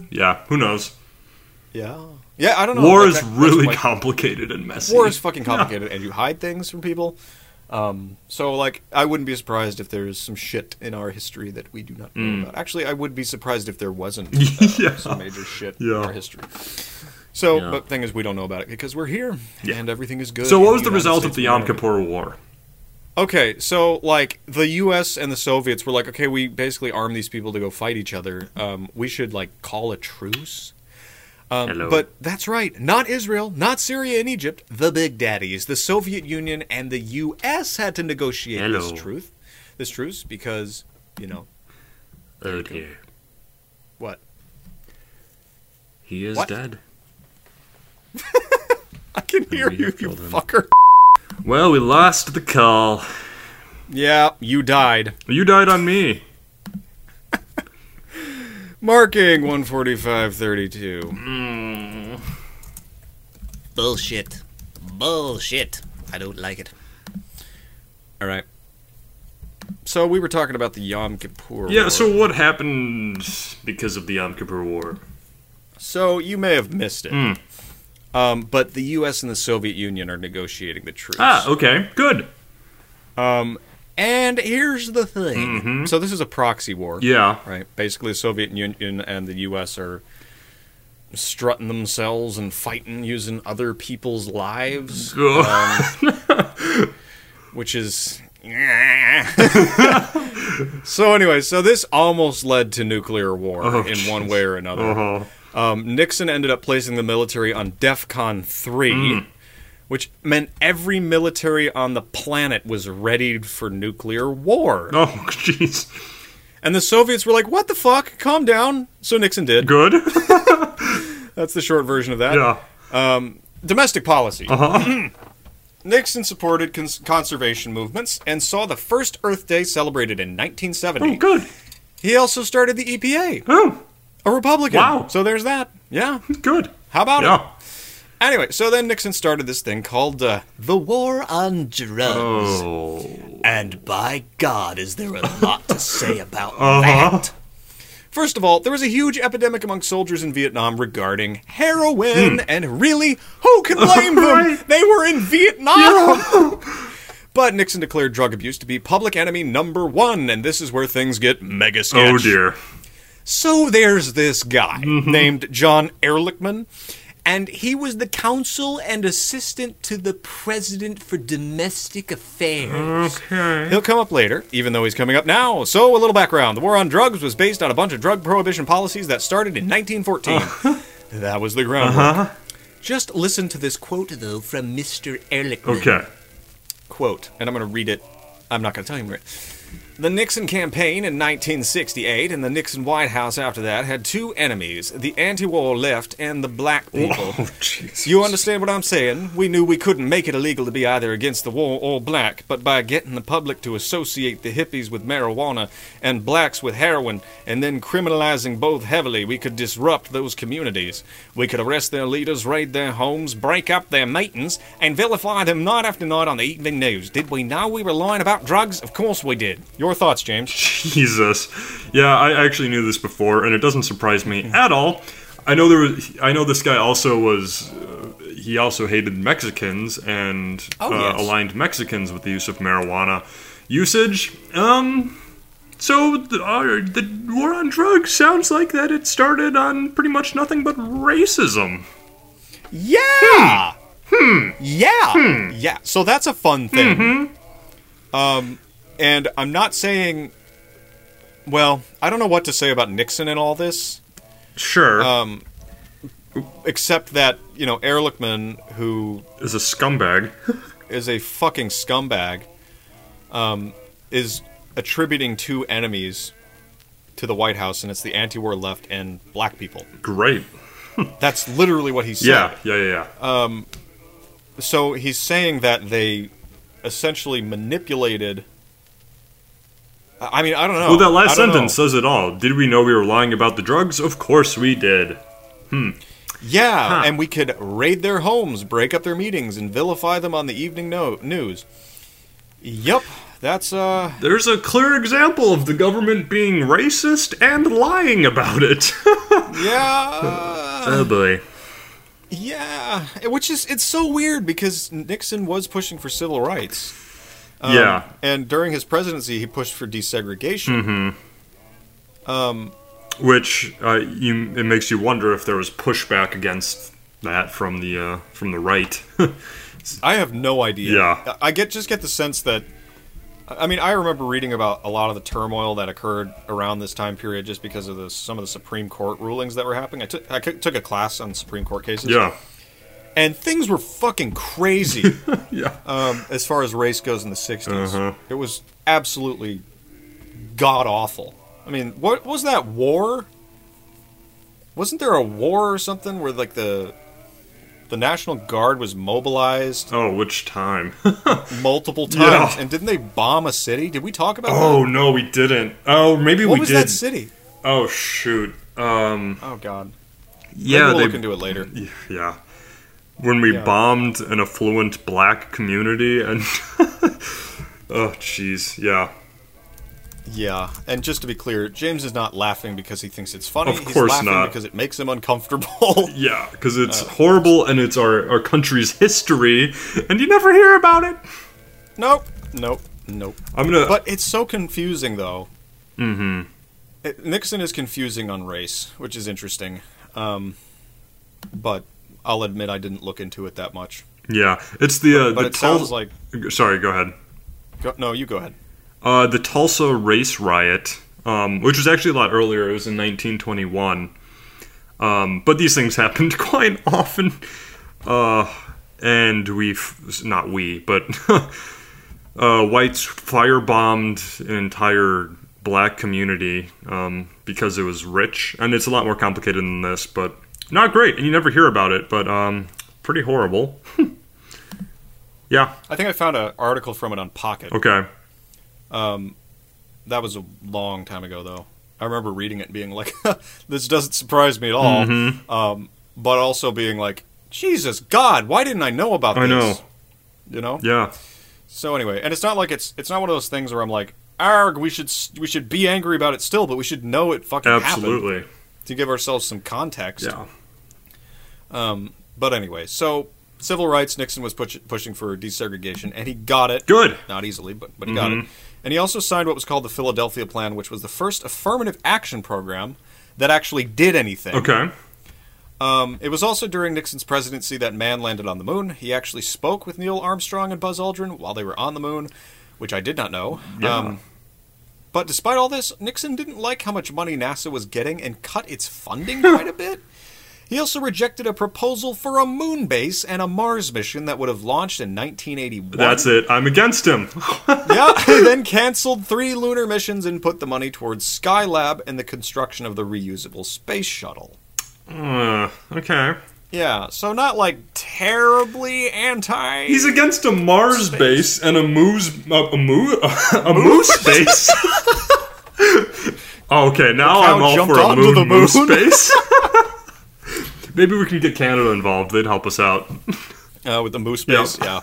Speaker 4: yeah, who knows?
Speaker 3: Yeah. Yeah, I don't know.
Speaker 4: War
Speaker 3: Like,
Speaker 4: is
Speaker 3: that- that's
Speaker 4: really
Speaker 3: my-
Speaker 4: complicated and messy.
Speaker 3: War is fucking complicated, and you hide things from people. Um, so, like, I wouldn't be surprised if there's some shit in our history that we do not know
Speaker 4: Hmm.
Speaker 3: about. Actually, I would be surprised if there wasn't uh,
Speaker 4: Yeah.
Speaker 3: some major shit in
Speaker 4: Yeah.
Speaker 3: our history. So, but thing is, we don't know about it because we're here and everything is good.
Speaker 4: So,
Speaker 3: in
Speaker 4: what was the
Speaker 3: United
Speaker 4: result of
Speaker 3: States
Speaker 4: the Yom
Speaker 3: America.
Speaker 4: Kippur War?
Speaker 3: Okay, so like the U.S. and the Soviets were like, okay, we basically arm these people to go fight each other. Um, we should like call a truce. Um,
Speaker 4: Hello.
Speaker 3: But that's right, not Israel, not Syria and Egypt, the big daddies, the Soviet Union and the U.S. had to negotiate
Speaker 4: Hello.
Speaker 3: this truth, this truce because you know
Speaker 4: Oh dear,
Speaker 3: what?
Speaker 4: he is
Speaker 3: What?
Speaker 4: dead.
Speaker 3: I can hear
Speaker 4: we
Speaker 3: you,
Speaker 4: have
Speaker 3: you
Speaker 4: killed him.
Speaker 3: fucker.
Speaker 4: Well, we lost the call.
Speaker 3: Yeah, you died.
Speaker 4: You died on me.
Speaker 3: Marking one forty-five thirty-two.
Speaker 11: Bullshit. Bullshit. I don't like it.
Speaker 3: All right. So we were talking about the Yom Kippur.
Speaker 4: Yeah,
Speaker 3: War.
Speaker 4: so what happened because of the Yom Kippur War?
Speaker 3: So you may have missed it.
Speaker 4: Hmm.
Speaker 3: Um, but the U.S. and the Soviet Union are negotiating the truce.
Speaker 4: Ah, okay, good.
Speaker 3: And here's the thing. So this is a proxy war,
Speaker 4: Mm-hmm. Yeah.
Speaker 3: right? Basically, the Soviet Union and the U.S. are strutting themselves and fighting using other people's lives,
Speaker 4: Um, Ugh.
Speaker 3: which is. so anyway, so this almost led to nuclear war in one way or another.
Speaker 4: Oh,
Speaker 3: Um, Nixon ended up placing the military on DEFCON 3,
Speaker 4: Hmm.
Speaker 3: which meant every military on the planet was ready for nuclear war.
Speaker 4: oh, jeez.
Speaker 3: And the Soviets were like, what the fuck? Calm down. So Nixon did.
Speaker 4: Good.
Speaker 3: That's the short version of that.
Speaker 4: yeah. Uh-huh.
Speaker 3: Domestic policy. Hmm. Nixon supported cons- conservation movements and saw the first Earth Day celebrated in 1970.
Speaker 4: Oh, good.
Speaker 3: He also started the EPA,
Speaker 4: Oh,
Speaker 3: a Republican.
Speaker 4: Wow.
Speaker 3: So there's that. Yeah.
Speaker 4: good.
Speaker 3: How about it?
Speaker 4: Yeah.
Speaker 3: Anyway, so then Nixon started this thing called uh,
Speaker 11: The war on drugs.
Speaker 4: Oh.
Speaker 11: And by God, is there a lot to say about
Speaker 4: Uh-huh.
Speaker 11: that?
Speaker 3: First of all, there was a huge epidemic among soldiers in Vietnam regarding heroin, and really, who can blame them?
Speaker 4: Hmm. Right.
Speaker 3: They were in Vietnam. but Nixon declared drug abuse to be public enemy number one, and this is where things get mega sketch.
Speaker 4: Oh dear.
Speaker 3: So there's this guy named John Ehrlichman, and he was the counsel and assistant to the president for domestic affairs. Okay. He'll come up later, even though he's coming up now. So, a little background the war on drugs was based on a bunch of drug prohibition policies that started in 1914. that was the groundwork. Just listen to this quote, though, from Mr. Ehrlichman
Speaker 4: Okay.
Speaker 3: quote, and I'm going to read it. I'm not going to tell you where it. The Nixon campaign in 1968 and the Nixon White House after that had two enemies: the anti-war left and the black people.
Speaker 4: Oh, jeez.
Speaker 3: You understand what I'm saying? We knew we couldn't make it illegal to be either against the war or black, but by getting the public to associate the hippies with marijuana and blacks with heroin and then criminalizing both heavily, we could disrupt those communities. We could arrest their leaders, raid their homes, break up their meetings, and vilify them night after night on the evening news. Did we know we were lying about drugs? Of course we did. Your thoughts, James?
Speaker 4: Jesus. Yeah, I actually knew this before, and it doesn't surprise me
Speaker 3: Hmm.
Speaker 4: at all. I know there was. I know this guy also was. Uh, he also hated Mexicans and
Speaker 3: Oh,
Speaker 4: uh,
Speaker 3: yes.
Speaker 4: aligned Mexicans with the use of marijuana usage. Um, So the, uh, the war on drugs sounds like that it started on pretty much nothing but racism.
Speaker 3: Yeah. Yeah. Yeah. So that's a fun thing. Um, and I'm not saying. Well, I don't know what to say about Nixon and all this,
Speaker 4: Sure,
Speaker 3: Um, except that you know Ehrlichman, who
Speaker 4: is a scumbag.
Speaker 3: is a fucking scumbag, um, is attributing two enemies to the White House, and it's the anti-war left and black people.
Speaker 4: Great.
Speaker 3: That's literally what he said.
Speaker 4: Yeah, yeah, yeah, yeah.
Speaker 3: So he's saying that they essentially manipulated. I I mean, I don't know.
Speaker 4: well, that
Speaker 3: Oh, I
Speaker 4: last
Speaker 3: don't
Speaker 4: sentence
Speaker 3: know.
Speaker 4: says it all. Did we know we were lying about the drugs? Of course we did.
Speaker 3: Yeah,
Speaker 4: Huh.
Speaker 3: and we could raid their homes, break up their meetings, and vilify them on the evening no- news. Yep, that's uh.
Speaker 4: There's a clear example of the government being racist and lying about it.
Speaker 3: Yeah,
Speaker 4: oh boy.
Speaker 3: yeah. Which is it's so weird because Nixon was pushing for civil rights. Um,
Speaker 4: yeah.
Speaker 3: And during his presidency, he pushed for desegregation.
Speaker 4: which uh, you it makes you wonder if there was pushback against that from the uh, from the right.
Speaker 3: I have no idea.
Speaker 4: Yeah.
Speaker 3: I get just get the sense that I mean, I remember reading about a lot of the turmoil that occurred around this time period just because of the some of the Supreme Court rulings that were happening. I took I c- took a class on Supreme Court cases.
Speaker 4: yeah,
Speaker 3: And things were fucking crazy
Speaker 4: yeah,
Speaker 3: um, as far as race goes in the 60s.
Speaker 4: Uh-huh.
Speaker 3: It was absolutely god awful. I mean, what was that war? Wasn't there a war or something where like the the National Guard was mobilized
Speaker 4: oh, which time?
Speaker 3: multiple
Speaker 4: Yeah.
Speaker 3: times. And didn't they bomb a city? Did we talk about
Speaker 4: oh
Speaker 3: that?
Speaker 4: no, we didn't. Oh, maybe
Speaker 3: What
Speaker 4: we
Speaker 3: was
Speaker 4: did.
Speaker 3: that city?
Speaker 4: oh shoot. Um,
Speaker 3: Oh God. Maybe
Speaker 4: yeah,
Speaker 3: we'll
Speaker 4: they-
Speaker 3: look into it later.
Speaker 4: yeah. When we
Speaker 3: Yeah.
Speaker 4: bombed an affluent black community and oh jeez, yeah.
Speaker 3: Yeah. And just to be clear, James is not laughing because he thinks it's funny.
Speaker 4: Of
Speaker 3: He's
Speaker 4: course
Speaker 3: laughing
Speaker 4: not.
Speaker 3: because it makes him uncomfortable.
Speaker 4: Yeah, because
Speaker 3: Uh,
Speaker 4: it's horrible and it's our, our country's history, and you never hear about it.
Speaker 3: nope. Nope. Nope.
Speaker 4: I'm gonna.
Speaker 3: But it's so confusing though. Mm-hmm. Nixon is confusing on race, which is interesting. Um, but I'll admit I didn't look into it that much.
Speaker 4: yeah, it's the. Uh,
Speaker 3: But
Speaker 4: the
Speaker 3: it
Speaker 4: Tul-
Speaker 3: sounds like
Speaker 4: Sorry, go ahead.
Speaker 3: go, no. You go ahead.
Speaker 4: Uh, the Tulsa race riot, um, which was actually a lot earlier. It was in 1921. Um, but these things happened quite often. Uh, and we, f- not we, but uh, whites firebombed an entire black community um, because it was rich. And it's a lot more complicated than this, but not great. And you never hear about it, but um, pretty horrible. yeah,
Speaker 3: I think I found an article from it on Pocket.
Speaker 4: okay.
Speaker 3: that was a long time ago though i remember reading it and being like this doesn't surprise me at all
Speaker 4: Mm-hmm.
Speaker 3: um, but also being like jesus god why didn't i know about
Speaker 4: I
Speaker 3: this
Speaker 4: know.
Speaker 3: you know
Speaker 4: Yeah.
Speaker 3: so anyway and it's not like it's it's not one of those things where i'm like arg we should s- we should be angry about it still but we should know it fucking happened
Speaker 4: Absolutely.
Speaker 3: to give ourselves some context
Speaker 4: Yeah.
Speaker 3: but anyway so civil rights nixon was push, pushing for desegregation and he got it
Speaker 4: Good.
Speaker 3: not easily, but but he got
Speaker 4: Mm-hmm.
Speaker 3: it. And he also signed what was called the Philadelphia Plan, which was the first affirmative action program that actually did anything.
Speaker 4: Okay.
Speaker 3: Um, it was also during Nixon's presidency that man landed on the moon. He actually spoke with Neil Armstrong and Buzz Aldrin while they were on the moon, which I did not know. Um,
Speaker 4: Yeah.
Speaker 3: but despite all this, Nixon didn't like how much money NASA was getting and cut its funding quite a bit. He also rejected a proposal for a moon base and a Mars mission that would have launched in 1981.
Speaker 4: That's it. I'm against him.
Speaker 3: yeah, he then canceled three lunar missions and put the money towards Skylab and the construction of the reusable space shuttle.
Speaker 4: Uh, okay.
Speaker 3: Yeah, so not like terribly anti.
Speaker 4: He's against a Mars base and a moose. Uh, a moo A moose base. Oh, okay, now
Speaker 3: cow
Speaker 4: I'm all
Speaker 3: jumped
Speaker 4: for a
Speaker 3: onto
Speaker 4: moon,
Speaker 3: the
Speaker 4: moose
Speaker 3: moon.
Speaker 4: base. Maybe we can get Canada involved. They'd help us out.
Speaker 3: uh, with the moose base. Yeah.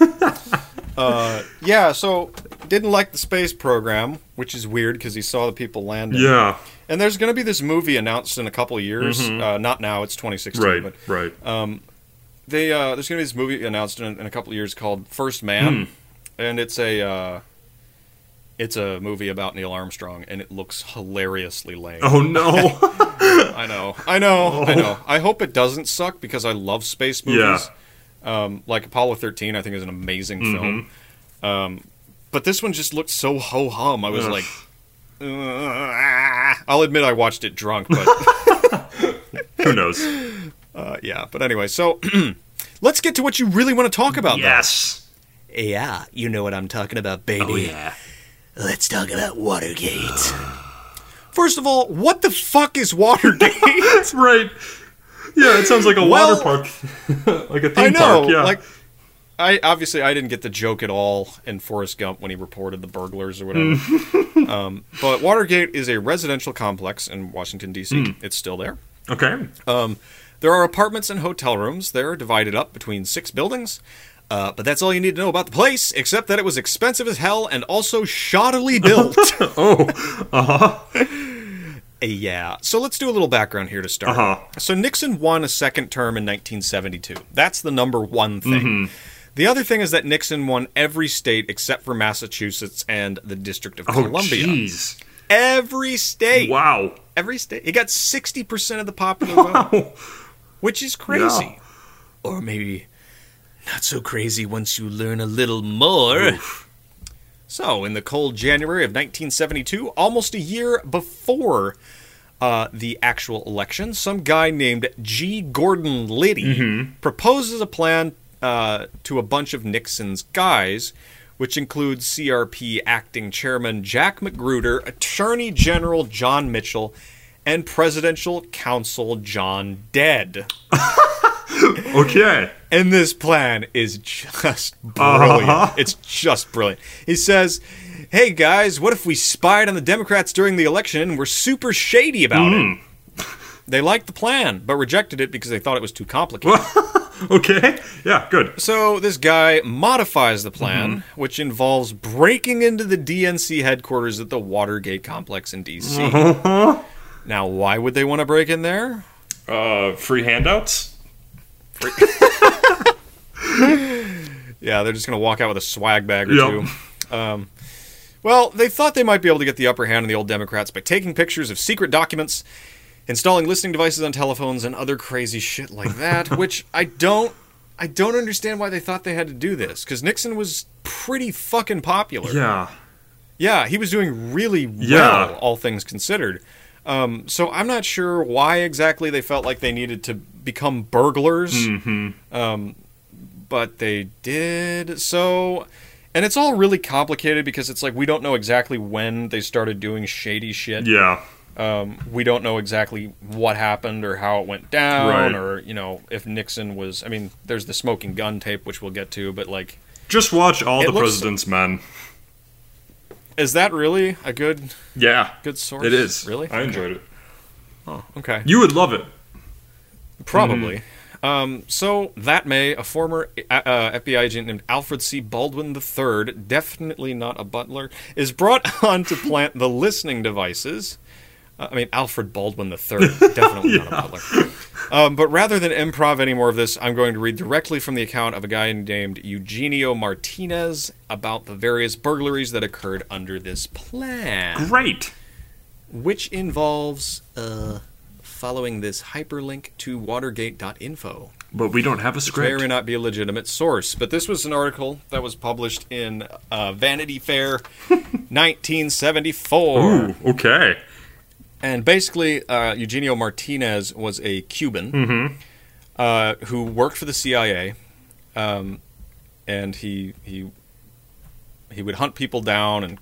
Speaker 3: uh, yeah, so didn't like the space program, which is weird because he saw the people landing.
Speaker 4: Yeah.
Speaker 3: And there's going to be this movie announced in a couple of years. Uh, not now, it's 2016.
Speaker 4: Mm-hmm. Right.
Speaker 3: But
Speaker 4: Right.
Speaker 3: they uh, there's gonna be this
Speaker 4: Hmm.
Speaker 3: movie announced in, in a couple of years called First Man, and it's a uh, It's a movie about Neil Armstrong, and it looks hilariously lame.
Speaker 4: Oh no.
Speaker 3: I know, I know, I know. I hope it doesn't suck because I love space movies. Um, like Apollo 13, I think is an amazing
Speaker 4: Mm-hmm.
Speaker 3: film. Um, but this one just looked so ho hum. I was
Speaker 4: Ugh.
Speaker 3: like, "Ugh." I'll admit I watched it drunk, but
Speaker 4: Who knows?
Speaker 3: uh, yeah. But anyway, so let's get to what you really want to talk about. though.
Speaker 4: Yes.
Speaker 11: Yeah, you know what I'm talking about, baby.
Speaker 4: Oh yeah.
Speaker 11: Let's talk about Watergate.
Speaker 3: First of all, what the fuck is Watergate?
Speaker 4: That's right. Yeah, it sounds like a
Speaker 3: Well-
Speaker 4: water park, like a theme
Speaker 3: I know.
Speaker 4: park. Yeah.
Speaker 3: Like, I obviously I didn't get the joke at all in Forrest Gump when he reported the burglars or whatever. um,
Speaker 4: Mm.
Speaker 3: but Watergate is a residential complex in Washington D.C.
Speaker 4: Mm.
Speaker 3: It's still there.
Speaker 4: okay.
Speaker 3: Uh, There are apartments and hotel rooms. They're divided up between six buildings. Uh, but that's all you need to know about the place, except that it was expensive as hell and also shoddily built.
Speaker 4: Uh-huh.
Speaker 3: Yeah. So let's do a little background here to start.
Speaker 4: Uh-huh.
Speaker 3: So Nixon won a second term in 1972. That's the number one thing.
Speaker 4: Mm-hmm.
Speaker 3: The other thing is that Nixon won every state except for Massachusetts and the District of
Speaker 4: oh
Speaker 3: Columbia.
Speaker 4: jeez.
Speaker 3: Every state.
Speaker 4: Wow.
Speaker 3: Every state. He got 60% of the popular vote. Which is crazy.
Speaker 4: Yeah.
Speaker 11: or maybe not so crazy once you learn a little more.
Speaker 3: So, in the cold January of 1972, almost a year before uh, the actual election, some guy named G. Gordon Liddy proposes a plan uh, to a bunch of Nixon's guys, which includes CRP acting chairman Jack Magruder, Attorney General John Mitchell, and Presidential Counsel John Dead.
Speaker 4: Okay.
Speaker 3: And this plan is just brilliant. It's just brilliant. He says, Hey guys, what if we spied on the Democrats during the election and were super shady about it? They liked the plan, but rejected it because they thought it was too complicated.
Speaker 4: Okay. Yeah. Good.
Speaker 3: so this guy modifies the plan, which involves breaking into the DNC headquarters at the Watergate complex in D.C. Now, why would they want to break in there?
Speaker 4: Uh, free handouts.
Speaker 3: Yeah, they're just going to walk out with a swag bag or
Speaker 4: Yep.
Speaker 3: two. Um, well, they thought they might be able to get the upper hand on the old Democrats by taking pictures of secret documents, installing listening devices on telephones, and other crazy shit like that. which I don't, I don't understand why they thought they had to do this because Nixon was pretty fucking popular.
Speaker 4: Yeah.
Speaker 3: Yeah, he was doing really
Speaker 4: Yeah.
Speaker 3: well, all things considered. Um, so I'm not sure why exactly they felt like they needed to become burglars, um,
Speaker 4: Mm-hmm.
Speaker 3: but they did. So, and it's all really complicated because it's like we don't know exactly when they started doing shady shit.
Speaker 4: Yeah.
Speaker 3: We don't know exactly what happened or how it went down,
Speaker 4: Right.
Speaker 3: or you know if Nixon was. I mean, there's the smoking gun tape, which we'll get to, but like,
Speaker 4: Just watch all
Speaker 3: It
Speaker 4: the
Speaker 3: looks-
Speaker 4: president's men.
Speaker 3: is that really a good
Speaker 4: Yeah.
Speaker 3: good source?
Speaker 4: It is.
Speaker 3: really
Speaker 4: I enjoyed it.
Speaker 3: okay.
Speaker 4: You would love it.
Speaker 3: Probably. Um, so that May, a former uh, uh, FBI agent named Alfred C. Baldwin III, definitely not a butler, is brought on to plant the listening devices. Uh, I mean, Alfred Baldwin III, definitely not a butler. Um, but rather than improv any more of this, I'm going to read directly from the account of a guy named Eugenio Martinez about the various burglaries that occurred under this plan,
Speaker 4: Great.
Speaker 3: which involves uh, following this hyperlink to watergate.info
Speaker 4: But we don't have a
Speaker 3: may or
Speaker 4: script.
Speaker 3: may not be a legitimate source, but this was an article that was published in uh, Vanity Fair 1974.
Speaker 4: Ooh. Okay.
Speaker 3: And basically, uh, Eugenio Martinez was a Cuban
Speaker 4: Mm-hmm.
Speaker 3: uh, who worked for the CIA, um, and he he he would hunt people down and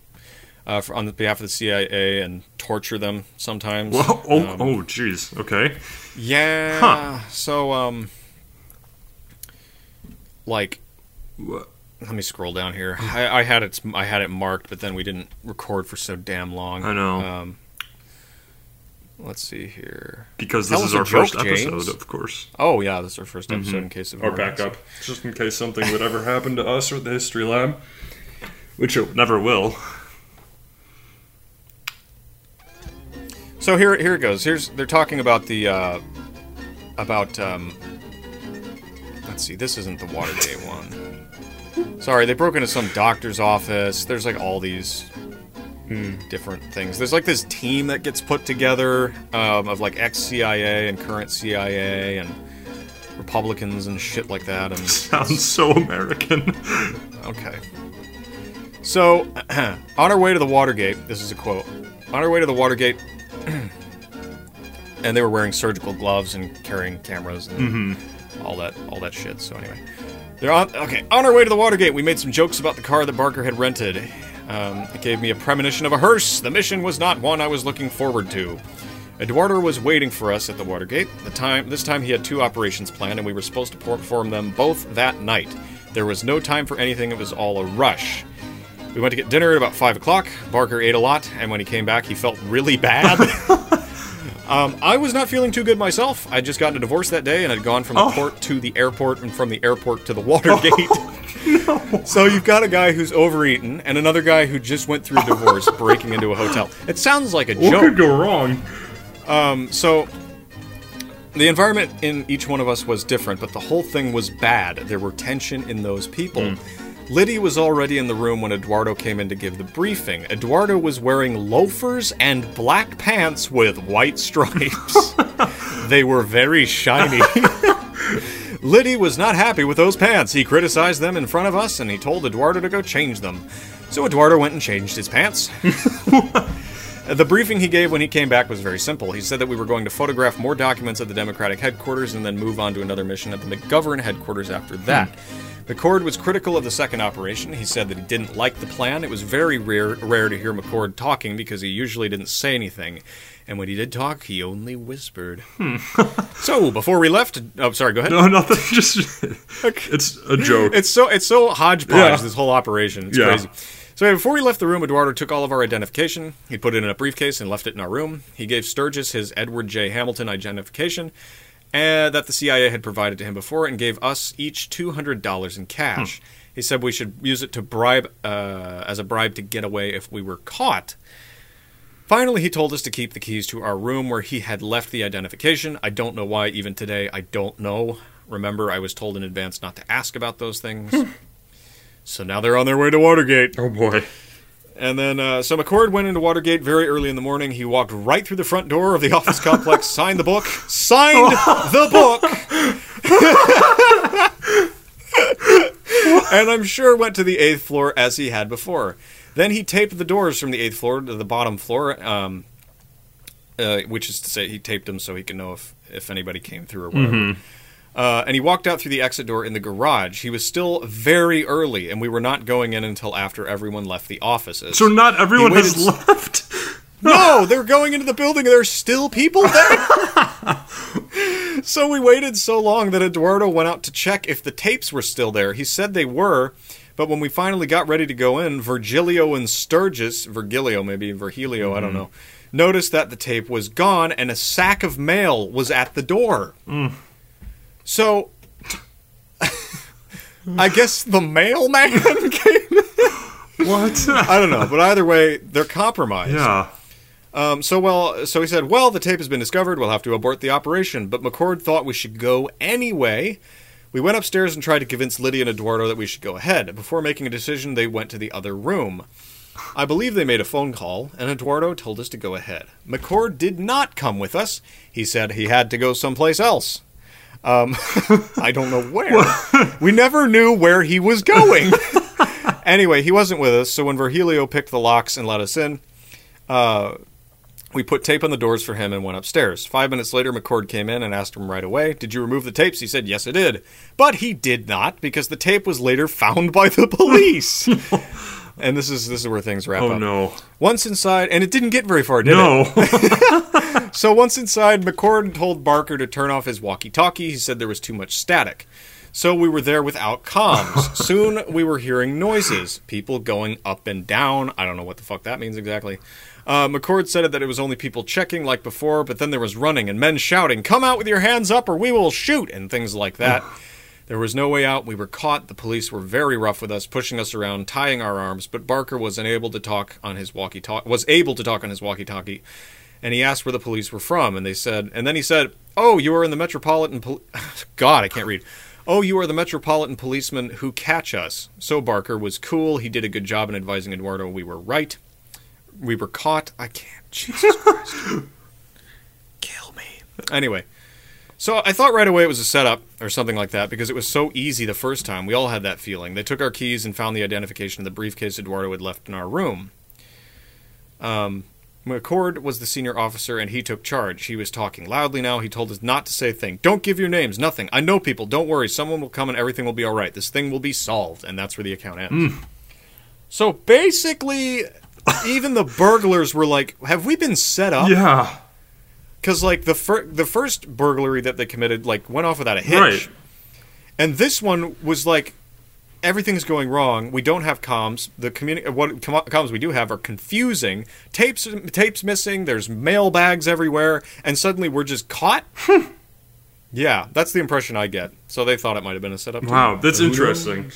Speaker 3: uh, for, on the behalf of the CIA and torture them sometimes.
Speaker 4: Whoa. Oh.
Speaker 3: Um,
Speaker 4: oh. Jeez. Okay.
Speaker 3: yeah.
Speaker 4: Huh.
Speaker 3: So, um, like,
Speaker 4: Wha-
Speaker 3: let me scroll down here.
Speaker 4: Hmm.
Speaker 3: I, I had it. I had it marked, but then we didn't record for so damn long.
Speaker 4: I know.
Speaker 3: Um, let's see here.
Speaker 4: Because
Speaker 3: Tell
Speaker 4: this is
Speaker 3: us a
Speaker 4: our first
Speaker 3: joke,
Speaker 4: episode,
Speaker 3: James.
Speaker 4: of course.
Speaker 3: Oh yeah, this is our first episode.
Speaker 4: Mm-hmm.
Speaker 3: In case of
Speaker 4: Or backup, just in case something would ever happen to us or the history lab, which it never will.
Speaker 3: So here, here it goes. Here's they're talking about the uh, about. Um, let's see. This isn't the Watergate one. Sorry, they broke into some doctor's office. There's like all these different things. There's like this team that gets put together um, of like ex CIA and current CIA and Republicans and shit like that. And
Speaker 4: Sounds so American.
Speaker 3: okay. So, on our way to the Watergate, this is a quote. On our way to the Watergate, and they were wearing surgical gloves and carrying cameras and all that, all that shit. So anyway, they're on. Okay, on our way to the Watergate, we made some jokes about the car that Barker had rented. Um, it gave me a premonition of a hearse. The mission was not one I was looking forward to. Eduardo was waiting for us at the Watergate. The time this time he had two operations planned, and we were supposed to perform them both that night. There was no time for anything; it was all a rush. We went to get dinner at about five o'clock. Barker ate a lot, and when he came back, he felt really bad. um, I was not feeling too good myself. I'd just gotten a divorce that day, and had gone from the
Speaker 4: Oh.
Speaker 3: court to the airport, and from the airport to the Watergate.
Speaker 4: Oh,
Speaker 3: So you've got a guy who's overeaten, and another guy who just went through divorce, breaking into a hotel. It sounds like a
Speaker 4: What could
Speaker 3: joke.
Speaker 4: go wrong?
Speaker 3: So the environment in each one of us was different, but the whole thing was bad. There were tension in those people. Liddy was already in the room when Eduardo came in to give the briefing. Eduardo was wearing loafers and black pants with white stripes. they were very shiny. Liddy was not happy with those pants. He criticized them in front of us and he told Eduardo to go change them. So Eduardo went and changed his pants. The briefing he gave when he came back was very simple. He said that we were going to photograph more documents at the Democratic headquarters and then move on to another mission at the McGovern headquarters after that. McCord was critical of the second operation. He said that he didn't like the plan. It was very rare, rare to hear McCord talking because he usually didn't say anything. And when he did talk, he only whispered. so, before we left, oh, sorry, go ahead.
Speaker 4: No, nothing. Just it's a joke.
Speaker 3: It's so it's so hodgepodge
Speaker 4: Yeah.
Speaker 3: this whole operation. It's
Speaker 4: Yeah.
Speaker 3: crazy. So anyway, before we left the room, Eduardo took all of our identification. He put it in a briefcase and left it in our room. He gave Sturgis his Edward J. Hamilton identification uh, that the CIA had provided to him before, and gave us each two hundred dollars in cash. He said we should use it to bribe uh, as a bribe to get away if we were caught. Finally, he told us to keep the keys to our room where he had left the identification. I don't know why, even today, I don't know. Remember, I was told in advance not to ask about those things. so now they're on their way to Watergate.
Speaker 4: oh boy.
Speaker 3: And then, uh, so McCord went into Watergate very early in the morning. He walked right through the front door of the office complex, signed the book, signed the book, and I'm sure went to the eighth floor as he had before. Then he taped the doors from the eighth floor to the bottom floor, um, uh, which is to say, he taped them so he could know if, if anybody came through or whatever. Uh, and he walked out through the exit door in the garage. He was still very early, and we were not going in until after everyone left the offices.
Speaker 4: So not everyone
Speaker 3: He
Speaker 4: has
Speaker 3: waited-
Speaker 4: left.
Speaker 3: No, Oh, they're going into the building and there's still people there. so we waited so long that Eduardo went out to check if the tapes were still there. He said they were, but when we finally got ready to go in, Virgilio and Sturgis, Virgilio maybe, Virgilio, I don't know, noticed that the tape was gone and a sack of mail was at the door. So I guess the mailman came.
Speaker 4: What?
Speaker 3: I don't know, but either way, they're compromised.
Speaker 4: yeah.
Speaker 3: Um, so well, so he said, "Well, the tape has been discovered. We'll have to abort the operation." But McCord thought we should go anyway. We went upstairs and tried to convince Lydia and Eduardo that we should go ahead. Before making a decision, they went to the other room. I believe they made a phone call, and Eduardo told us to go ahead. McCord did not come with us. He said he had to go someplace else. Um, I don't know where. we never knew where he was going. anyway, he wasn't with us, so when Virgilio picked the locks and let us in, uh, we put tape on the doors for him and went upstairs. Five minutes later, McCord came in and asked him right away, Did you remove the tapes? He said, Yes, I did. But he did not because the tape was later found by the police. and this is this is where things wrap
Speaker 4: Oh
Speaker 3: up.
Speaker 4: no.
Speaker 3: Once inside, and it didn't get very far, did it?
Speaker 4: No.
Speaker 3: So once inside, McCord told Barker to turn off his walkie-talkie. He said there was too much static. So we were there without comms. Soon we were hearing noises, people going up and down. I don't know what the fuck that means exactly. Uh, McCord said that it was only people checking like before, but then there was running and men shouting, "Come out with your hands up, or we will shoot!" and things like that. There was no way out. We were caught. The police were very rough with us, pushing us around, tying our arms. But Barker was unable to talk on his walkie-talkie. Was able to talk on his walkie-talkie, and he asked where the police were from, and they said, and then he said, "Oh, you are in the Metropolitan Pol- God, I can't read. Oh, you are the Metropolitan policemen who catch us." So Barker was cool. He did a good job in advising Eduardo. We were right. we were caught. I can't. Jesus Christ. Kill me. Anyway, so I thought right away it was a setup or something like that because it was so easy the first time. We all had that feeling. They took our keys and found the identification of the briefcase Eduardo had left in our room. Um, McCord was the senior officer and he took charge. He was talking loudly now. He told us not to say a thing. Don't give your names, nothing. I know people. Don't worry. Someone will come and everything will be all right. This thing will be solved. And that's where the account ends. So basically, even the burglars were like, "Have we been set up?"
Speaker 4: Yeah.
Speaker 3: Because like the fir- the first burglary that they committed like went off without a hitch,
Speaker 4: Right.
Speaker 3: and this one was like, everything's going wrong. We don't have comms. The communi- what com- comms we do have are confusing. Tapes tapes missing. There's mailbags everywhere, and suddenly we're just caught.
Speaker 4: Hmm.
Speaker 3: yeah, that's the impression I get. So they thought it might have been a setup. too.
Speaker 4: Wow, that's
Speaker 3: Who knows?
Speaker 4: interesting.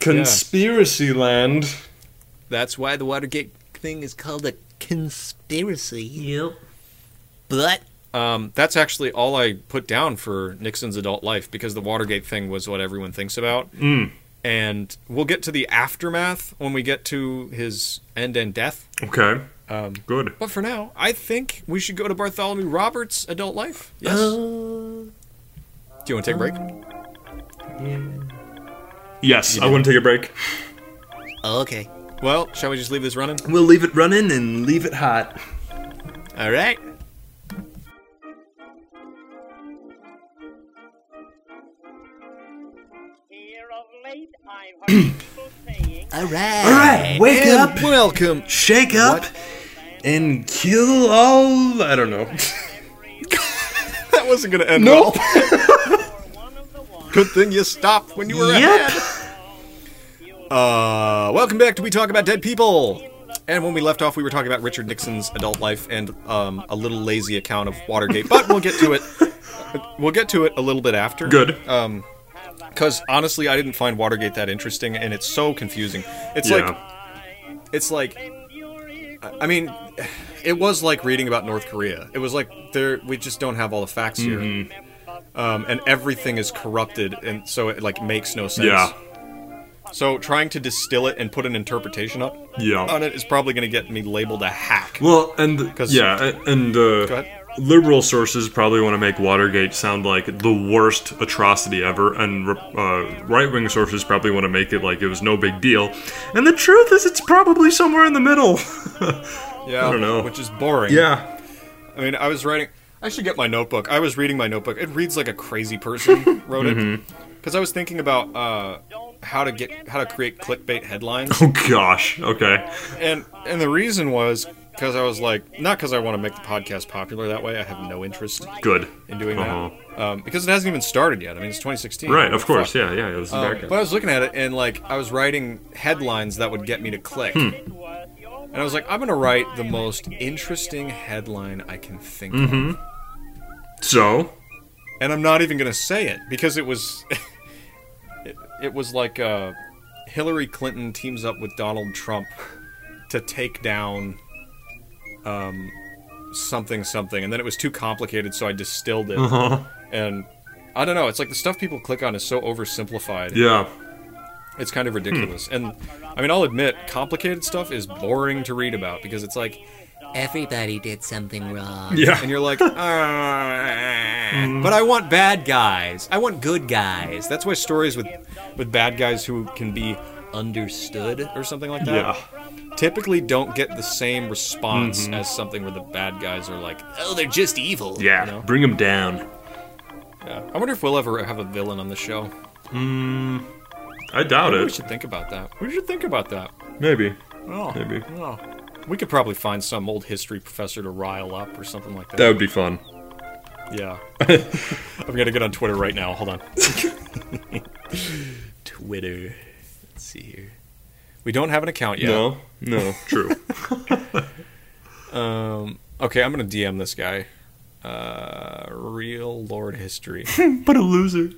Speaker 4: Conspiracy land.
Speaker 11: That's why the Watergate thing is called a conspiracy. Yep. But
Speaker 3: Um, that's actually all I put down for Nixon's adult life because the Watergate thing was what everyone thinks about. And we'll get to the aftermath when we get to his end and death.
Speaker 4: Okay. Good.
Speaker 3: But for now, I think we should go to Bartholomew Roberts' adult life. Yes. Uh, Do you want to take a break?
Speaker 4: Yes, I want to take a break.
Speaker 11: okay.
Speaker 3: Well, shall we just leave this running?
Speaker 4: We'll leave it running and leave it hot.
Speaker 3: All right.
Speaker 12: Here of late, I've heard people saying
Speaker 11: All right.
Speaker 4: All right, wake up,
Speaker 5: Welcome.
Speaker 4: shake up, and kill all. I don't know.
Speaker 3: That wasn't going to end
Speaker 4: Nope.
Speaker 3: well.
Speaker 12: one of the ones
Speaker 3: Good thing you stopped when you were ahead.
Speaker 4: Yep.
Speaker 3: Uh, welcome back to We Talk About Dead People. And when we left off, we were talking about Richard Nixon's adult life and um, a little lazy account of Watergate, but we'll get to it. We'll get to it a little bit after.
Speaker 4: Good.
Speaker 3: Because honestly, I didn't find Watergate that interesting, and it's so confusing. It's like
Speaker 4: yeah.
Speaker 3: it's like I I mean, it was like reading about North Korea. It was like there we just don't have all the facts here.
Speaker 4: Mm-hmm.
Speaker 3: Um, and everything is corrupted and so it like makes no sense.
Speaker 4: Yeah.
Speaker 3: So trying to distill it and put an interpretation up
Speaker 4: Yeah.
Speaker 3: on it is probably going to get me labeled a hack.
Speaker 4: Well, and
Speaker 3: 'Cause-
Speaker 4: yeah, a- and uh,
Speaker 3: ahead.
Speaker 4: liberal sources probably want to make Watergate sound like the worst atrocity ever, and uh, right-wing sources probably want to make it like it was no big deal. And the truth is, it's probably somewhere in the middle.
Speaker 3: Yeah,
Speaker 4: I don't know.
Speaker 3: Which is boring.
Speaker 4: yeah.
Speaker 3: I mean, I was writing. I should get my notebook. I was reading my notebook. It reads like a crazy person wrote it.
Speaker 4: Mm-hmm.
Speaker 3: Because I was thinking about uh, how to get how to create clickbait headlines,
Speaker 4: Oh gosh. Okay.
Speaker 3: and and the reason was because I was like, not because I want to make the podcast popular that way. I have no interest
Speaker 4: Good.
Speaker 3: in doing
Speaker 4: Uh-huh.
Speaker 3: that um, because it hasn't even started yet. I mean, it's 2016.
Speaker 4: Right. Of
Speaker 3: Fuck.
Speaker 4: course. Yeah. Yeah. This is
Speaker 3: Um,
Speaker 4: back
Speaker 3: but I was looking at it and like I was writing headlines that would get me to click.
Speaker 4: Hmm.
Speaker 3: And I was like, I'm gonna write the most interesting headline I can think
Speaker 4: Mm-hmm.
Speaker 3: of.
Speaker 4: so.
Speaker 3: And I'm not even gonna say it because it was it, it was like uh, Hillary Clinton teams up with Donald Trump to take down um, something something, and then it was too complicated, so I distilled it. And I don't know. It's like the stuff people click on is so oversimplified.
Speaker 4: Yeah.
Speaker 3: It's kind of ridiculous. And I mean, I'll admit, complicated stuff is boring to read about because it's like,
Speaker 11: Everybody did something wrong.
Speaker 4: Yeah.
Speaker 3: and you're like, "Ah, but I want bad guys. I want good guys. That's why stories with with bad guys who can be understood or something like that typically don't get the same response
Speaker 4: Mm-hmm.
Speaker 3: as something where the bad guys are like,
Speaker 11: Oh, they're just evil.
Speaker 4: Yeah.
Speaker 3: You know?
Speaker 4: Bring him down.
Speaker 3: yeah. I wonder if we'll ever have a villain on the show.
Speaker 4: I doubt
Speaker 3: Maybe we
Speaker 4: it.
Speaker 3: should think about that. We should Oh. think about that.
Speaker 4: Maybe. Maybe.
Speaker 3: We could probably find some old history professor to rile up or something like that.
Speaker 4: That would be fun.
Speaker 3: Yeah. I'm gonna get on Twitter right now. Hold on.
Speaker 11: Twitter. Let's see here.
Speaker 3: We don't have an account yet.
Speaker 4: No. No. True.
Speaker 3: Okay, I'm gonna DM this guy. Uh, real Lord history.
Speaker 4: but a loser.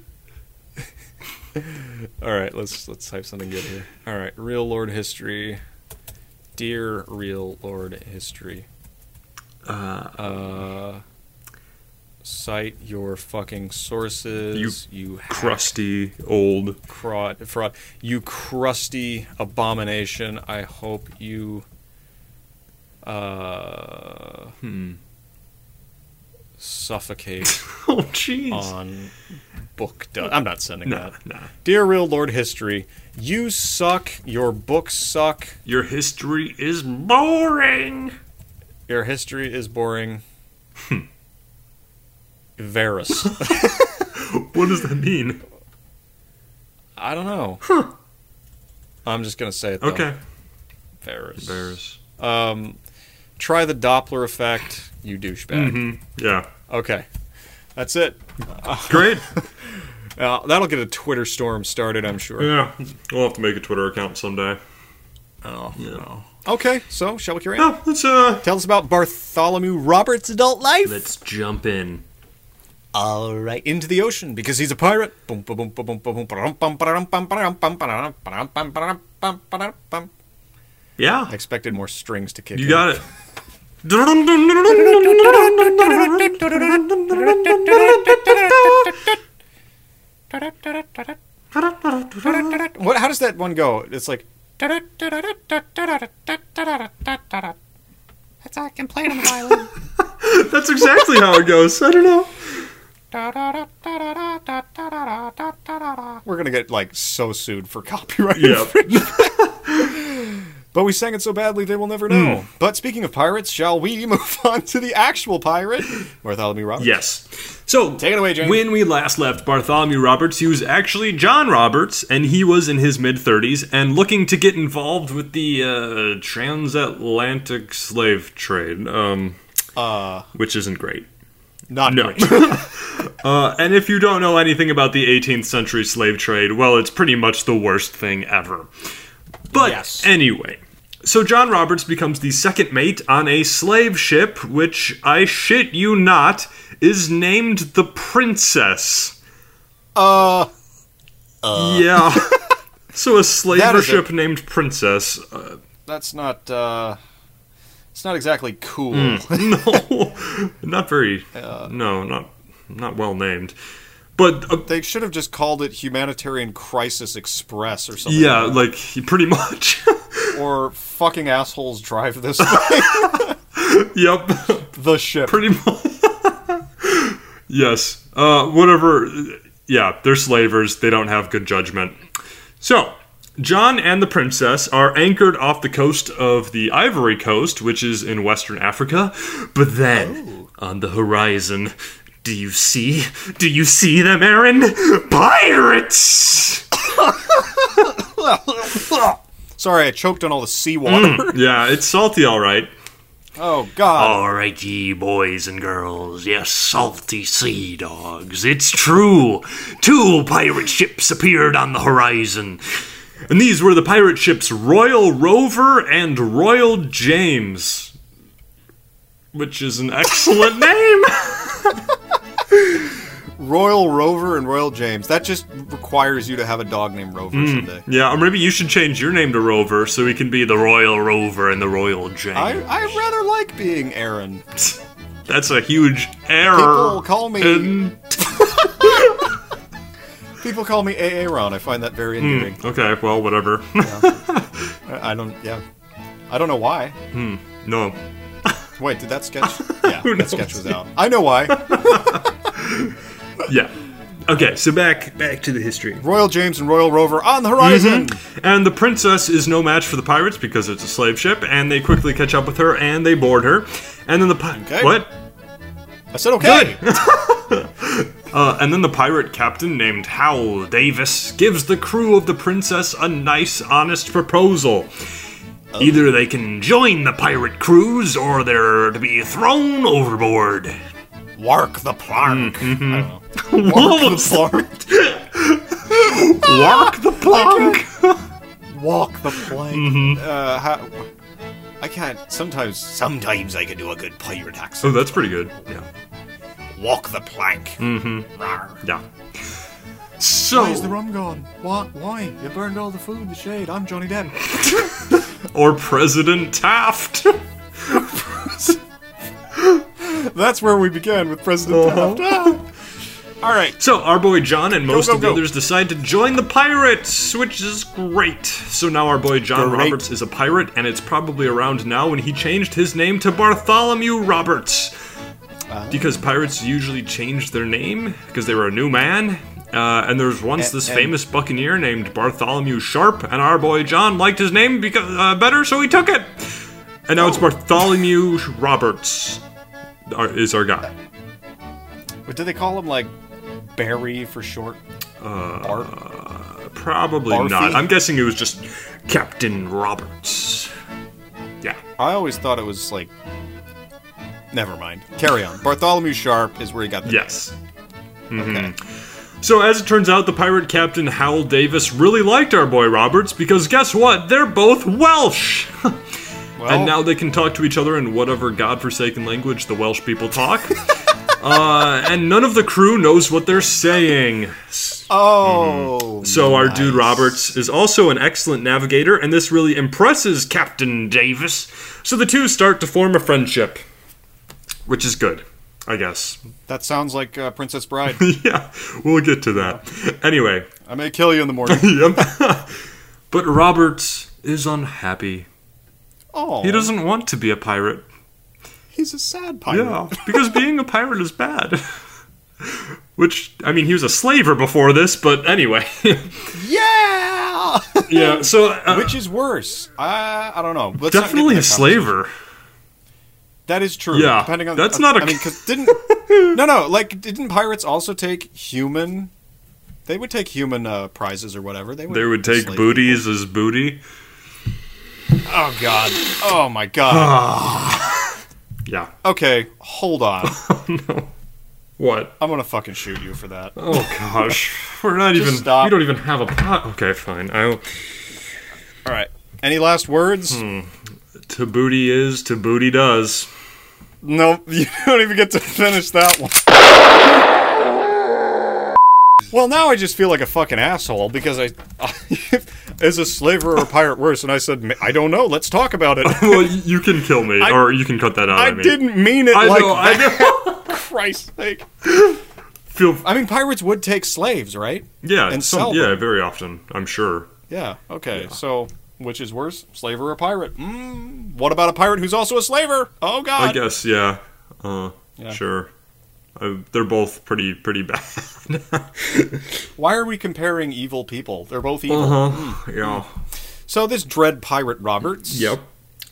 Speaker 3: All right, let's let's type something good here. All right, real Lord history. Dear real Lord history. Uh. Cite your fucking sources. You, you
Speaker 4: Crusty old.
Speaker 3: fraud, fraud. You crusty abomination. I hope you Uh, hmm. Suffocate
Speaker 4: Oh, jeez.
Speaker 3: on book. Do- I'm not sending
Speaker 4: No,
Speaker 3: that.
Speaker 4: no.
Speaker 3: Dear real Lord History, you suck. Your books suck.
Speaker 4: Your history is boring.
Speaker 3: Your history is boring.
Speaker 4: Hmm.
Speaker 3: Varus.
Speaker 4: What does that mean?
Speaker 3: I don't know. I'm just gonna say it. Though.
Speaker 4: Okay.
Speaker 3: Varus.
Speaker 4: Bears.
Speaker 3: Um, try the Doppler effect. You douchebag.
Speaker 4: Yeah.
Speaker 3: Okay, that's it.
Speaker 4: Great.
Speaker 3: Uh, that'll get a Twitter storm started, I'm sure.
Speaker 4: yeah. We'll have to make a Twitter account someday.
Speaker 3: Oh,
Speaker 4: Yeah.
Speaker 3: Okay, so shall we carry on?
Speaker 4: Oh, let's uh.
Speaker 3: Tell us about Bartholomew Roberts' adult life
Speaker 4: Let's jump in.
Speaker 11: All right.
Speaker 3: into the ocean because he's a pirate. Boom, boom, boom, boom, boom, boom, ba-dum, bum, ba-dum, bum, ba-dum, bum, ba-dum, ba-dum, bum, ba-dum, bum, ba-dum, bum.
Speaker 4: Yeah.
Speaker 3: I expected more strings to kick
Speaker 4: You
Speaker 3: in.
Speaker 4: got it.
Speaker 3: What? How does that one go? It's like
Speaker 13: That's how I can play it on the violin.
Speaker 4: That's exactly how it goes. I don't know.
Speaker 3: we're gonna get like so sued for copyright.
Speaker 4: Yeah.
Speaker 3: But we sang it so badly they will never know.
Speaker 4: Hmm.
Speaker 3: But speaking of pirates, shall we move on to the actual pirate, Bartholomew Roberts?
Speaker 4: Yes. So
Speaker 3: Take it away, James.
Speaker 4: When we last left Bartholomew Roberts, he was actually John Roberts, and he was in his mid 30s and looking to get involved with the uh, transatlantic slave trade, um,
Speaker 3: Uh.
Speaker 4: which isn't great.
Speaker 3: Not
Speaker 4: No.
Speaker 3: great.
Speaker 4: uh, and if you don't know anything about the 18th century slave trade, well, it's pretty much the worst thing ever. But
Speaker 3: Yes.
Speaker 4: anyway, so John Roberts becomes the second mate on a slave ship, which I shit you not is named the Princess. Uh. Yeah. so a
Speaker 3: That
Speaker 4: slaver
Speaker 3: is Hmm. a-
Speaker 4: ship named Princess. Uh,
Speaker 3: That's not. uh It's not exactly cool.
Speaker 4: Hmm. Uh, no, not very. no, not not well named. But uh,
Speaker 3: They should have just called it Humanitarian Crisis Express or something.
Speaker 4: Yeah, like pretty much.
Speaker 3: Or fucking assholes drive this thing.
Speaker 4: yep,
Speaker 3: the ship.
Speaker 4: pretty much. yes, uh, whatever. Yeah, they're slavers. They don't have good judgment. So, John and the princess are anchored off the coast of the Ivory Coast, which is in Western Africa. But then, on the horizon, do you see? Do you see them, Aaron? Pirates!
Speaker 3: Sorry, I choked on all the seawater.
Speaker 4: yeah, it's salty, all right.
Speaker 3: Oh
Speaker 4: Uh,
Speaker 3: God.
Speaker 14: All right, ye boys and girls, yes, salty sea dogs. It's true. Two pirate ships appeared on the horizon.
Speaker 4: And these were the pirate ships Royal Rover and Royal James, which is an excellent name.
Speaker 3: Royal Rover and Royal James. That just requires you to have a dog named Rover someday.
Speaker 4: Yeah, or maybe you should change your name to Rover so we can be the Royal Rover and the Royal James.
Speaker 3: I, I rather like being Aaron.
Speaker 4: That's a huge
Speaker 3: People
Speaker 4: error.
Speaker 3: call me
Speaker 4: in-
Speaker 3: people call me Aaron. I find that very endearing.
Speaker 4: Hmm, okay, well, whatever.
Speaker 3: I, I don't. Yeah. I don't know why.
Speaker 4: no.
Speaker 3: Wait, did that sketch? Yeah, that
Speaker 4: knows?
Speaker 3: sketch was out. I know why.
Speaker 4: Yeah. Okay, so back back to the history.
Speaker 3: Royal James and Royal Rover on the horizon.
Speaker 4: And the princess is no match for the pirates because it's a slave ship, and they quickly catch up with her and they board her. And then the pi-
Speaker 3: Okay.
Speaker 4: what?
Speaker 3: I said okay.
Speaker 4: Uh, and then the pirate captain named Howell Davis gives the crew of the Princess a nice, honest proposal.
Speaker 14: Either they can join the pirate crews or they're to be thrown overboard.
Speaker 3: Lark the plank.
Speaker 4: What was Lark the plank? Mm-hmm.
Speaker 3: Walk the plank. Uh, how, I can't. Sometimes, sometimes I can do a good pirate
Speaker 4: Oh,
Speaker 3: accent.
Speaker 4: that's pretty good. Yeah.
Speaker 3: Walk the plank.
Speaker 4: Yeah. So,
Speaker 3: rum gone? Why? Why? You burned all the food in the shade. I'm Johnny Depp.
Speaker 4: or President Taft. Uh-huh.
Speaker 3: Ah. That's where we began with President Taft. All right.
Speaker 4: So our boy John and most
Speaker 3: go,
Speaker 4: of the
Speaker 3: go.
Speaker 4: others decide to join the pirates, which is great. So now our boy John
Speaker 3: Great.
Speaker 4: Roberts is a pirate, and it's probably around now when he changed his name to Bartholomew Roberts.
Speaker 3: Ah.
Speaker 4: Because pirates usually changed their name because they were a new man. Uh, and there was once this famous buccaneer named Bartholomew Sharp, and our boy John liked his name because, uh, better, so he took it. And now it's
Speaker 3: Oh.
Speaker 4: Bartholomew Roberts our, is our guy.
Speaker 15: But do they call him like Barry for short?
Speaker 4: Uh.
Speaker 15: Bart?
Speaker 4: Probably
Speaker 15: Barfy?
Speaker 4: not. I'm guessing it was just Captain Roberts. Yeah.
Speaker 3: I always thought it was like. Never mind. Carry on. Bartholomew Sharp is where he got the
Speaker 4: Yes. hmm So, as it turns out, the pirate captain Howell Davis really liked our boy Roberts because guess what? They're both Welsh! and now they can talk to each other in whatever godforsaken language the Welsh people talk. uh, and none of the crew knows what they're saying.
Speaker 3: Oh.
Speaker 4: Mm-hmm. So our dude Roberts is also an excellent navigator, and this really impresses Captain Davis. So the two start to form a friendship, which is good, I guess.
Speaker 3: That sounds like uh, Princess Bride.
Speaker 4: yeah, we'll get to that. Anyway,
Speaker 3: I may kill you in the morning.
Speaker 4: yep. but Roberts is unhappy.
Speaker 3: Oh.
Speaker 4: He doesn't want to be a pirate.
Speaker 3: He's a sad pirate.
Speaker 4: Yeah, because being a pirate is bad. Which I mean, he was a slaver before this, but anyway.
Speaker 3: Yeah.
Speaker 4: yeah. So uh,
Speaker 3: Which is worse? I I don't know. Let's not get
Speaker 4: definitely
Speaker 3: into
Speaker 4: a
Speaker 3: that
Speaker 4: slaver.
Speaker 3: That is true.
Speaker 4: Yeah,
Speaker 3: depending on
Speaker 4: that's
Speaker 3: I-
Speaker 4: not a-
Speaker 3: I mean, because didn't no no like didn't pirates also take human? They would take human uh, prizes or whatever. They would.
Speaker 4: They would take
Speaker 3: slave
Speaker 4: booties as booty.
Speaker 3: people. Oh god. Oh my god.
Speaker 4: Yeah.
Speaker 3: okay, hold on.
Speaker 4: What?
Speaker 3: I'm gonna fucking shoot you for that.
Speaker 4: Oh gosh, we're not even.
Speaker 3: stop.
Speaker 4: We don't even have a pot. Okay, fine. I,
Speaker 3: All right. Any last
Speaker 4: Hmm.
Speaker 3: words?
Speaker 4: to booty is to booty does.
Speaker 3: Nope. You don't even get to finish that one. Well, now I just feel like a fucking asshole because I, is a slaver or a pirate worse? And I said, "Ma- I don't know. Let's talk about it.
Speaker 4: Well, y- you can kill me,
Speaker 3: I-
Speaker 4: or you can cut that out. I,
Speaker 3: I
Speaker 4: mean.
Speaker 3: didn't mean it
Speaker 4: I
Speaker 3: like
Speaker 4: know.
Speaker 3: that.
Speaker 4: I know.
Speaker 3: Christ's sake.
Speaker 4: Feel
Speaker 3: I mean, pirates would take slaves, right?
Speaker 4: yeah.
Speaker 3: and
Speaker 4: some,
Speaker 3: sell
Speaker 4: yeah,
Speaker 3: them.
Speaker 4: very often. I'm sure.
Speaker 3: Yeah. Okay. So, which is worse, slave or a pirate? Mm, what about a pirate who's also a slaver? Oh
Speaker 4: I
Speaker 3: God.
Speaker 4: guess. Yeah. Uh, Sure. I, they're both pretty pretty bad.
Speaker 3: Why are we comparing evil people? They're both evil.
Speaker 4: Uh-huh.
Speaker 3: Hmm.
Speaker 4: yeah.
Speaker 3: So this dread pirate Roberts.
Speaker 4: Yep.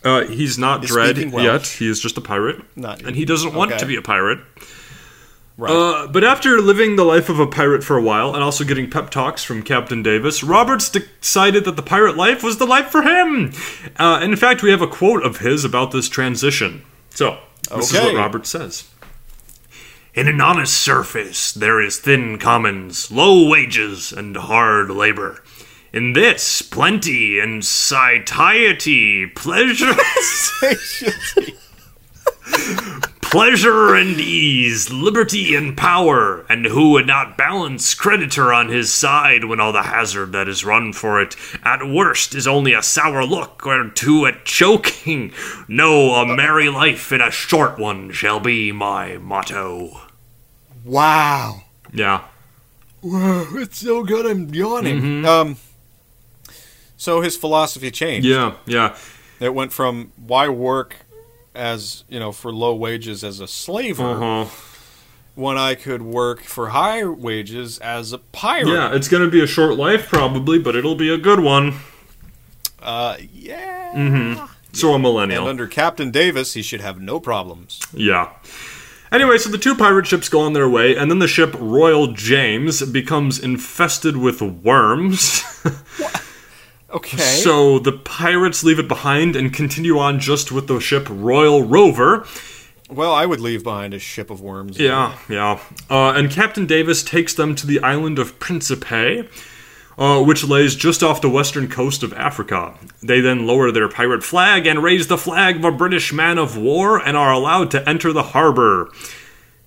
Speaker 4: Uh, he's not
Speaker 3: Is
Speaker 4: dread
Speaker 3: speaking
Speaker 4: yet.
Speaker 3: Welsh?
Speaker 4: He is just a pirate,
Speaker 3: Not-
Speaker 4: and he doesn't want
Speaker 3: okay.
Speaker 4: to be a pirate.
Speaker 3: Right.
Speaker 4: Uh, but after living the life of a pirate for a while, and also getting pep talks from Captain Davis, Roberts decided that the pirate life was the life for him. Uh, and in fact, we have a quote of his about this transition. So this is
Speaker 3: Okay.
Speaker 4: what Roberts says.
Speaker 16: In an honest surface, there is thin commons, low wages, and hard labor. In this, plenty and satiety, pleasure, pleasure and ease, liberty and power. And who would not balance creditor on his side when all the hazard that is run for it, at worst, is only a sour look or two at choking? No, a merry life and a short one shall be my motto.
Speaker 3: Wow.
Speaker 4: Yeah.
Speaker 3: Whoa, it's so good. I'm yawning.
Speaker 4: Mm-hmm.
Speaker 3: Um. So his philosophy changed.
Speaker 4: Yeah. Yeah.
Speaker 3: It went from why work as you know for low wages as a slaver
Speaker 4: Uh huh.
Speaker 3: when I could work for high wages as a pirate.
Speaker 4: Yeah. It's gonna be a short life probably, but it'll be a good one.
Speaker 3: Uh, yeah.
Speaker 4: So a
Speaker 3: And
Speaker 4: millennial.
Speaker 3: under Captain Davis, he should have no problems.
Speaker 4: Yeah. Anyway, so the two pirate ships go on their way, and then the ship Royal James becomes infested with worms.
Speaker 3: Okay.
Speaker 4: so the pirates leave it behind and continue on just with the ship Royal Rover.
Speaker 3: well, I would leave behind a ship of worms.
Speaker 4: Yeah, yeah. Uh, and Captain Davis takes them to the island of Principe, uh, which lays just off the western coast of Africa. They then lower their pirate flag and raise the flag of a British man of war and are allowed to enter the harbor.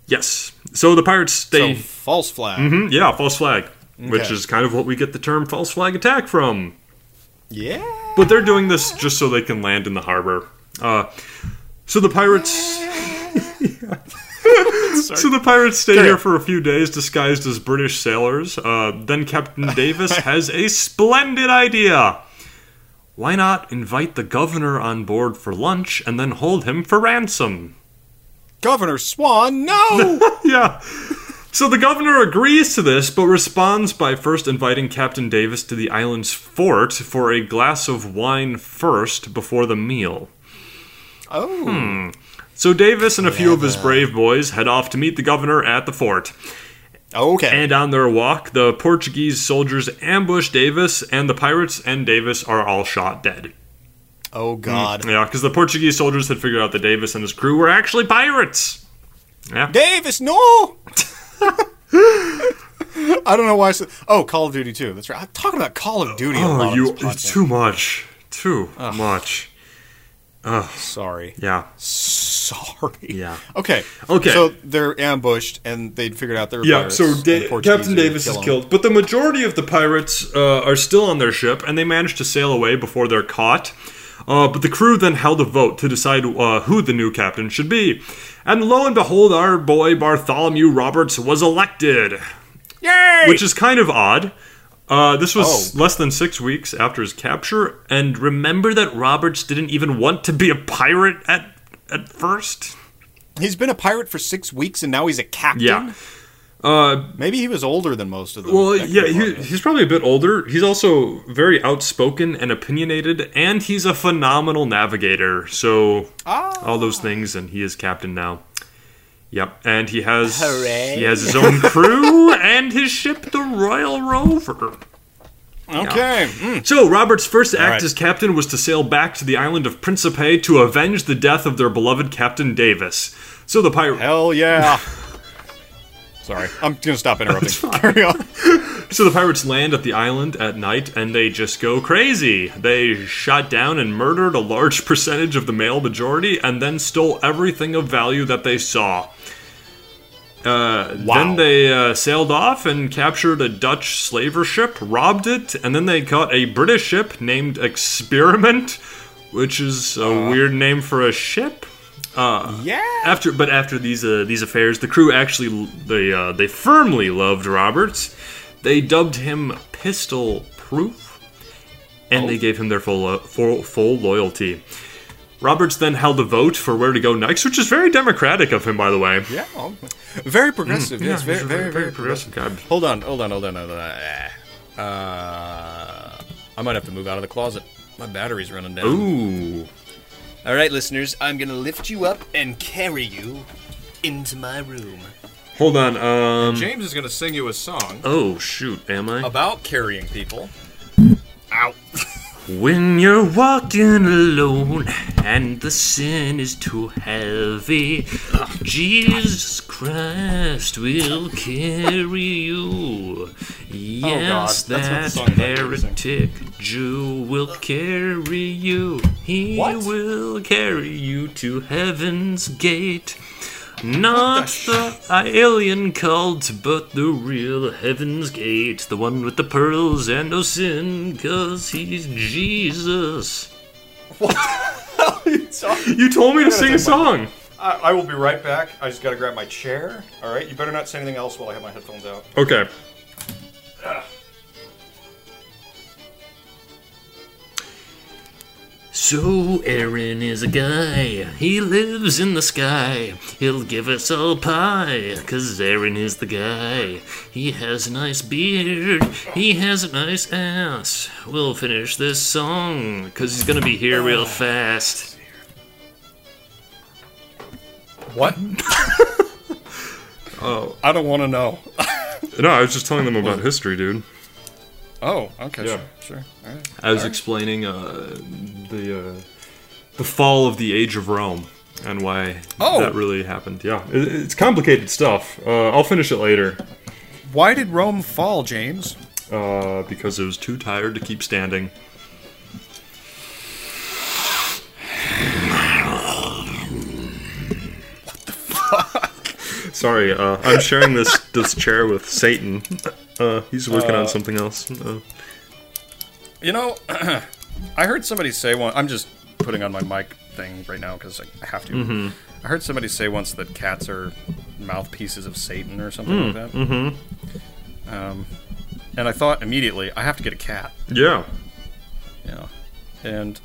Speaker 4: Yes. So the pirates
Speaker 3: So,
Speaker 4: stay.
Speaker 3: false flag.
Speaker 4: Mhm, yeah, false flag, which
Speaker 3: Okay.
Speaker 4: is kind of what we get the term false flag attack from.
Speaker 3: Yeah.
Speaker 4: But they're doing this just so they can land in the harbor. Uh, so the pirates. So the pirates stay here for a few days disguised as British sailors. Uh, then Captain Davis has a splendid idea. Why not invite the governor on board for lunch and then hold him for ransom?
Speaker 3: Governor Swan, no!
Speaker 4: Yeah. So the governor agrees to this, but responds by first inviting Captain Davis to the island's fort for a glass of wine first before the meal.
Speaker 3: oh.
Speaker 4: Hmm. So Davis and a few of his brave boys head off to meet the governor at the fort.
Speaker 3: Okay.
Speaker 4: And on their walk, the Portuguese soldiers ambush Davis, and the pirates and Davis are all shot dead.
Speaker 3: oh, God.
Speaker 4: Yeah, because the Portuguese soldiers had figured out that Davis and his crew were actually pirates.
Speaker 3: Davis, no! I don't know why. I said, oh, Call of Duty too. That's right. I'm talking about Call of Duty. a lot
Speaker 4: Oh,
Speaker 3: on
Speaker 4: you,
Speaker 3: this
Speaker 4: it's
Speaker 3: podcast.
Speaker 4: too much. Too much.
Speaker 3: sorry.
Speaker 4: Yeah.
Speaker 3: Sorry.
Speaker 4: Yeah.
Speaker 3: Okay.
Speaker 4: Okay.
Speaker 3: So they're ambushed and they'd figured out they were
Speaker 4: Yeah,
Speaker 3: pirates,
Speaker 4: so
Speaker 3: and
Speaker 4: da-
Speaker 3: Portuguese
Speaker 4: Captain
Speaker 3: are gonna
Speaker 4: Davis
Speaker 3: kill
Speaker 4: is
Speaker 3: 'em.
Speaker 4: killed, but the majority of the pirates uh, are still on their ship, and they manage to sail away before they're caught. Uh, but the crew then held a vote to decide uh, who the new captain should be. And lo and behold, our boy Bartholomew Roberts was elected. Yay! Which is kind of odd. Uh, this
Speaker 3: Oh.
Speaker 4: was less than six weeks after his capture, and remember that Roberts didn't even want to be a pirate at at first.
Speaker 3: He's been a pirate for six weeks and now he's a captain.
Speaker 4: Yeah.
Speaker 3: Maybe he was older than most of them.
Speaker 4: Well,
Speaker 3: that
Speaker 4: yeah,
Speaker 3: crew
Speaker 4: he,
Speaker 3: on it.
Speaker 4: he's probably a bit older. He's also very outspoken and opinionated, and he's a phenomenal navigator. So all those things, and he is captain now. Yep, and he has he has his own crew and his ship, the Royal Rover.
Speaker 3: okay. Mm.
Speaker 4: So Robert's first act
Speaker 3: right.
Speaker 4: as captain was to sail back to the island of Principe to avenge the death of their beloved Captain Davis. So the pirate
Speaker 3: Hell yeah. Sorry, I'm gonna stop interrupting. Carry on.
Speaker 4: So the pirates land at the island at night and they just go crazy. They shot down and murdered a large percentage of the male majority and then stole everything of value that they saw. Uh, Then they uh, sailed off and captured a Dutch slaver ship, robbed it, and then they caught a British ship named Experiment, which is a weird name for a ship. Uh,
Speaker 3: Yeah.
Speaker 4: After, but after these uh, these affairs, the crew actually they uh, they firmly loved Roberts. They dubbed him Pistol Proof, and
Speaker 3: Oh.
Speaker 4: they gave him their full, uh, full full loyalty. Roberts then held a vote for where to go next, which is very democratic of him, by the way.
Speaker 3: Yeah. oh, Very progressive. yes.
Speaker 4: Mm, he's
Speaker 3: Very,
Speaker 4: a
Speaker 3: very, very,
Speaker 4: progressive guy.
Speaker 3: Hold on, hold on, hold on, hold on. Uh, I might have to move out of the closet.
Speaker 11: My battery's running down.
Speaker 4: Ooh,
Speaker 11: All right, listeners, I'm gonna lift you up and carry you into my room.
Speaker 4: hold on. Um.
Speaker 3: James is gonna sing you a song
Speaker 4: Oh shoot, am I?
Speaker 3: about carrying people.
Speaker 14: When you're walking alone and the sin is too heavy, Jesus Christ will carry you. Yes,
Speaker 3: Oh, God, that's
Speaker 14: that
Speaker 3: what the song might be
Speaker 14: heretic Jew will carry you. He will carry you to heaven's gate. Not the, alien cult, but the real Heaven's Gate. The one with the pearls and no sin, cause he's Jesus.
Speaker 4: You told me to sing a song.
Speaker 7: I, I will be right back. I just gotta grab my chair. All right, you better not say anything else while I have my headphones out.
Speaker 4: Okay.
Speaker 14: So, Aaron is a guy. He lives in the sky. He'll give us all pie, cause Aaron is the guy. He has a nice beard. He has a nice ass. We'll finish this song, cause he's gonna be here real fast.
Speaker 3: What? oh, I don't want to know.
Speaker 4: No, I was just telling them about history, dude.
Speaker 3: Oh, okay,
Speaker 4: Yeah.
Speaker 3: sure, sure. All right.
Speaker 4: I was explaining uh, the uh, the fall of the Age of Rome and why
Speaker 3: Oh.
Speaker 4: that really happened. Yeah, it, it's complicated stuff. Uh, I'll finish it later
Speaker 3: Why did Rome fall, James?
Speaker 4: uh, because it was too tired to keep standing. Sorry, uh, I'm sharing this this chair with Satan. Uh, he's working on something else. Uh,
Speaker 3: You know, I heard somebody say one. I'm just putting on my mic thing right now because I have to. I heard somebody say once that cats are mouthpieces of Satan or something like that. Mm-hmm. Um, and I thought immediately, I have to get a cat.
Speaker 4: Yeah.
Speaker 3: Yeah. And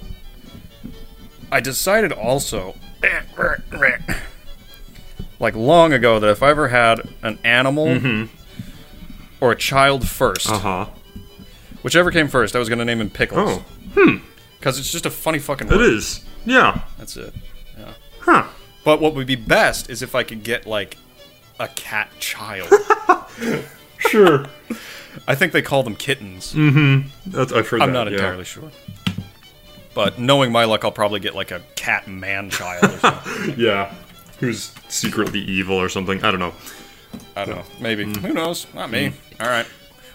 Speaker 3: I decided also, like long ago, that if I ever had an animal or a child first,
Speaker 4: Uh huh.
Speaker 3: whichever came first, I was going to name him Pickles.
Speaker 4: Oh.
Speaker 3: Because it's just a funny fucking
Speaker 4: It
Speaker 3: word.
Speaker 4: is. Yeah.
Speaker 3: That's it.
Speaker 4: Huh.
Speaker 3: But what would be best is if I could get, like, a cat child.
Speaker 4: Sure.
Speaker 3: I think they call them kittens.
Speaker 4: That's, I've heard
Speaker 3: I'm
Speaker 4: that.
Speaker 3: not
Speaker 4: Mm. yeah.
Speaker 3: entirely sure. But knowing my luck, I'll probably get, like, a cat man child or something.
Speaker 4: Yeah. Who's secretly evil or something? I don't know.
Speaker 3: I don't know. Maybe. Who knows? Not me. All right.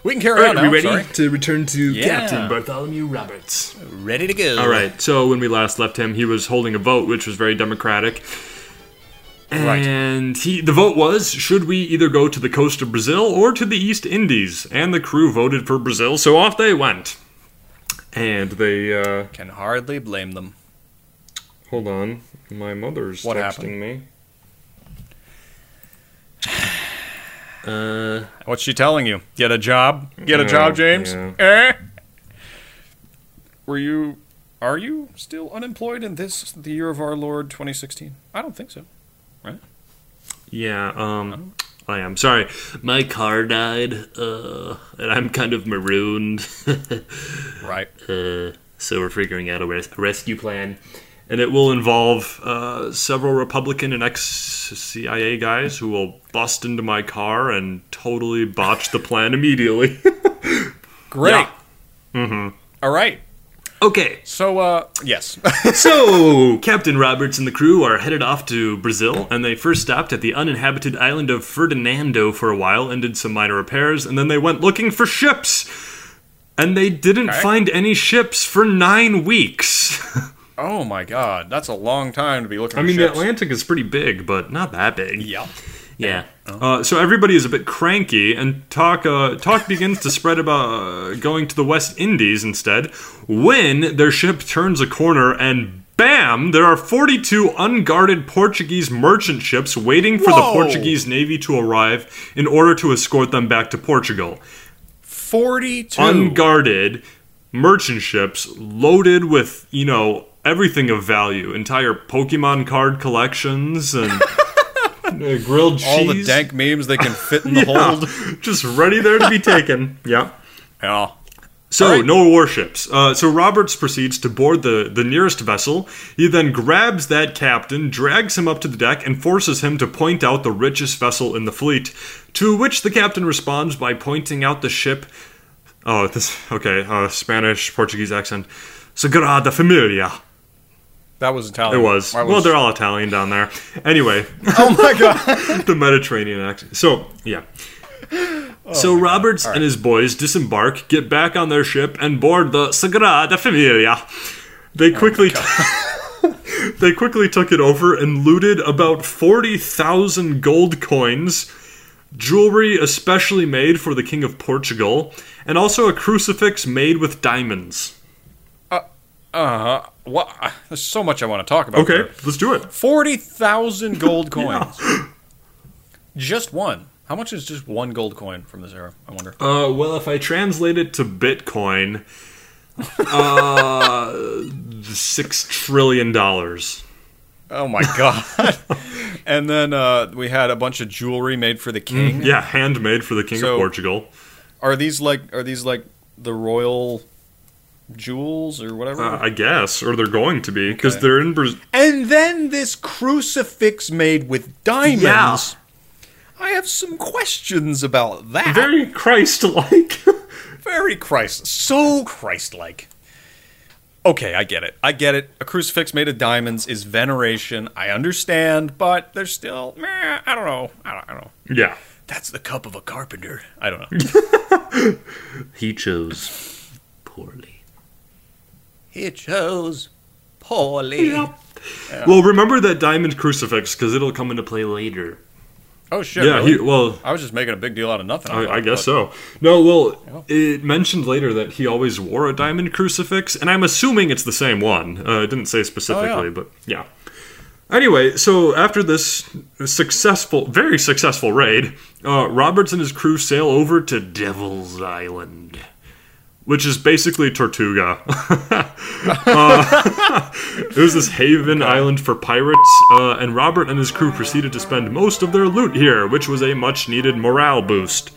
Speaker 3: We can carry
Speaker 4: Mm. All
Speaker 3: on
Speaker 4: right, are
Speaker 3: now.
Speaker 4: we ready
Speaker 3: Sorry.
Speaker 4: to return to
Speaker 3: Yeah.
Speaker 4: Captain Bartholomew Roberts?
Speaker 17: Ready to go.
Speaker 4: All right. So when we last left him, he was holding a vote, which was very democratic. And he, the vote was: should we either go to the coast of Brazil or to the East Indies? And the crew voted for Brazil, so off they went. And they uh,
Speaker 3: Can hardly blame them.
Speaker 4: hold on. My mother's
Speaker 3: What
Speaker 4: texting
Speaker 3: happened?
Speaker 4: me.
Speaker 3: What's she telling you? Get a job. Get a
Speaker 4: Yeah,
Speaker 3: job, James.
Speaker 4: yeah.
Speaker 3: Eh? Were you? Are you still unemployed in this the year of our Lord 2016? I don't think so.
Speaker 4: Yeah. Um. I am sorry. My car died, uh, and I'm kind of marooned.
Speaker 3: Right.
Speaker 4: Uh, so we're figuring out a, res- a rescue plan, and it will involve uh, several Republican and ex-CIA guys who will bust into my car and totally botch the plan immediately.
Speaker 3: Great.
Speaker 4: Yeah.
Speaker 3: All right.
Speaker 4: okay,
Speaker 3: So, uh, yes.
Speaker 4: so Captain Roberts and the crew are headed off to Brazil, and they first stopped at the uninhabited island of Ferdinando for a while and did some minor repairs, and then they went looking for ships. And they didn't find any ships for nine weeks.
Speaker 3: oh my God, that's a long time to be looking.
Speaker 4: I
Speaker 3: for
Speaker 4: mean, the
Speaker 3: ships.
Speaker 4: Atlantic is pretty big, but not that big.
Speaker 3: Yeah. Oh.
Speaker 4: Yeah. Uh, so everybody is a bit cranky, and talk uh, talk begins to spread about uh, going to the West Indies instead. When their ship turns a corner, and bam, there are 42 unguarded Portuguese merchant ships waiting for the
Speaker 3: Whoa!
Speaker 4: Portuguese navy to arrive in order to escort them back to Portugal.
Speaker 3: Forty-two.
Speaker 4: Unguarded merchant ships loaded with you know everything of value, entire Pokemon card collections and. uh, grilled cheese.
Speaker 3: all the dank memes they can fit in the hold.
Speaker 4: just ready there to be taken. yeah.
Speaker 3: Yeah.
Speaker 4: So
Speaker 3: All right.
Speaker 4: no warships. Uh, so Roberts proceeds to board the the nearest vessel. He then grabs that captain, drags him up to the deck, and forces him to point out the richest vessel in the fleet. To which the captain responds by pointing out the ship. Oh, this okay. Uh, Spanish Portuguese accent. Sagrada Familia.
Speaker 3: That was
Speaker 4: It
Speaker 3: Italian.
Speaker 4: was.
Speaker 3: I
Speaker 4: Well, they're all Italian down there. Anyway,
Speaker 3: Oh my God.
Speaker 4: the Mediterranean accent. So yeah.
Speaker 3: Oh
Speaker 4: So Roberts and his boys disembark, get back on their ship, and board the Sagrada Familia. They
Speaker 3: Oh
Speaker 4: quickly, they quickly took it over and looted about forty thousand gold coins, jewelry especially made for the King of Portugal, and also a crucifix made with diamonds.
Speaker 3: Uh-huh. What? There's so much I want to talk about.
Speaker 4: Okay,
Speaker 3: there.
Speaker 4: let's do it.
Speaker 3: Forty thousand gold coins. Just one. How much is just one gold coin from this era? I wonder.
Speaker 4: Uh, well, if I translate it to Bitcoin, uh, six trillion dollars.
Speaker 3: Oh my god! and then uh, we had a bunch of jewelry made for the king.
Speaker 4: Yeah, handmade for the King
Speaker 3: So-
Speaker 4: of Portugal.
Speaker 3: Are these like? Are these like the royal jewels or whatever?
Speaker 4: Uh, I guess, or they're going to be because they're in Brazil.
Speaker 3: and then this crucifix made with diamonds. I have some questions about that.
Speaker 4: Very Christ-like.
Speaker 3: very Christ, so Christ-like. Okay, I get it. I get it. A crucifix made of diamonds is veneration. I understand, but there's still, meh, I don't know. I don't, I don't know.
Speaker 4: yeah,
Speaker 3: That's the cup of a carpenter. I don't know.
Speaker 4: he chose poorly.
Speaker 17: He chose poorly.
Speaker 4: Well, remember that diamond crucifix because it'll come into play later.
Speaker 3: Oh shit!
Speaker 4: Yeah,
Speaker 3: really?
Speaker 4: he- well-
Speaker 3: I was just making a big deal out of nothing.
Speaker 4: I, I guess so. No, well, it mentioned later that he always wore a diamond crucifix, and I'm assuming it's the same one. Uh, it didn't say specifically, but yeah. Anyway, so after this successful, very successful raid, uh, Roberts and his crew sail over to Devil's Island, which is basically Tortuga. Uh, it was this haven island for pirates, uh, and Robert and his crew proceeded to spend most of their loot here, which was a much needed morale boost.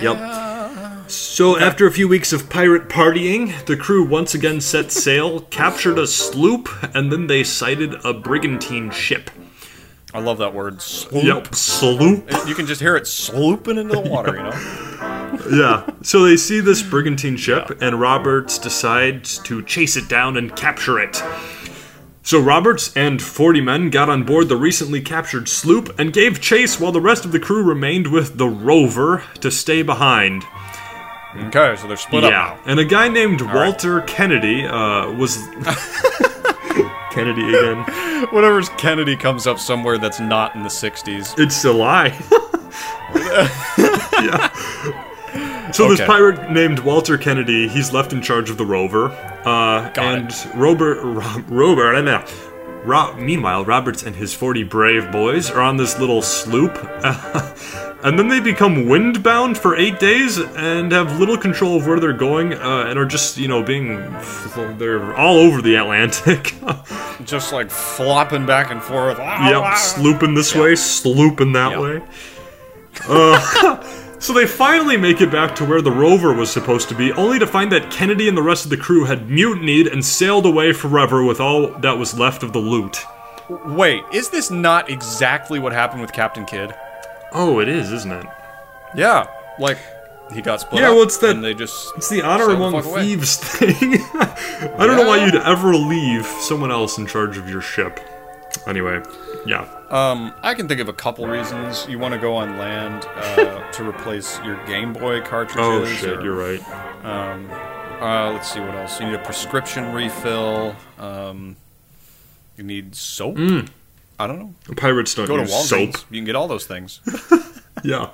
Speaker 4: Yep. So, after a few weeks of pirate partying, the crew once again set sail, captured a sloop, and then they sighted a brigantine ship.
Speaker 3: I love that word. Sloop.
Speaker 4: Yep, sloop.
Speaker 3: You can just hear it slooping into the water. You know.
Speaker 4: yeah. So they see this brigantine ship, and Roberts decides to chase it down and capture it. So Roberts and 40 men got on board the recently captured sloop and gave chase while the rest of the crew remained with the rover to stay behind.
Speaker 3: Okay, so they're split up
Speaker 4: yeah. And a guy named Walter Kennedy uh, was. Kennedy again.
Speaker 3: Whenever Kennedy comes up somewhere that's not in the '60s,
Speaker 4: It's a lie. So this
Speaker 3: Okay.
Speaker 4: pirate named Walter Kennedy, he's left in charge of the rover, uh, and Robert, Rob, Robert, I know. Ro- meanwhile, Roberts and his forty brave boys are on this little sloop, and then they become windbound for eight days and have little control of where they're going, uh, and are just you know being they're all over the Atlantic.
Speaker 3: just like flopping back and forth. "Ah,
Speaker 4: yep, slooping this way, slooping that way. Uh, so they finally make it back to where the rover was supposed to be, only to find that Kennedy and the rest of the crew had mutinied and sailed away forever with all that was left of the loot.
Speaker 3: Wait, is this not exactly what happened with Captain Kidd?
Speaker 4: Oh, it is, isn't it?
Speaker 3: Yeah, like he got split.
Speaker 4: Yeah,
Speaker 3: up,
Speaker 4: well, it's that-
Speaker 3: And they just
Speaker 4: It's the honor
Speaker 3: sailed the
Speaker 4: among
Speaker 3: fuck away.
Speaker 4: thieves thing. I don't know why you'd ever leave someone else in charge of your ship. Anyway, yeah.
Speaker 3: Um, I can think of a couple reasons you want to go on land uh, to replace your Game Boy cartridges.
Speaker 4: Oh shit,
Speaker 3: or-
Speaker 4: you're right.
Speaker 3: Um, uh, let's see what else. You need a prescription refill. Um, you need soap. I don't know.
Speaker 4: Pirates Hmm. don't
Speaker 3: Go to
Speaker 4: use
Speaker 3: Walgreens.
Speaker 4: soap.
Speaker 3: You can get all those things.
Speaker 4: Yeah.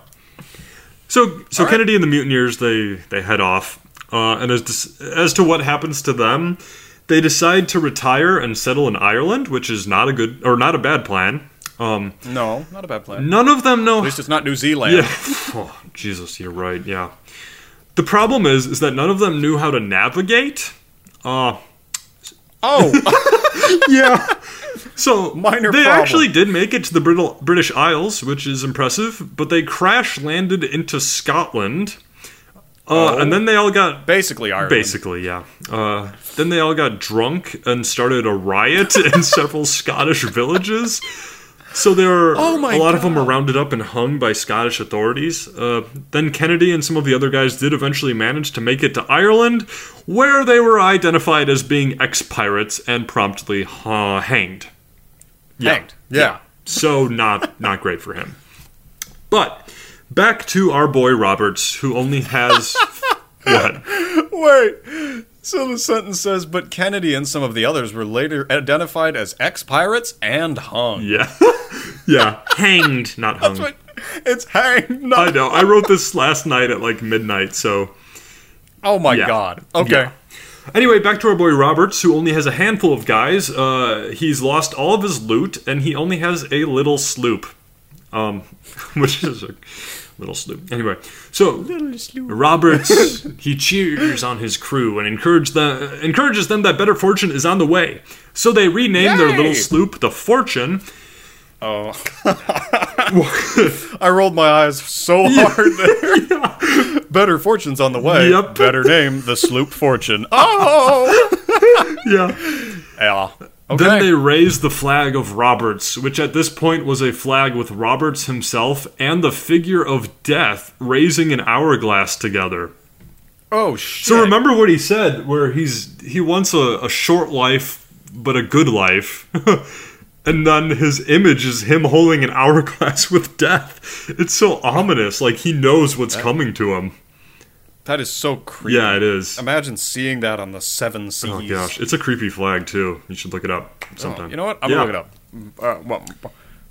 Speaker 4: So so Kennedy and the mutineers they they head off, uh, and as as to what happens to them, they decide to retire and settle in Ireland, which is not a good or not a bad plan. Um,
Speaker 3: No, not a bad plan.
Speaker 4: none of them know.
Speaker 3: At least it's not New Zealand.
Speaker 4: Yeah. Oh, Jesus, you're right. Yeah. The problem is is that none of them knew how to navigate. Uh,
Speaker 3: Oh,
Speaker 4: yeah. So
Speaker 3: Minor
Speaker 4: they
Speaker 3: problem.
Speaker 4: actually did make it to the Brit- British Isles, which is impressive, but they crash landed into Scotland. Uh,
Speaker 3: Oh.
Speaker 4: And then they all got
Speaker 3: basically Ireland.
Speaker 4: basically, yeah. Uh, then they all got drunk and started a riot in several Scottish villages. So there were
Speaker 3: my
Speaker 4: a lot of them were rounded up and hung by Scottish authorities. Uh, then Kennedy and some of the other guys did eventually manage to make it to Ireland, where they were identified as being ex-pirates and promptly uh, hanged.
Speaker 3: Hanged. Yeah.
Speaker 4: So not not great for him. But back to our boy Roberts, who only has. what?
Speaker 3: Wait. So the sentence says, but Kennedy and some of the others were later identified as ex pirates and hung.
Speaker 4: Yeah. yeah. Hanged, not hung.
Speaker 3: But it's hanged. Not-
Speaker 4: I know. I wrote this last night at like midnight, so.
Speaker 3: oh my
Speaker 4: Yeah.
Speaker 3: god. Okay.
Speaker 4: Yeah. Anyway, back to our boy Roberts, who only has a handful of guys. Uh, he's lost all of his loot, and he only has a little sloop. Um, which is a little sloop. Anyway, so Roberts he cheers on his crew and encourage the, encourages them that better fortune is on the way. So they rename their
Speaker 3: Yay!
Speaker 4: little sloop the Fortune,
Speaker 3: I rolled my eyes so hard there. Better fortune's on the way.
Speaker 4: Yep.
Speaker 3: Better name, the sloop fortune. Oh.
Speaker 4: Yeah.
Speaker 3: Yeah. Okay.
Speaker 4: Then they raised the flag of Roberts, which at this point was a flag with Roberts himself and the figure of death raising an hourglass together.
Speaker 3: oh shit.
Speaker 4: So remember what he said, where he's he wants a, a short life but a good life. and then his image is him holding an hourglass with death. It's so ominous, like he knows what's coming to him.
Speaker 3: that is so creepy.
Speaker 4: Yeah, it is.
Speaker 3: Imagine seeing that on the seven seas.
Speaker 4: Oh gosh, it's a creepy flag too. You should look it up sometime.
Speaker 3: You know what? I'm
Speaker 4: Yeah.
Speaker 3: gonna look it up. Uh, well,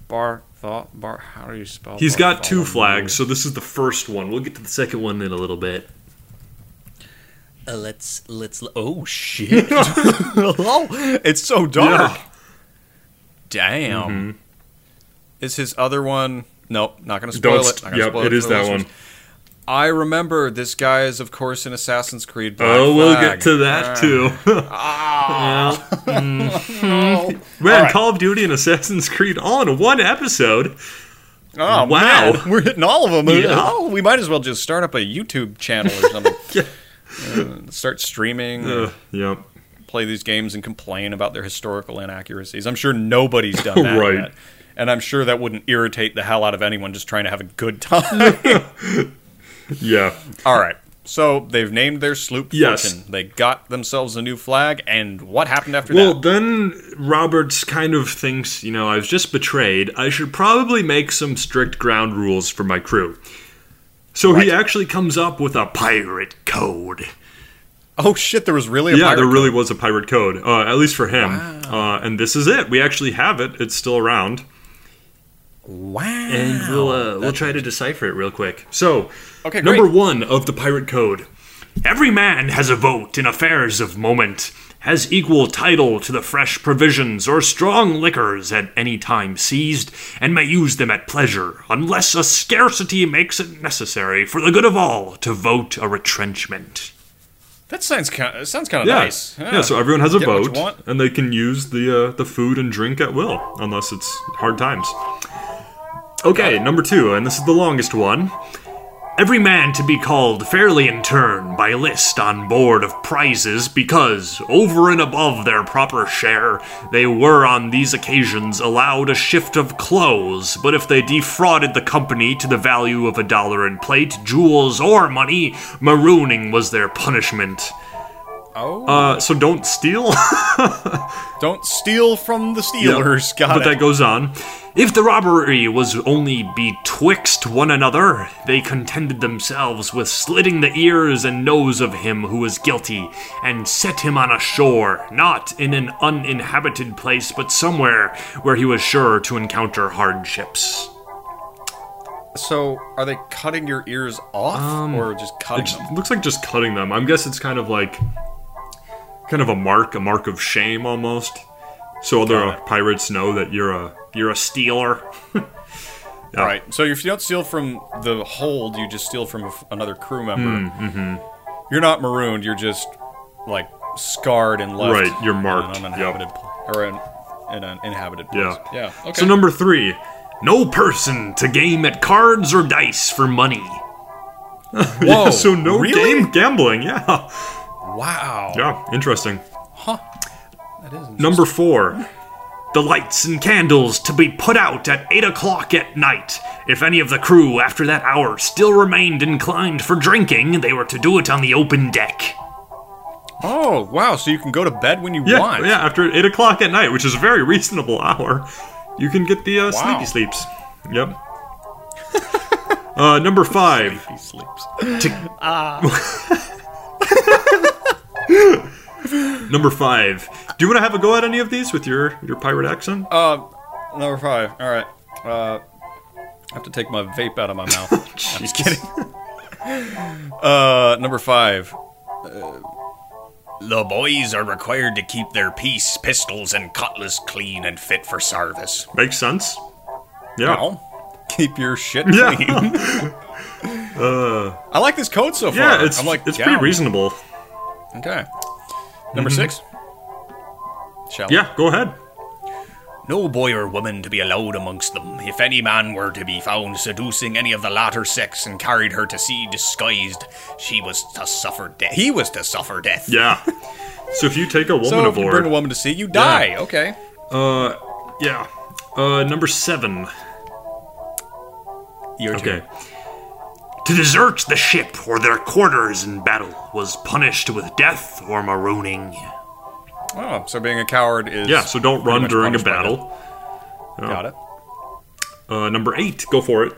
Speaker 3: Bar, bar, bar. How do you spell?
Speaker 18: He's
Speaker 3: bar-
Speaker 18: got two flags, so this is the first one. We'll get to the second one in a little bit.
Speaker 11: Uh, let's let's. Oh shit!
Speaker 3: Hello? Oh, It's so dark. Damn.
Speaker 18: Mhm.
Speaker 3: Is his other one? Nope, not gonna spoil
Speaker 18: Don't-
Speaker 3: it. Not gonna
Speaker 18: yep,
Speaker 3: spoil
Speaker 18: it is
Speaker 3: for the
Speaker 18: that
Speaker 3: listeners.
Speaker 18: one.
Speaker 3: I remember this guy is, of course, in Assassin's Creed. Black
Speaker 18: Oh, we'll
Speaker 3: Flag.
Speaker 18: get to that too.
Speaker 3: Ah.
Speaker 18: Yeah. Mhm. Ran Call of Duty and Assassin's Creed all in one episode.
Speaker 3: Oh
Speaker 18: Wow.
Speaker 3: man, we're hitting all of them.
Speaker 18: Yeah.
Speaker 3: Oh, we might as well just start up a YouTube channel or something. Uh, start streaming.
Speaker 18: Ugh, Uh, yep.
Speaker 3: Play these games and complain about their historical inaccuracies. I'm sure nobody's done that
Speaker 18: Right.
Speaker 3: yet, and I'm sure that wouldn't irritate the hell out of anyone just trying to have a good time.
Speaker 18: Yeah.
Speaker 3: all right. So they've named their sloop
Speaker 18: Yes.
Speaker 3: Fortune. They got themselves a new flag, and what happened after
Speaker 18: Well,
Speaker 3: that?
Speaker 18: then Roberts kind of thinks, you know, I was just betrayed. I should probably make some strict ground rules for my crew. So he actually comes up with a pirate code.
Speaker 3: Oh shit! There was really a
Speaker 18: yeah,
Speaker 3: pirate
Speaker 18: there really was a pirate code, uh, at least for him. Uh, and this is it. We actually have it. It's still around,
Speaker 3: Wow.
Speaker 18: and we'll uh, we'll try to decipher it real quick. So,
Speaker 3: Okay,
Speaker 18: number
Speaker 3: great.
Speaker 18: one of the pirate code:
Speaker 4: Every man has a vote in affairs of moment, has equal title to the fresh provisions or strong liquors at any time seized, and may use them at pleasure, unless a scarcity makes it necessary for the good of all to vote a retrenchment.
Speaker 3: That sounds kind. Of, sounds kind of
Speaker 18: yeah.
Speaker 3: nice.
Speaker 18: yeah, So everyone has a
Speaker 3: Get what you
Speaker 18: vote,
Speaker 3: want.
Speaker 18: and they can use the uh, the food and drink at will, unless it's hard times.
Speaker 4: Okay, number two, and this is the longest one. Every man to be called fairly in turn by list on board of prizes because, over and above their proper share, they were on these occasions allowed a shift of clothes, but if they defrauded the company to the value of a dollar in plate, jewels, or money, marooning was their punishment.
Speaker 3: Oh.
Speaker 4: Uh, so don't steal?
Speaker 3: Don't steal from the stealers.
Speaker 4: Yep.
Speaker 3: Got
Speaker 4: but
Speaker 3: it.
Speaker 4: that goes on. If the robbery was only betwixt one another, they contended themselves with slitting the ears and nose of him who was guilty, and set him on a shore, not in an uninhabited place, but somewhere where he was sure to encounter hardships.
Speaker 3: So, are they cutting your ears off
Speaker 18: Um,
Speaker 3: or just cutting
Speaker 18: It
Speaker 3: them?
Speaker 18: looks like just cutting them. I guess it's kind of like kind of a mark, a mark of shame almost. So other pirates know that you're a you're a stealer. Oh.
Speaker 3: All right. So, if you don't steal from the hold, you just steal from a f- another crew member.
Speaker 18: Hmm, mm-hmm.
Speaker 3: You're not marooned. You're just like scarred and left.
Speaker 18: Right, you're marked,
Speaker 3: In
Speaker 18: yep.
Speaker 3: an uninhabited pl- or in, in an inhabited place.
Speaker 18: Yeah.
Speaker 3: Yeah. Okay.
Speaker 18: So number three.
Speaker 4: No person to game at cards or dice for money.
Speaker 3: Whoa.
Speaker 18: so no
Speaker 3: Oh, really?
Speaker 18: game gambling, yeah.
Speaker 3: Wow.
Speaker 18: Yeah, interesting.
Speaker 3: That is.
Speaker 18: Number four.
Speaker 4: The lights and candles to be put out at 8 o'clock at night. If any of the crew after that hour still remained inclined for drinking, they were to do it on the open deck.
Speaker 3: Oh wow. So you can go to bed when you
Speaker 18: Yeah,
Speaker 3: want.
Speaker 18: yeah, after eight o'clock at night, which is a very reasonable hour, you can get the uh,
Speaker 3: Wow.
Speaker 18: sleepy sleeps. Yep. uh, number five.
Speaker 3: He sleeps.
Speaker 18: Number five. Do you want to have a go at any of these with your your pirate accent?
Speaker 3: Uh, number five. All right. Uh, I have to take my vape out of my mouth. I'm just kidding. Uh, number five.
Speaker 1: The boys are required to keep their piece, pistols, and cutlass clean and fit for service.
Speaker 18: Makes sense. Yeah.
Speaker 3: Well, keep your shit
Speaker 18: Yeah.
Speaker 3: clean. I like this code so far.
Speaker 18: Yeah, it's
Speaker 3: I'm like,
Speaker 18: it's
Speaker 3: down.
Speaker 18: pretty reasonable.
Speaker 3: Okay. Number six. Shall
Speaker 18: Yeah, go ahead.
Speaker 1: No boy or woman to be allowed amongst them. If any man were to be found seducing any of the latter sex and carried her to sea disguised, she was to suffer death. He was to suffer death.
Speaker 18: Yeah. So if you take a woman
Speaker 3: So if you bring
Speaker 18: aboard,
Speaker 3: a woman to sea, you die. Okay.
Speaker 18: uh, yeah. Uh, number seven.
Speaker 3: Your
Speaker 18: Okay.
Speaker 4: To desert the ship or their quarters in battle was punished with death or marooning.
Speaker 3: turn. Oh, so being a coward is
Speaker 18: Yeah. So don't
Speaker 3: pretty
Speaker 18: run
Speaker 3: much
Speaker 18: during a
Speaker 3: punished by
Speaker 18: battle.
Speaker 3: death. Got it.
Speaker 18: Uh, number eight, go for it.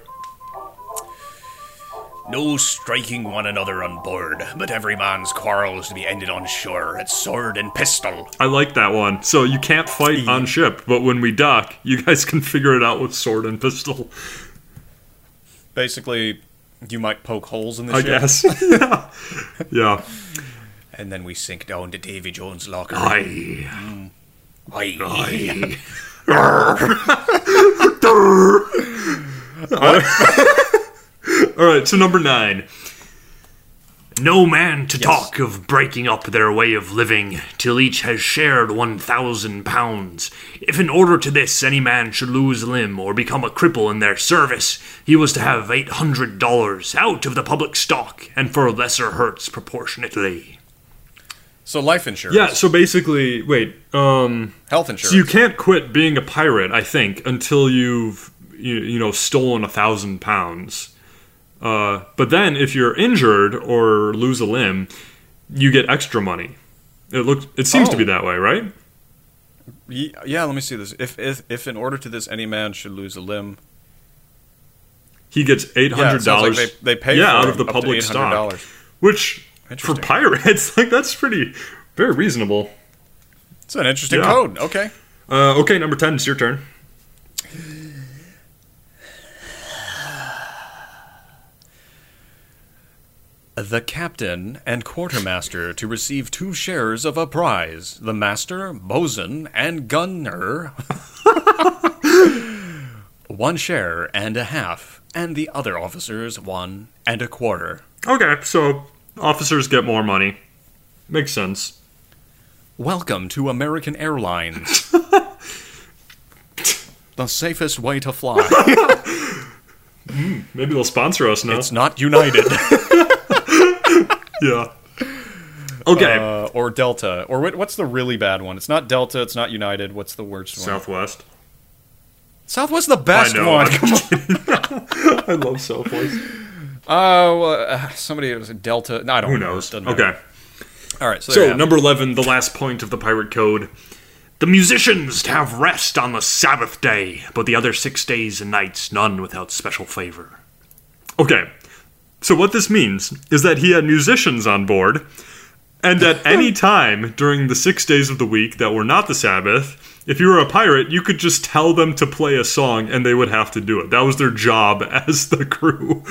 Speaker 1: No striking one another on board, but every man's quarrel is to be ended on shore at sword and pistol.
Speaker 4: I like that one. So you can't fight on ship, but when we dock, you guys can figure it out with sword and pistol.
Speaker 3: Basically, you might poke holes in the
Speaker 4: I
Speaker 3: ship.
Speaker 4: guess. yeah. Yeah.
Speaker 1: And then we sink down to Davy Jones' locker.
Speaker 4: Aye.
Speaker 1: Mm. Aye.
Speaker 4: Aye. All right, so number nine.
Speaker 1: No
Speaker 4: man
Speaker 1: to
Speaker 4: talk of breaking up their way of living till each has shared one thousand pounds. If in order to this any man should lose a limb or become a cripple in their service, he was to have eight hundred dollars out of the public stock and for lesser hurts proportionately.
Speaker 3: So life insurance.
Speaker 4: Yeah, so basically, wait, um
Speaker 3: health
Speaker 4: So you can't quit being a pirate, I think, until you've you, you know stolen a thousand pounds. Uh, but then, if you're injured or lose a limb, you get extra money. It looks. It seems to be
Speaker 3: Oh.
Speaker 4: that way, right?
Speaker 3: Ye- Yeah, let me see this. If if if in order to this any man should lose a limb,
Speaker 4: He gets eight
Speaker 3: Yeah, it
Speaker 4: hundred
Speaker 3: sounds like
Speaker 4: dollars.
Speaker 3: they- they pay
Speaker 4: yeah
Speaker 3: for
Speaker 4: out
Speaker 3: him
Speaker 4: of the
Speaker 3: up to
Speaker 4: public stock,
Speaker 3: $800.
Speaker 4: which for pirates, like that's pretty very reasonable.
Speaker 3: It's an interesting
Speaker 4: Yeah.
Speaker 3: code. Okay.
Speaker 4: Uh, okay, number ten, it's your turn.
Speaker 3: The captain and quartermaster to receive two shares of a prize. The master, bosun, and gunner. one share and a half, and the other officers one and a quarter.
Speaker 4: Okay, so officers get more money. Makes sense.
Speaker 3: Welcome to American Airlines. the safest way to fly.
Speaker 4: Maybe they'll sponsor us now.
Speaker 3: It's not United.
Speaker 4: yeah. Okay.
Speaker 3: Uh, or Delta. Or what, what's the really bad one? It's not Delta. It's not United. What's the worst one?
Speaker 4: Southwest.
Speaker 3: Southwest the best
Speaker 4: I know,
Speaker 3: one.
Speaker 4: I'm
Speaker 3: Come on.
Speaker 4: I love Southwest.
Speaker 3: Oh, well, uh, somebody it was a Delta. No, I don't.
Speaker 4: Who
Speaker 3: know.
Speaker 4: knows?
Speaker 3: Doesn't
Speaker 4: Okay.
Speaker 3: matter. All right. So, there you
Speaker 4: So,
Speaker 3: have it.
Speaker 4: number 11, the last point of the pirate code.
Speaker 3: The
Speaker 4: musicians to have rest on the Sabbath day, but the other six days and nights none without special favor. Okay. So, what this means is that he had musicians on board, and at any time during the six days of the week that were not the Sabbath, if you were a pirate, you could just tell them to play a song and they would have to do it. That was their job as the crew.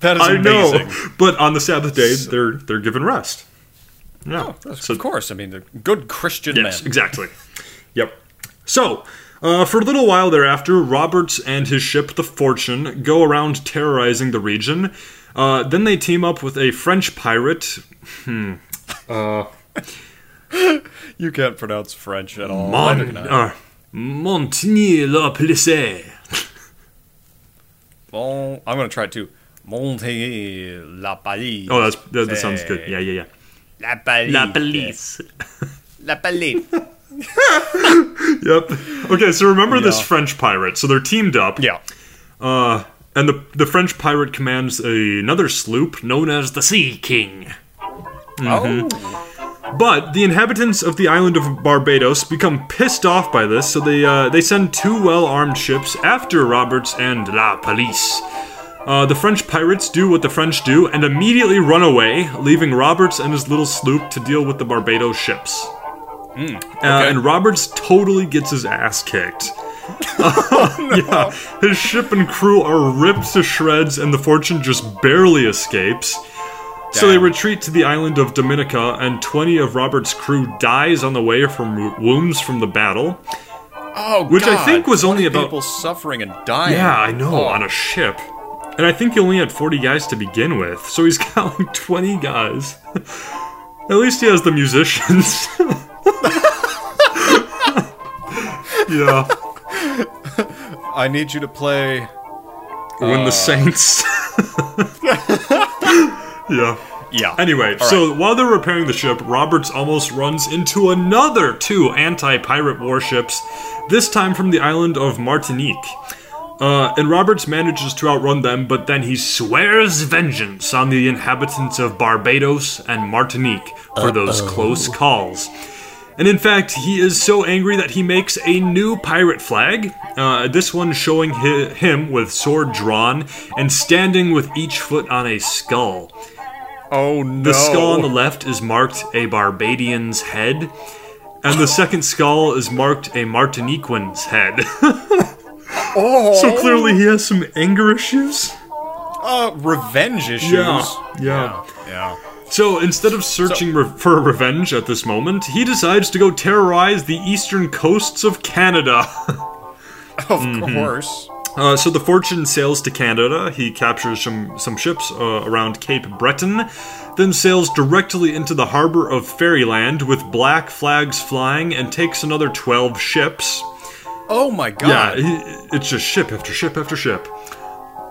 Speaker 3: That is
Speaker 4: I know,
Speaker 3: amazing.
Speaker 4: but on the Sabbath day, they're they're given rest.
Speaker 3: Oh, that's- of course. I mean, they're good Christian
Speaker 4: Yes,
Speaker 3: men.
Speaker 4: exactly. Yep. So, uh, for a little while thereafter, Roberts and his ship, the Fortune, go around terrorizing the region. Uh, then they team up with a French pirate. Hmm. Uh,
Speaker 3: You can't pronounce French at all. Oh, I do
Speaker 4: Mon-
Speaker 3: not.
Speaker 4: uh, Montigny la Plissée.
Speaker 3: Bon, I'm gonna try to Montigny la police.
Speaker 4: Oh, that's, that, that sounds good. Yeah, yeah, yeah.
Speaker 3: La police. La
Speaker 4: La police.
Speaker 3: police.
Speaker 4: yep. Okay, so remember this
Speaker 3: Yeah.
Speaker 4: French pirate. So they're teamed up.
Speaker 3: Yeah.
Speaker 4: Uh, and the the French pirate commands another sloop known as the Sea King. Mhm. But the inhabitants of the island of Barbados become pissed off by this, so they uh, they send two well armed ships after Roberts and La Police. Uh, the French pirates do what the French do and immediately run away, leaving Roberts and his little sloop to deal with the Barbados ships. Uh, and Roberts totally gets his ass kicked. yeah, his ship and crew are ripped to shreds, and the Fortune just barely escapes. So they retreat to the island of Dominica, and 20 of Robert's crew dies on the way from wo- wounds from the battle.
Speaker 3: Oh,
Speaker 4: Which I
Speaker 3: God,
Speaker 4: think was
Speaker 3: 20
Speaker 4: only about-
Speaker 3: people suffering and dying.
Speaker 4: Yeah, I know, on a ship. And I think he only had 40 guys to begin with, so he's got like 20 guys. At least he has the musicians. yeah.
Speaker 3: I need you to play.
Speaker 4: When
Speaker 3: uh,
Speaker 4: the Saints. yeah.
Speaker 3: Yeah.
Speaker 4: Anyway,
Speaker 3: All right.
Speaker 4: so while they're repairing the ship, Roberts almost runs into another two anti pirate warships, this time from the island of Martinique. Uh, and Roberts manages to outrun them, but then he swears vengeance on the inhabitants of Barbados and Martinique for those
Speaker 19: Uh-oh.
Speaker 4: close calls. And in fact, he is so angry that he makes a new pirate flag. Uh, this one showing hi- him with sword drawn and standing with each foot on a skull.
Speaker 3: Oh no!
Speaker 4: The skull on the left is marked a Barbadian's head, and the second skull is marked a Martiniquan's head.
Speaker 3: Oh.
Speaker 4: So clearly he has some anger issues.
Speaker 3: Uh, revenge issues.
Speaker 4: Yeah, yeah.
Speaker 3: Yeah.
Speaker 4: So instead of searching re- for revenge at this moment, he decides to go terrorize the eastern coasts of Canada.
Speaker 3: Of
Speaker 4: Mm-hmm.
Speaker 3: course.
Speaker 4: Uh, so the Fortune sails to Canada. He captures some some ships uh, around Cape Breton, then sails directly into the harbor of Fairyland with black flags flying, and takes another twelve ships.
Speaker 3: Oh my god.
Speaker 4: Yeah, he- it's just ship after ship after ship.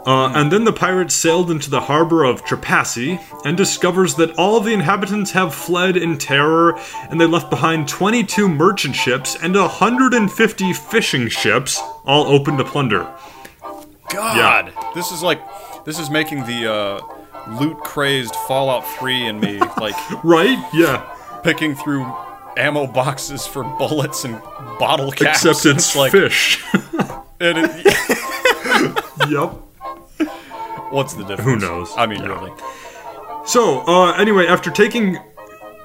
Speaker 4: Uh, and then the pirates sailed into the harbor of Trapassi and discovers that all the inhabitants have fled in terror, and they left behind 22 merchant ships and 150 fishing ships, all open to plunder.
Speaker 3: God, this is like this is making the uh, loot crazed Fallout Three in me like
Speaker 4: right, yeah,
Speaker 3: picking through ammo boxes for bullets and bottle caps.
Speaker 4: Except it's
Speaker 3: like,
Speaker 4: fish.
Speaker 3: and it-
Speaker 4: yep.
Speaker 3: What's the difference?
Speaker 4: Who knows?
Speaker 3: I mean,
Speaker 4: Yeah.
Speaker 3: really.
Speaker 4: So, uh, anyway, after taking.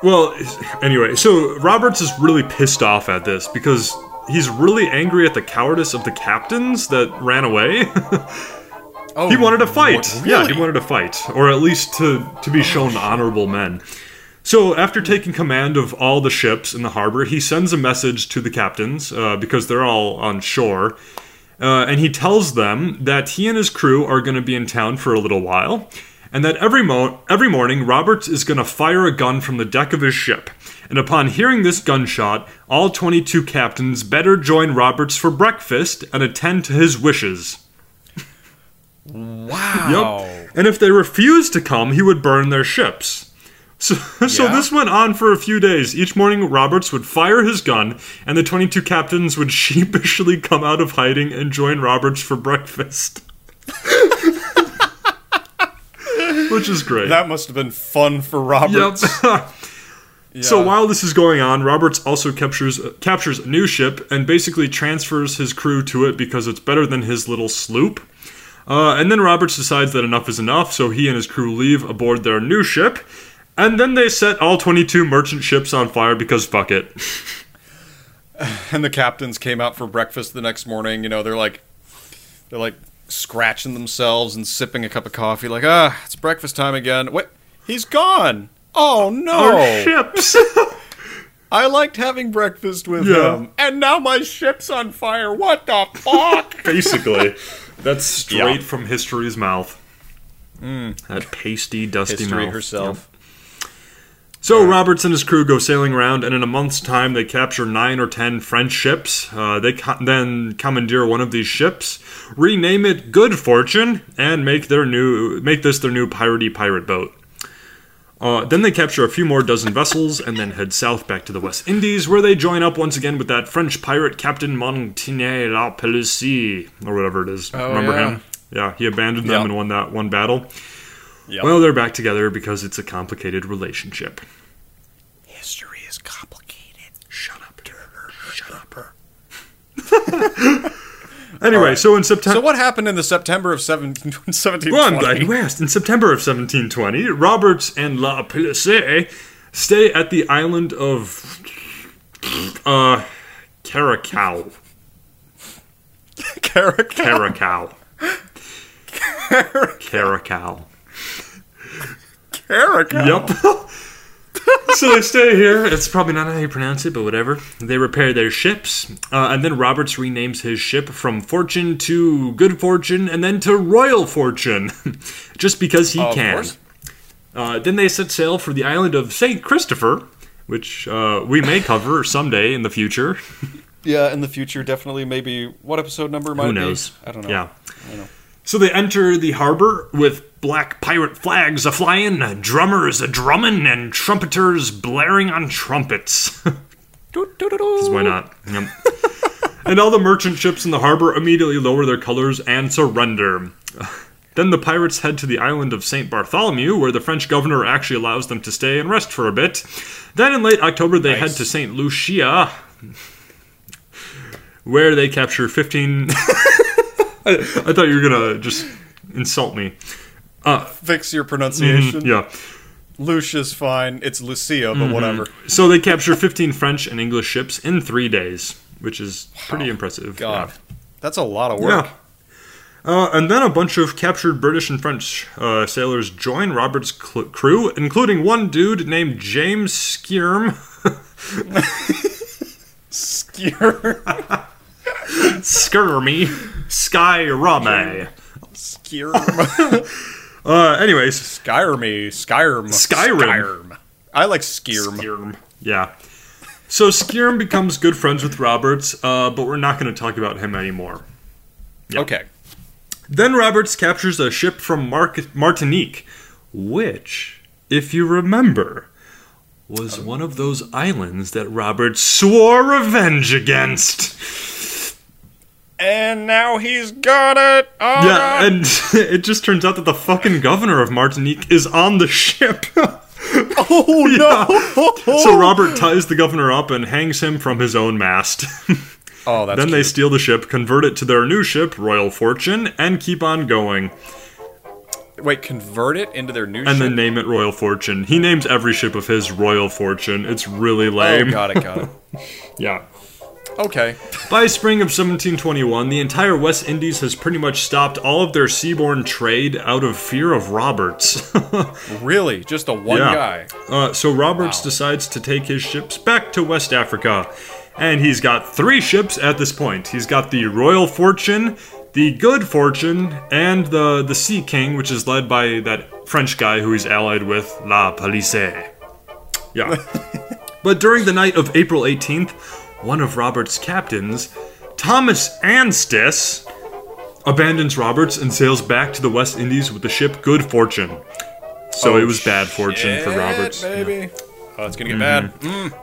Speaker 4: Well, anyway, so Roberts is really pissed off at this because he's really angry at the cowardice of the captains that ran away.
Speaker 3: Oh,
Speaker 4: he wanted to fight.
Speaker 3: what-
Speaker 4: Yeah, he
Speaker 3: really?
Speaker 4: wanted to fight, or at least to, to be shown honorable men. So, after taking command of all the ships in the harbor, he sends a message to the captains uh, because they're all on shore. Uh, and he tells them that he and his crew are going to be in town for a little while, and that every, mo- every morning Roberts is going to fire a gun from the deck of his ship. And upon hearing this gunshot, all 22 captains better join Roberts for breakfast and attend to his wishes.
Speaker 3: Wow.
Speaker 4: Yep. And if they refused to come, he would burn their ships. So, so
Speaker 3: Yeah.
Speaker 4: this went on for a few days. Each morning, Roberts would fire his gun, and the 22 captains would sheepishly come out of hiding and join Roberts for breakfast. Which is great.
Speaker 3: That must have been fun for Roberts.
Speaker 4: Yep. So
Speaker 3: Yeah.
Speaker 4: while this is going on, Roberts also captures uh, captures a new ship and basically transfers his crew to it because it's better than his little sloop. Uh, and then Roberts decides that enough is enough, so he and his crew leave aboard their new ship. And then they set all 22 merchant ships on fire because fuck it.
Speaker 3: and the captains came out for breakfast the next morning. You know, they're like, they're like scratching themselves and sipping a cup of coffee. Like, ah, it's breakfast time again. Wait, he's gone. Oh no!
Speaker 4: Our ships.
Speaker 3: I liked having breakfast with
Speaker 4: Yeah.
Speaker 3: him, and now my ship's on fire. What the fuck?
Speaker 4: Basically, that's straight
Speaker 3: Yeah. Mm.
Speaker 4: from history's mouth. That pasty, dusty
Speaker 3: History
Speaker 4: mouth.
Speaker 3: herself.
Speaker 4: So Roberts and his crew go sailing around, and in a month's time, they capture nine or ten French ships. Uh, they co- then commandeer one of these ships, rename it Good Fortune, and make their new make this their new piratey pirate boat. Uh, then they capture a few more dozen vessels and then head south back to the West Indies, where they join up once again with that French pirate Captain Montigny La Pelouse, or whatever it is.
Speaker 3: Oh,
Speaker 4: Remember
Speaker 3: yeah.
Speaker 4: him? Yeah, he abandoned them
Speaker 3: Yeah.
Speaker 4: and won that one battle.
Speaker 3: Yeah.
Speaker 4: Well, they're back together because it's a complicated relationship.
Speaker 3: History is complicated.
Speaker 4: Shut up. Shut up. Anyway, so in September.
Speaker 3: So what happened in the September of 17, 1720?
Speaker 4: Well, I'm glad you asked. In September of 1720, Roberts and La Palisade stay at the island of uh, Caracal.
Speaker 3: Caracal.
Speaker 4: Caracal. Caracal.
Speaker 3: Caracal.
Speaker 4: Yep. so they stay here. It's probably not how you pronounce it, but whatever. They repair their ships, uh, and then Roberts renames his ship from Fortune to Good Fortune, and then to Royal Fortune, just because he
Speaker 3: Oh, Of
Speaker 4: can.
Speaker 3: course.
Speaker 4: Uh, then they set sail for the island of Saint Christopher, which uh, we may cover someday in the future.
Speaker 3: Yeah, in the future, definitely. Maybe what episode number might
Speaker 4: Who knows?
Speaker 3: be? I don't know.
Speaker 4: Yeah. So they enter the harbor with black pirate flags a flying, drummers a drummin', and trumpeters blaring on trumpets. Because why not? Yep. and all the merchant ships in the harbor immediately lower their colors and surrender. Then the pirates head to the island of St. Bartholomew, where the French governor actually allows them to stay and rest for a bit. Then in late October, they head to St. Lucia, where they capture 15. I, I thought you were going to just insult me. Uh,
Speaker 3: Fix your pronunciation.
Speaker 4: Mhm, yeah.
Speaker 3: Lucia's fine. It's Lucia, but
Speaker 4: Mhm.
Speaker 3: whatever.
Speaker 4: So they capture 15 French and English ships in three days, which is pretty impressive. God,
Speaker 3: that's a lot of work.
Speaker 4: Uh, and then a bunch of captured British and French uh, sailors join Robert's cl- crew, including one dude named James Skirm.
Speaker 3: Skirm.
Speaker 4: Skirmy. Skyrame.
Speaker 3: Skirm.
Speaker 4: uh, anyways.
Speaker 3: Skyrmy. Skyrim.
Speaker 4: Skyrim.
Speaker 3: Skyrim. I like Skirm.
Speaker 4: Yeah. So Skirm becomes good friends with Roberts, uh, but we're not going to talk about him anymore.
Speaker 3: Okay.
Speaker 4: Then Roberts captures a ship from Mar- Martinique, which, if you remember, was one of those islands that Roberts swore revenge against.
Speaker 3: And now he's got it. Oh, All
Speaker 4: yeah, and it just turns out that the fucking governor of Martinique is on the ship.
Speaker 3: oh no!
Speaker 4: So Robert ties the governor up and hangs him from his own mast.
Speaker 3: oh, that's
Speaker 4: then they steal the ship, convert it to their new ship, Royal Fortune, and keep on going.
Speaker 3: Wait, convert it into their new
Speaker 4: and
Speaker 3: ship.
Speaker 4: then name it Royal Fortune. He names every ship of his Royal Fortune. It's really lame.
Speaker 3: Oh, got it, got it.
Speaker 4: yeah.
Speaker 3: Okay.
Speaker 4: By spring of 1721, the entire West Indies has pretty much stopped all of their seaborne trade out of fear of Roberts.
Speaker 3: really? Just a one guy?
Speaker 4: Uh, so Roberts decides to take his ships back to West Africa. And he's got three ships at this point. He's got the Royal Fortune, the Good Fortune, and the, the Sea King, which is led by that French guy who he's allied with, La Palisse. Yeah. but during the night of April 18th, one of Robert's captains, Thomas Anstis, abandons Roberts and sails back to the West Indies with the ship Good Fortune. So
Speaker 3: Oh,
Speaker 4: it was bad fortune for
Speaker 3: shit,
Speaker 4: Roberts. Mm-hmm.
Speaker 3: Baby. Oh, it's gonna get bad.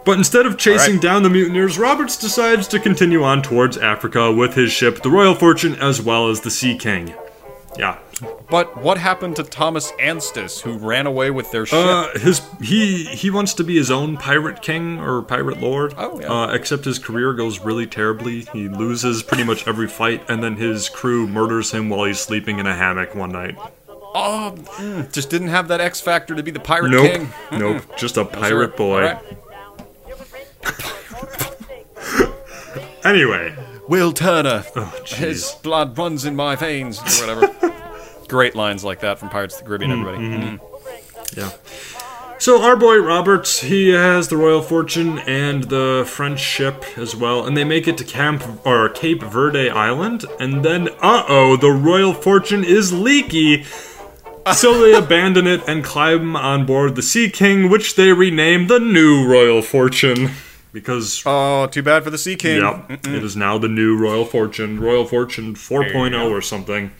Speaker 4: But instead of chasing
Speaker 3: All right.
Speaker 4: down the mutineers, Roberts decides to continue on towards Africa with his ship, the Royal Fortune, as well as the Sea King. Yeah.
Speaker 3: But what happened to Thomas Anstis, who ran away with their ship?
Speaker 4: Uh, his he he wants to be his own pirate king or pirate lord. Oh
Speaker 3: yeah.
Speaker 4: Uh, except his career goes really terribly. He loses pretty much every fight, and then his crew murders him while he's sleeping in a hammock one night.
Speaker 3: oh, mm, just didn't have that X factor to be the pirate
Speaker 4: nope,
Speaker 3: king. Mm-mm.
Speaker 4: nope, just a
Speaker 3: Those are-
Speaker 4: pirate boy.
Speaker 3: all right.
Speaker 4: Anyway,
Speaker 3: Will Turner.
Speaker 4: Oh, jeez.
Speaker 3: His blood runs in my veins, or whatever. Great lines like that from Pirates of the Caribbean, everybody.
Speaker 4: Mm, Yeah. So our boy Roberts, he has the Royal Fortune and the French ship as well, and they make it to Camp or Cape Verde Island, and then uh-oh, the Royal Fortune is leaky. So they abandon it and climb on board the Sea King, which they rename the new Royal Fortune. Because
Speaker 3: Oh, too bad for the Sea King.
Speaker 4: Yep. It is now the new Royal Fortune, Royal Fortune 4.0 or something.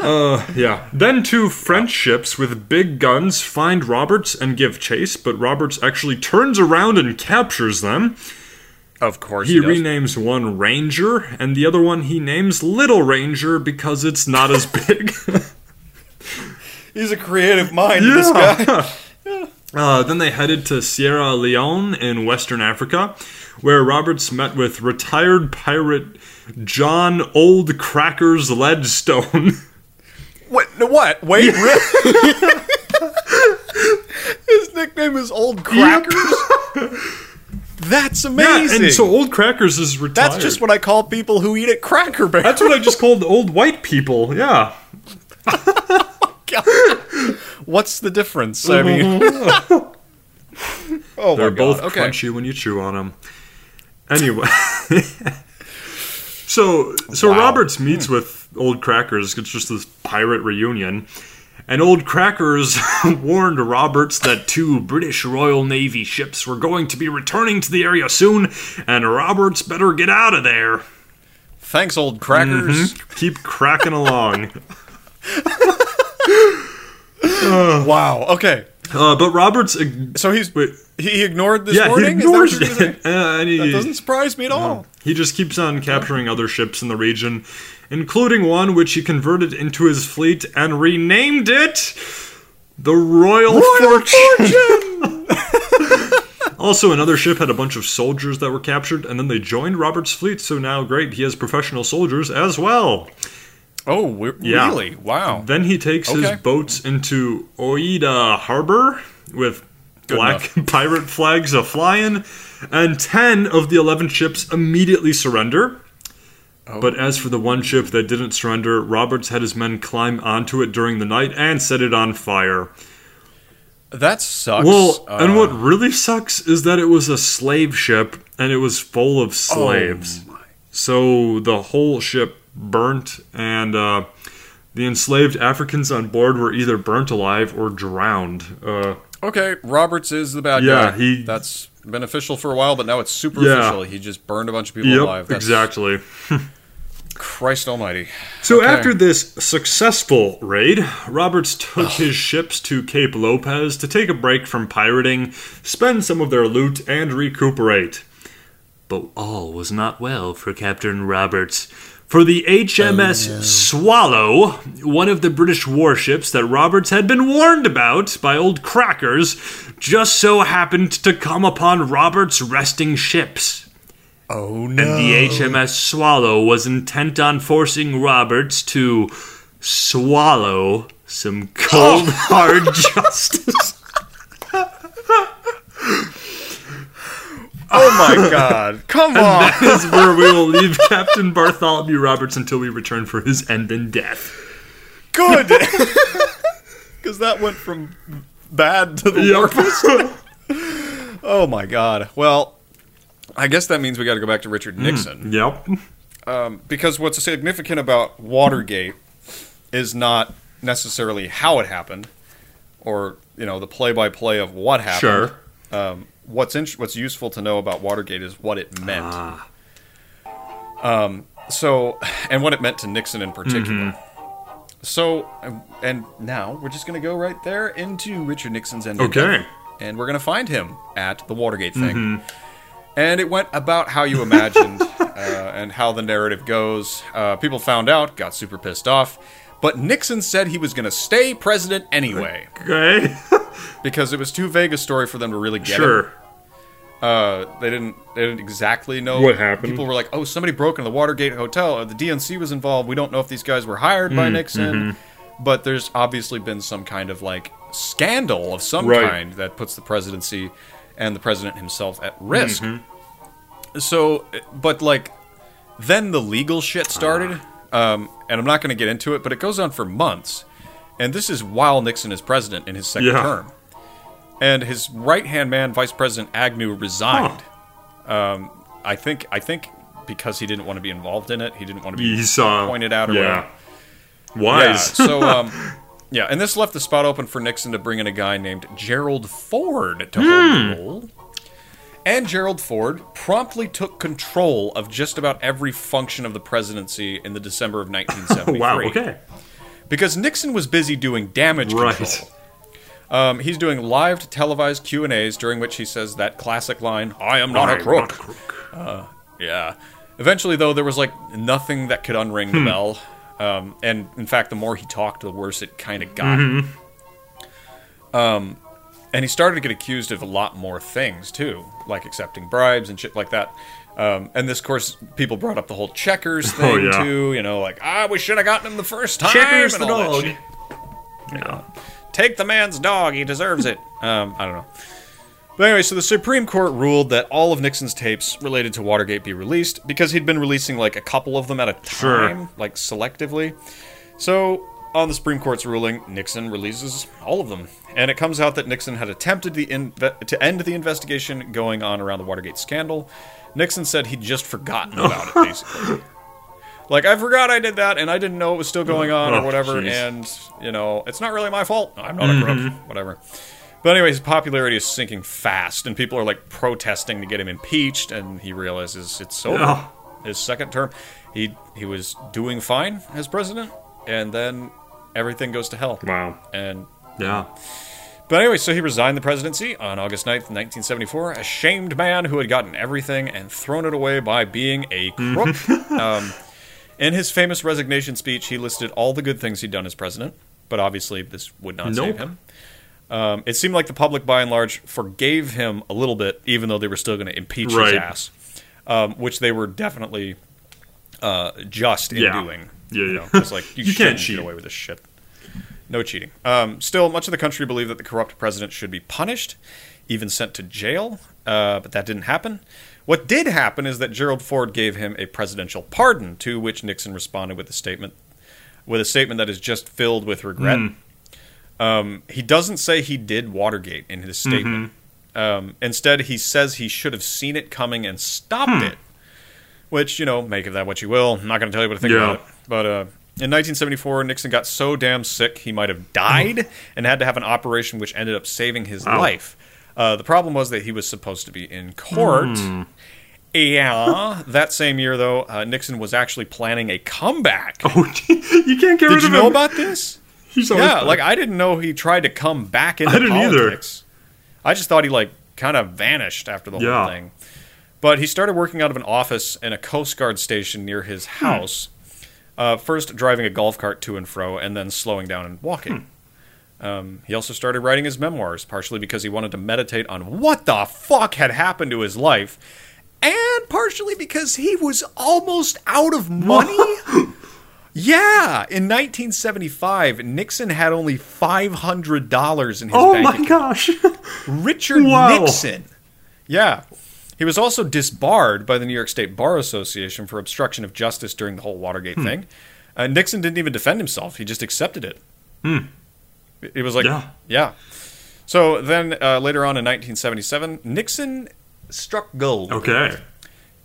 Speaker 4: uh, yeah. Then two French ships with big guns find Roberts and give chase, but Roberts actually turns around and captures them.
Speaker 3: Of course,
Speaker 4: he,
Speaker 3: he does.
Speaker 4: renames one Ranger, and the other one he names Little Ranger because it's not as big.
Speaker 3: He's a creative mind, this
Speaker 4: Yeah.
Speaker 3: guy.
Speaker 4: Uh, then they headed to Sierra Leone in Western Africa, where Roberts met with retired pirate John Old Crackers Leadstone.
Speaker 3: What? no, What? Wait, really? His nickname is Old Crackers. That's amazing.
Speaker 4: Yeah, and so Old Crackers is retired.
Speaker 3: That's just what I call people who eat at Cracker Barrel.
Speaker 4: That's what I just called old white people. Yeah.
Speaker 3: Oh What's the difference? I mean, oh
Speaker 4: They're
Speaker 3: my
Speaker 4: both
Speaker 3: god. Okay.
Speaker 4: crunchy when you chew on them. Anyway. so so Roberts
Speaker 3: Hmm.
Speaker 4: meets with Old Crackers. It's just this pirate reunion. And Old Crackers warned Roberts that two British Royal Navy ships were going to be returning to the area soon, and Roberts better get out of there.
Speaker 3: Thanks, Old Crackers.
Speaker 4: Mhm. Keep cracking along. Mm-hmm.
Speaker 3: wow. Okay.
Speaker 4: Uh, but Roberts.
Speaker 3: So he's he ignored this
Speaker 4: yeah,
Speaker 3: warning? Is that
Speaker 4: He
Speaker 3: what
Speaker 4: ignores
Speaker 3: you're saying?
Speaker 4: it. Uh, and he,
Speaker 3: That doesn't surprise me at all.
Speaker 4: He just keeps on capturing other ships in the region, including one which he converted into his fleet and renamed it the Royal, Fortune. also, another ship had a bunch of soldiers that were captured, and then they joined Robert's fleet. So now, great, he has professional soldiers as well.
Speaker 3: Oh, really? Wow.
Speaker 4: Then he takes
Speaker 3: Okay.
Speaker 4: his boats into Oida Harbor with black pirate flags a flying, and 10 of the 11 ships immediately surrender.
Speaker 3: Oh.
Speaker 4: But as for the one ship that didn't surrender, Roberts had his men climb onto it during the night and set it on fire.
Speaker 3: That sucks.
Speaker 4: Well, and
Speaker 3: Uh,
Speaker 4: what really sucks is that it was a slave ship and it was full
Speaker 3: Oh
Speaker 4: of slaves. so the whole ship burnt, and uh, the enslaved Africans on board were either burnt alive or drowned. Uh,
Speaker 3: Okay, Roberts is the bad
Speaker 4: Yeah,
Speaker 3: guy.
Speaker 4: he-
Speaker 3: That's been official for a while, but now it's superficial. He just burned a bunch of people
Speaker 4: Yep,
Speaker 3: alive. That's
Speaker 4: exactly.
Speaker 3: Christ Almighty.
Speaker 4: So
Speaker 3: Okay.
Speaker 4: after this successful raid, Roberts took his ships to Cape Lopez to take a break from pirating, spend some of their loot, and recuperate. But all was not well for Captain Roberts.
Speaker 20: For the HMS Swallow, one of the British warships that Roberts had been warned about by old crackers, just so happened to come upon Roberts' resting ships.
Speaker 3: Oh
Speaker 20: And the HMS Swallow was intent on forcing Roberts to swallow some cold, hard justice.
Speaker 3: Oh my God! Come
Speaker 4: and
Speaker 3: on.
Speaker 4: That is where we will leave Captain Bartholomew Roberts until we return for his end in death.
Speaker 3: Good! Because that went from bad to the worst. oh my God. Well, I guess that means we got to go back to
Speaker 4: Hmm.
Speaker 3: Richard Nixon.
Speaker 4: yep.
Speaker 3: Um, because what's significant about Watergate is not necessarily how it happened, or you know the play-by-play of what happened.
Speaker 4: Sure.
Speaker 3: Um, what's in- what's useful to know about Watergate is what it meant.
Speaker 4: Ah.
Speaker 3: Um, so, and what it meant to Nixon in particular.
Speaker 4: Mm-hmm.
Speaker 3: So, um, and now we're just going to go right there into Richard Nixon's end. of
Speaker 4: Okay.
Speaker 3: death. And we're going to find him at the Watergate thing.
Speaker 4: Mhm.
Speaker 3: And it went about how you imagined uh, and how the narrative goes. Uh, people found out, got super pissed off. But Nixon said he was going to stay president anyway.
Speaker 4: Okay.
Speaker 3: because it was too vague a story for them to really get.
Speaker 4: Sure.
Speaker 3: Him. Uh, they didn't. They didn't exactly know
Speaker 4: What happened?
Speaker 3: People were like, "Oh, somebody broke into the Watergate Hotel. Or the DNC was involved. We don't know if these guys were hired by
Speaker 4: Mm,
Speaker 3: Nixon,
Speaker 4: mhm.
Speaker 3: but there's obviously been some kind of like scandal of some
Speaker 4: Right.
Speaker 3: kind that puts the presidency and the president himself at risk."
Speaker 4: Mhm.
Speaker 3: So, but like, then the legal shit started,
Speaker 4: Ah.
Speaker 3: um, and I'm not going to get into it, but it goes on for months, and this is while Nixon is president in his second
Speaker 4: Yeah.
Speaker 3: term, and his right hand man, Vice President Agnew, resigned. Um, I think I think because he didn't want to be involved in it, he didn't want to be
Speaker 4: He saw-
Speaker 3: pointed out or
Speaker 4: yeah.
Speaker 3: whatever.
Speaker 4: Wise.
Speaker 3: Yeah, so, um, yeah, and this left the spot open for Nixon to bring in a guy named Gerald Ford to
Speaker 4: Hmm.
Speaker 3: hold the role. And Gerald Ford promptly took control of just about every function of the presidency in the December of 1973.
Speaker 4: Wow, okay.
Speaker 3: Because Nixon was busy doing damage
Speaker 4: Right.
Speaker 3: control. Um, he's doing live televised Q and A's during which he says that classic line, "I am not
Speaker 4: I
Speaker 3: a
Speaker 4: am
Speaker 3: crook."
Speaker 4: not a
Speaker 3: Uh, yeah. Eventually, though, there was like nothing that could unring the
Speaker 4: Hmm.
Speaker 3: bell. Um, and in fact, the more he talked, the worse it kind of got.
Speaker 4: Mhm.
Speaker 3: Um, and he started to get accused of a lot more things too, like accepting bribes and shit like that. Um, and this, of course, people brought up the whole checkers
Speaker 4: Oh,
Speaker 3: thing
Speaker 4: yeah.
Speaker 3: too. You know, like ah, we should have gotten him the first time.
Speaker 21: Checkers
Speaker 3: and
Speaker 21: the
Speaker 3: all that
Speaker 21: dog.
Speaker 3: shit. You know, Take the man's dog; he deserves it. Um, I don't know. But anyway, so the Supreme Court ruled that all of Nixon's tapes related to Watergate be released because he'd been releasing like a couple of them at a
Speaker 4: Sure.
Speaker 3: time, like selectively. So, on the Supreme Court's ruling, Nixon releases all of them. And it comes out that Nixon had attempted the in- to end the investigation going on around the Watergate scandal. Nixon said he'd just forgotten about it, basically. Like, I forgot I did that, and I didn't know it was still going on or
Speaker 4: Oh,
Speaker 3: whatever,
Speaker 4: jeez.
Speaker 3: and, you know, it's not really my fault. I'm not a crook
Speaker 4: Mhm.
Speaker 3: whatever. But anyway, his popularity is sinking fast, and people are like protesting to get him impeached, and he realizes it's over.
Speaker 4: Yeah.
Speaker 3: His second term, he he was doing fine as president, and then everything goes to hell.
Speaker 4: Wow.
Speaker 3: And
Speaker 4: Yeah.
Speaker 3: But anyway, so he resigned the presidency on August 9th, 1974, a shamed man who had gotten everything and thrown it away by being a crook. um, in his famous resignation speech, he listed all the good things he'd done as president, but obviously this would not
Speaker 4: Nope.
Speaker 3: save him. Um, it seemed like the public, by and large, forgave him a little bit, even though they were still going to impeach his
Speaker 4: Right.
Speaker 3: ass, um, which they were definitely uh, just in
Speaker 4: Yeah.
Speaker 3: doing.
Speaker 4: Yeah,
Speaker 3: you
Speaker 4: yeah.
Speaker 3: know, it's like you,
Speaker 4: You can't
Speaker 3: shouldn't
Speaker 4: cheat.
Speaker 3: get away with this shit. No cheating. Um, still, much of the country believed that the corrupt president should be punished, even sent to jail, uh, but that didn't happen. What did happen is that Gerald Ford gave him a presidential pardon, to which Nixon responded with a statement, with a statement that is just filled with regret.
Speaker 4: Mm.
Speaker 3: Um, he doesn't say he did Watergate in his
Speaker 4: Mm-hmm.
Speaker 3: statement. Um, instead, he says he should have seen it coming and stopped
Speaker 4: Hmm.
Speaker 3: it. Which, you know, make of that what you will. I'm not going to tell you what to think
Speaker 4: Yeah.
Speaker 3: about it. But uh, in 1974, Nixon got so damn sick he might have died and had to have an operation which ended up saving his
Speaker 4: Hmm. Wow.
Speaker 3: life. Uh, the problem was that he was supposed to be in court.
Speaker 4: Hmm.
Speaker 3: Yeah. that same year, though, uh, Nixon was actually planning a comeback.
Speaker 4: Oh, you can't get
Speaker 3: Did
Speaker 4: rid
Speaker 3: you
Speaker 4: of
Speaker 3: know
Speaker 4: him.
Speaker 3: about this?
Speaker 4: He's always
Speaker 3: yeah,
Speaker 4: been-
Speaker 3: like I didn't know he tried to come back into
Speaker 4: I didn't either.
Speaker 3: politics. I just thought he like kind of vanished after the
Speaker 4: Yeah.
Speaker 3: whole thing. But he started working out of an office in a Coast Guard station near his
Speaker 4: Hmm.
Speaker 3: house. Uh, first, driving a golf cart to and fro, and then slowing down and
Speaker 4: Hmm.
Speaker 3: walking. Um, he also started writing his memoirs, partially because he wanted to meditate on what the fuck had happened to his life, and partially because he was almost out of money. yeah, in 1975, Nixon had only $500 in his
Speaker 4: Oh
Speaker 3: bank
Speaker 4: my
Speaker 3: account.
Speaker 4: gosh.
Speaker 3: Richard
Speaker 4: Wow.
Speaker 3: Nixon. Yeah. He was also disbarred by the New York State Bar Association for obstruction of justice during the whole Watergate
Speaker 4: Hmm.
Speaker 3: thing. Uh, Nixon didn't even defend himself, he just accepted it.
Speaker 4: Hmm.
Speaker 3: It- It was like,
Speaker 4: Yeah.
Speaker 3: yeah. So then uh, later on in 1977, Nixon struck gold.
Speaker 4: Okay.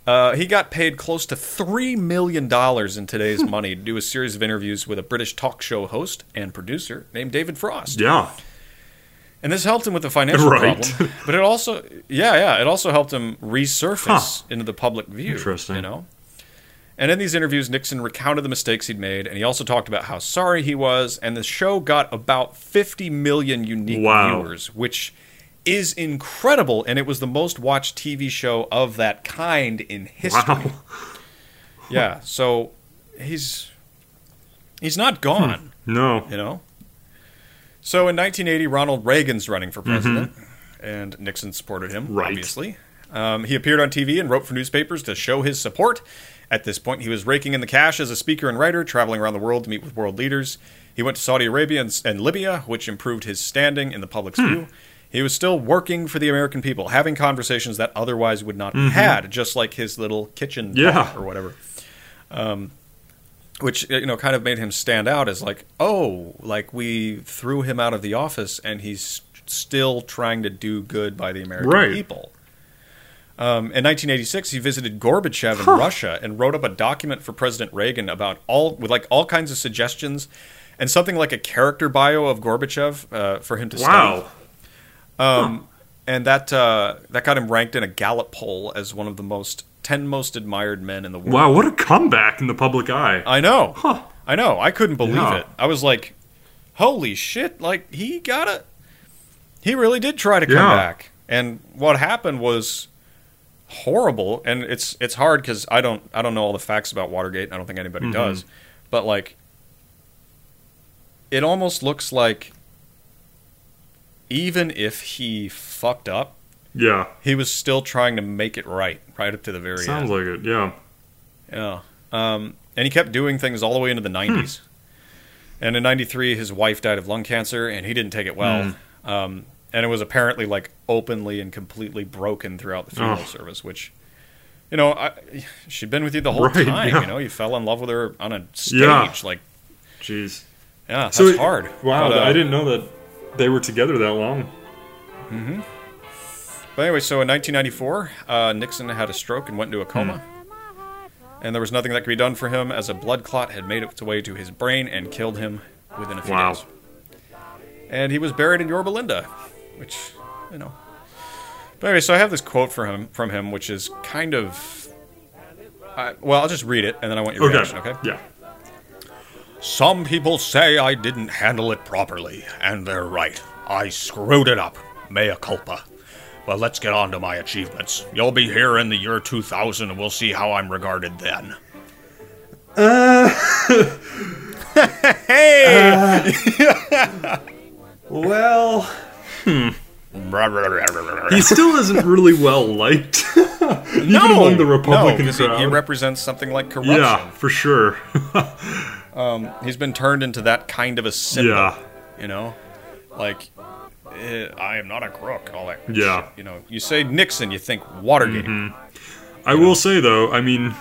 Speaker 3: Uh, he got paid close to $3 million in today's money to do a series of interviews with a British talk show host and producer named David Frost.
Speaker 4: Yeah.
Speaker 3: And this helped him with the financial
Speaker 4: Right.
Speaker 3: problem, but it also, yeah, yeah, it also helped him resurface
Speaker 4: Huh.
Speaker 3: into the public view.
Speaker 4: Interesting.
Speaker 3: You know. And in these interviews, Nixon recounted the mistakes he'd made, and he also talked about how sorry he was. And the show got about 50 million unique
Speaker 4: Wow.
Speaker 3: viewers, which is incredible. And it was the most watched TV show of that kind in history.
Speaker 4: Wow.
Speaker 3: Yeah, so he's he's not
Speaker 4: Hmm.
Speaker 3: gone.
Speaker 4: No.
Speaker 3: You know? So in 1980, Ronald Reagan's running for president, and Nixon supported him,
Speaker 4: Mm-hmm. Right.
Speaker 3: obviously. Um, he appeared on TV and wrote for newspapers to show his support. At this point, he was raking in the cash as a speaker and writer, traveling around the world to meet with world leaders. He went to Saudi Arabia and, and Libya, which improved his standing in the public's
Speaker 4: Hmm.
Speaker 3: view. He was still working for the American people, having conversations that otherwise would not be
Speaker 4: Mhm.
Speaker 3: had, just like his little kitchen
Speaker 4: Yeah.
Speaker 3: talk or whatever. Um, which you know kind of made him stand out as like, oh, like we threw him out of the office and he's still trying to do good by the American
Speaker 4: Right.
Speaker 3: people. Um, in 1986, he visited Gorbachev in
Speaker 4: Huh.
Speaker 3: Russia and wrote up a document for President Reagan about all with like all kinds of suggestions and something like a character bio of Gorbachev uh, for him to study.
Speaker 4: Wow.
Speaker 3: Um, And that uh, that got him ranked in a Gallup poll as one of the most ten most admired men in the world.
Speaker 4: Wow, what a comeback in the public eye.
Speaker 3: I know. I know. I couldn't believe
Speaker 4: Yeah.
Speaker 3: it. I was like, holy shit, like he got a he really did try to come
Speaker 4: Yeah.
Speaker 3: back. And what happened was horrible and it's it's hard cuz I don't I don't know all the facts about Watergate. and I don't think anybody
Speaker 4: Mhm.
Speaker 3: does. But like it almost looks like even if he fucked up,
Speaker 4: Yeah.
Speaker 3: he was still trying to make it right right up to the very end.
Speaker 4: Sounds like it, yeah.
Speaker 3: Yeah. Um, and he kept doing things all the way into the
Speaker 4: Hmm.
Speaker 3: 90s. And in 93, his wife died of lung cancer, and he didn't take it well.
Speaker 4: Hmm.
Speaker 3: Um, and it was apparently, like, openly and completely broken throughout the funeral
Speaker 4: Oh.
Speaker 3: service, which, you know, I, she'd been with you the whole
Speaker 4: Right,
Speaker 3: time.
Speaker 4: yeah.
Speaker 3: You know, you fell in love with her on a stage.
Speaker 4: Yeah.
Speaker 3: Like,
Speaker 4: Jeez.
Speaker 3: yeah, that's
Speaker 4: So it-
Speaker 3: hard.
Speaker 4: Wow,
Speaker 3: But, uh,
Speaker 4: I didn't know that they were together that long.
Speaker 3: hmm But anyway, so in 1994, uh, Nixon had a stroke and went
Speaker 4: Hmm.
Speaker 3: into a coma. And there was nothing that could be done for him as a blood clot had made its way to his brain and killed him within a few
Speaker 4: Wow.
Speaker 3: days. And he was buried in Yorba Linda, which, you know. But anyway, so I have this quote from him, from him which is kind of. I, well, I'll just read it and then I want your
Speaker 4: Okay.
Speaker 3: reaction, okay?
Speaker 4: Yeah.
Speaker 22: Some people say I didn't handle it properly, and they're right.
Speaker 23: I screwed it up. Mea culpa. Well, let's get on to my achievements. You'll be here in the year 2000, and we'll see how I'm regarded then.
Speaker 4: Uh,
Speaker 23: hey!
Speaker 4: well, hmm.
Speaker 23: he
Speaker 4: He still isn't really well liked, even
Speaker 3: no,
Speaker 4: among the Republican
Speaker 3: no, 'cause he-
Speaker 4: crowd.
Speaker 3: He, represents something like corruption.
Speaker 4: yeah, for sure.
Speaker 3: Um, he's been turned into that kind of a symbol.
Speaker 4: Yeah.
Speaker 3: You know, like eh, I am not a crook. All that.
Speaker 4: Yeah. Mm-hmm.
Speaker 3: shit, you know, you say Nixon, you think Watergate.
Speaker 4: I will say though, I mean,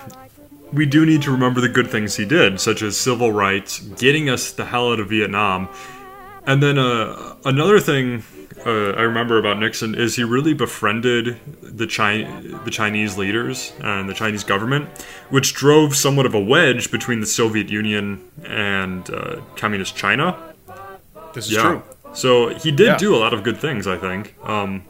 Speaker 4: we do need to remember the good things he did, such as civil rights, getting us the hell out of Vietnam, and then uh, another thing uh, I remember about Nixon is he really befriended the Chi- the Chinese leaders and the Chinese government, which drove somewhat of a wedge between the Soviet Union and uh, communist China.
Speaker 3: This is true.
Speaker 4: So he did
Speaker 3: Yeah.
Speaker 4: do a lot of good things, I think. Um,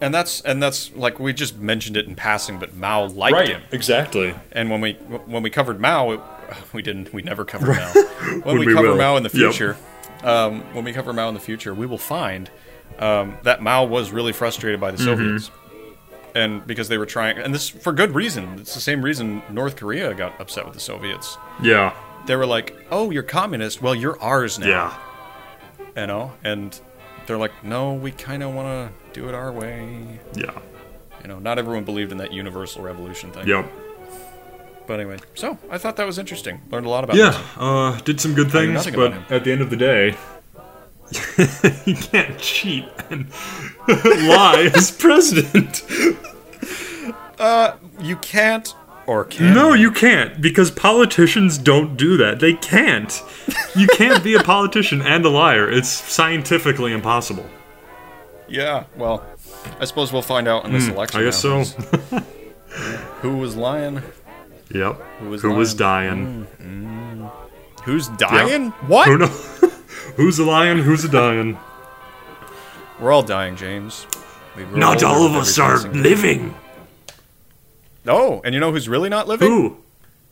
Speaker 3: And that's and that's like we just mentioned it in passing, but Mao liked
Speaker 4: Right,
Speaker 3: him
Speaker 4: exactly.
Speaker 3: And when we when we covered Mao, it, we didn't we never covered Mao. When
Speaker 4: When
Speaker 3: we,
Speaker 4: we
Speaker 3: cover
Speaker 4: will.
Speaker 3: Mao in the
Speaker 4: Yep.
Speaker 3: future, um, when we cover Mao in the future, we will find um, that Mao was really frustrated by the
Speaker 4: Mhm.
Speaker 3: Soviets, and because they were trying, and this for good reason. It's the same reason North Korea got upset with the Soviets.
Speaker 4: yeah,
Speaker 3: They were like, "Oh, you're communist. Well, you're ours now."
Speaker 4: Yeah.
Speaker 3: You know, and they're like, "No, we kind of want to do it our way."
Speaker 4: Yeah.
Speaker 3: You know, not everyone believed in that universal revolution thing.
Speaker 4: Yep.
Speaker 3: But anyway, so I thought that was interesting. Learned a lot about.
Speaker 4: yeah,
Speaker 3: Nixon.
Speaker 4: uh, did some good
Speaker 3: I knew
Speaker 4: things,
Speaker 3: nothing
Speaker 4: but
Speaker 3: about
Speaker 4: at the end of the day, you can't cheat and lie as president.
Speaker 3: Uh, you can't or can.
Speaker 4: No, you can't because politicians don't do that. They can't. You can't be a politician and a liar. It's scientifically impossible.
Speaker 3: Yeah. Well, I suppose we'll find out in this
Speaker 4: Hmm,
Speaker 3: election.
Speaker 4: I guess
Speaker 3: now.
Speaker 4: so.
Speaker 3: Who was lying?
Speaker 4: Yep.
Speaker 3: Who was
Speaker 4: dying?
Speaker 3: Who's
Speaker 4: Dying?
Speaker 3: dying? What?
Speaker 4: Who kno- who's a lion? Who's a dying?
Speaker 3: We're all dying, James. We grow
Speaker 24: Not
Speaker 3: older
Speaker 24: all of
Speaker 3: with
Speaker 24: us
Speaker 3: every
Speaker 24: are
Speaker 3: passing day.
Speaker 24: living.
Speaker 3: Oh, and you know who's really not living? Who?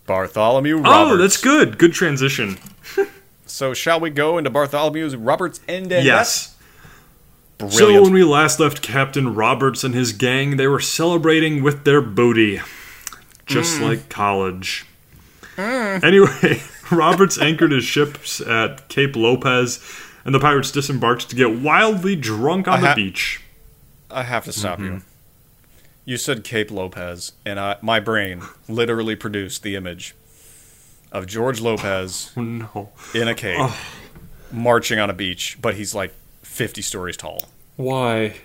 Speaker 3: Bartholomew Roberts.
Speaker 4: Oh, that's good. Good transition.
Speaker 3: So shall we go into Bartholomew Roberts' end? and
Speaker 4: Yes.
Speaker 3: that?
Speaker 4: So
Speaker 3: Brilliant.
Speaker 4: when we last left Captain Roberts and his gang, they were celebrating with their booty, just
Speaker 24: Mm.
Speaker 4: like college. Anyway, Roberts anchored his ships at Cape Lopez, and the pirates disembarked to get wildly drunk on
Speaker 3: I
Speaker 4: the
Speaker 3: ha-
Speaker 4: beach.
Speaker 3: I have to stop you.
Speaker 4: Mm-hmm.
Speaker 3: You said Cape Lopez, and I, my brain literally produced the image of George Lopez in a cape,
Speaker 4: Oh.
Speaker 3: marching on a beach, but he's like 50 stories tall.
Speaker 4: Why?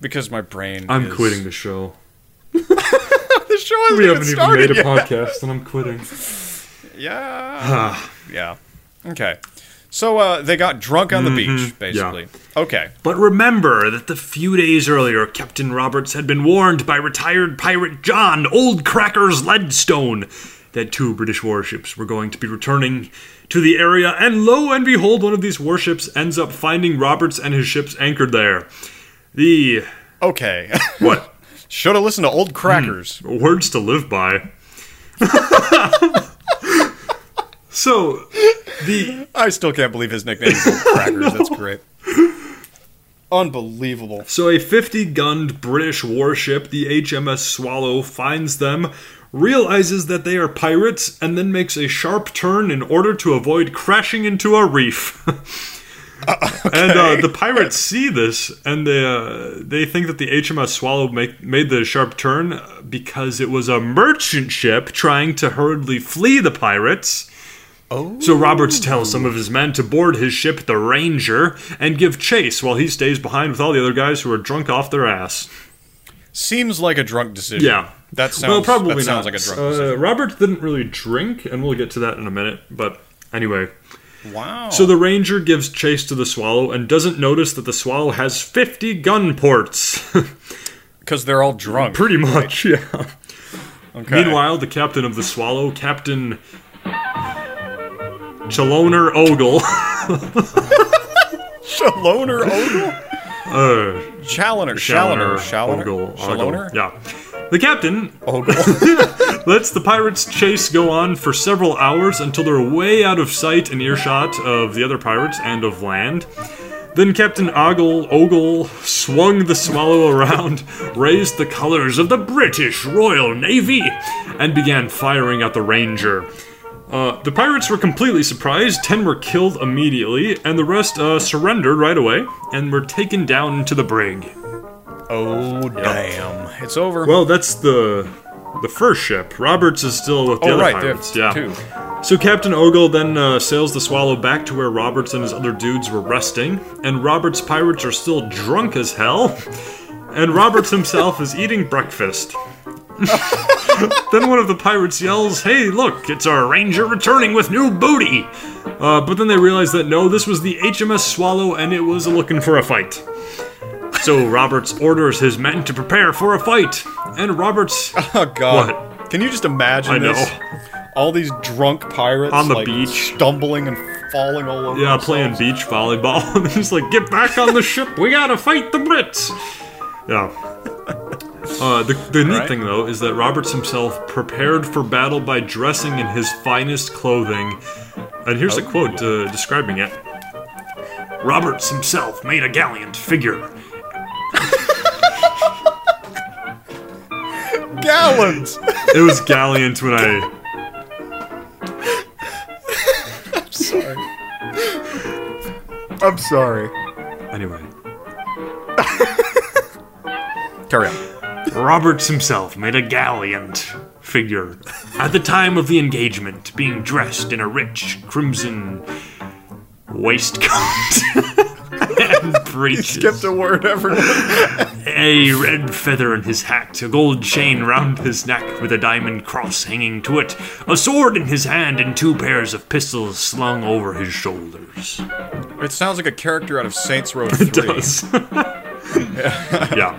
Speaker 3: Because my brain.
Speaker 4: I'm
Speaker 3: is-
Speaker 4: quitting the show.
Speaker 3: the show hasn't
Speaker 4: we haven't even
Speaker 3: started
Speaker 4: made a
Speaker 3: yet.
Speaker 4: podcast, and I'm quitting.
Speaker 3: Yeah. yeah. Okay. So uh, they got drunk on the beach,
Speaker 24: Mhm,
Speaker 4: Mm-hmm.
Speaker 3: basically. Okay.
Speaker 24: But remember that the few days earlier, Captain Roberts had been warned by retired pirate John Old Cracker's Leadstone that two British warships were going to be returning
Speaker 4: to the area, and lo and behold, one of these warships ends up finding Roberts and his ships anchored there. The
Speaker 3: okay,
Speaker 4: what?
Speaker 3: Should have listened to old crackers.
Speaker 4: words to live by. so the
Speaker 3: I still can't believe his nickname is Old Crackers. That's great. Unbelievable.
Speaker 4: So a 50 gunned British warship, the HMS Swallow, finds them, realizes that they are pirates, and then makes a sharp turn in order to avoid crashing into a reef. And uh, the pirates see this, and they uh, they think that the HMS Swallow make, made the sharp turn because it was a merchant ship trying to hurriedly flee the pirates.
Speaker 3: Oh.
Speaker 4: So Roberts tells some of his men to board his ship, the Ranger, and give chase while he stays behind with all the other guys who are drunk off their ass.
Speaker 3: Seems like a drunk decision.
Speaker 4: Yeah.
Speaker 3: That sounds,
Speaker 4: well, probably
Speaker 3: that sounds
Speaker 4: not.
Speaker 3: like a drunk
Speaker 4: Uh,
Speaker 3: decision.
Speaker 4: Roberts didn't really drink, and we'll get to that in a minute. But anyway,
Speaker 3: Wow.
Speaker 4: So the ranger gives chase to the swallow and doesn't notice that the swallow has 50 gun ports.
Speaker 3: Because they're all drunk.
Speaker 4: Pretty much, yeah.
Speaker 3: Okay.
Speaker 4: Meanwhile, the captain of the swallow, Captain Chaloner Ogle.
Speaker 3: Chaloner Ogle?
Speaker 4: Uh,
Speaker 3: Chaloner. Chaloner.
Speaker 4: Chaloner.
Speaker 3: Chaloner.
Speaker 4: Ogle.
Speaker 3: Chaloner?
Speaker 4: Ogle. Yeah. The captain Ogle. lets the pirates' chase go on for several hours until they're way out of sight and earshot of the other pirates and of land. Then Captain Ogle Ogle swung the swallow around, raised the colors of the British Royal Navy, and began firing at the Ranger. Uh, the pirates were completely surprised. Ten were killed immediately, and the rest uh, surrendered right away and were taken down to the brig.
Speaker 3: Oh damn! It's over.
Speaker 4: Well, that's the the first ship. Roberts is still with the
Speaker 3: Oh,
Speaker 4: other
Speaker 3: right,
Speaker 4: pirates.
Speaker 3: there
Speaker 4: yeah.
Speaker 3: are two.
Speaker 4: So Captain Ogle then uh, sails the Swallow back to where Roberts and his other dudes were resting, and Roberts' pirates are still drunk as hell, and Roberts himself is eating breakfast. then one of the pirates yells, "Hey, look! It's our ranger returning with new booty!" Uh, but then they realize that no, this was the HMS Swallow, and it was looking for a fight. So Roberts orders his men to prepare for a fight, and Roberts.
Speaker 3: Oh God! Can you just imagine
Speaker 4: I know.
Speaker 3: this? All these drunk pirates
Speaker 4: On the
Speaker 3: like,
Speaker 4: beach.
Speaker 3: stumbling and falling all over.
Speaker 4: Yeah,
Speaker 3: themselves.
Speaker 4: playing beach volleyball. and He's like, get back on the ship. We gotta fight the Brits. Yeah. Uh, the the neat
Speaker 3: Right.
Speaker 4: thing though is that Roberts himself prepared for battle by dressing in his finest clothing, and here's a quote uh, describing it. Roberts himself made a gallant figure.
Speaker 3: Gallant.
Speaker 4: It was gallant when I.
Speaker 3: I'm sorry. I'm sorry.
Speaker 4: Anyway.
Speaker 3: Carry on.
Speaker 4: Roberts himself made a gallant figure at the time of the engagement, being dressed in a rich crimson waistcoat and breeches.
Speaker 3: Skipped a word ever.
Speaker 4: A red feather in his hat, a gold chain round his neck with a diamond cross hanging to it, a sword in his hand, and two pairs of pistols slung over his shoulders.
Speaker 25: It sounds like a character out of Saints Row 3. It
Speaker 4: does. Yeah.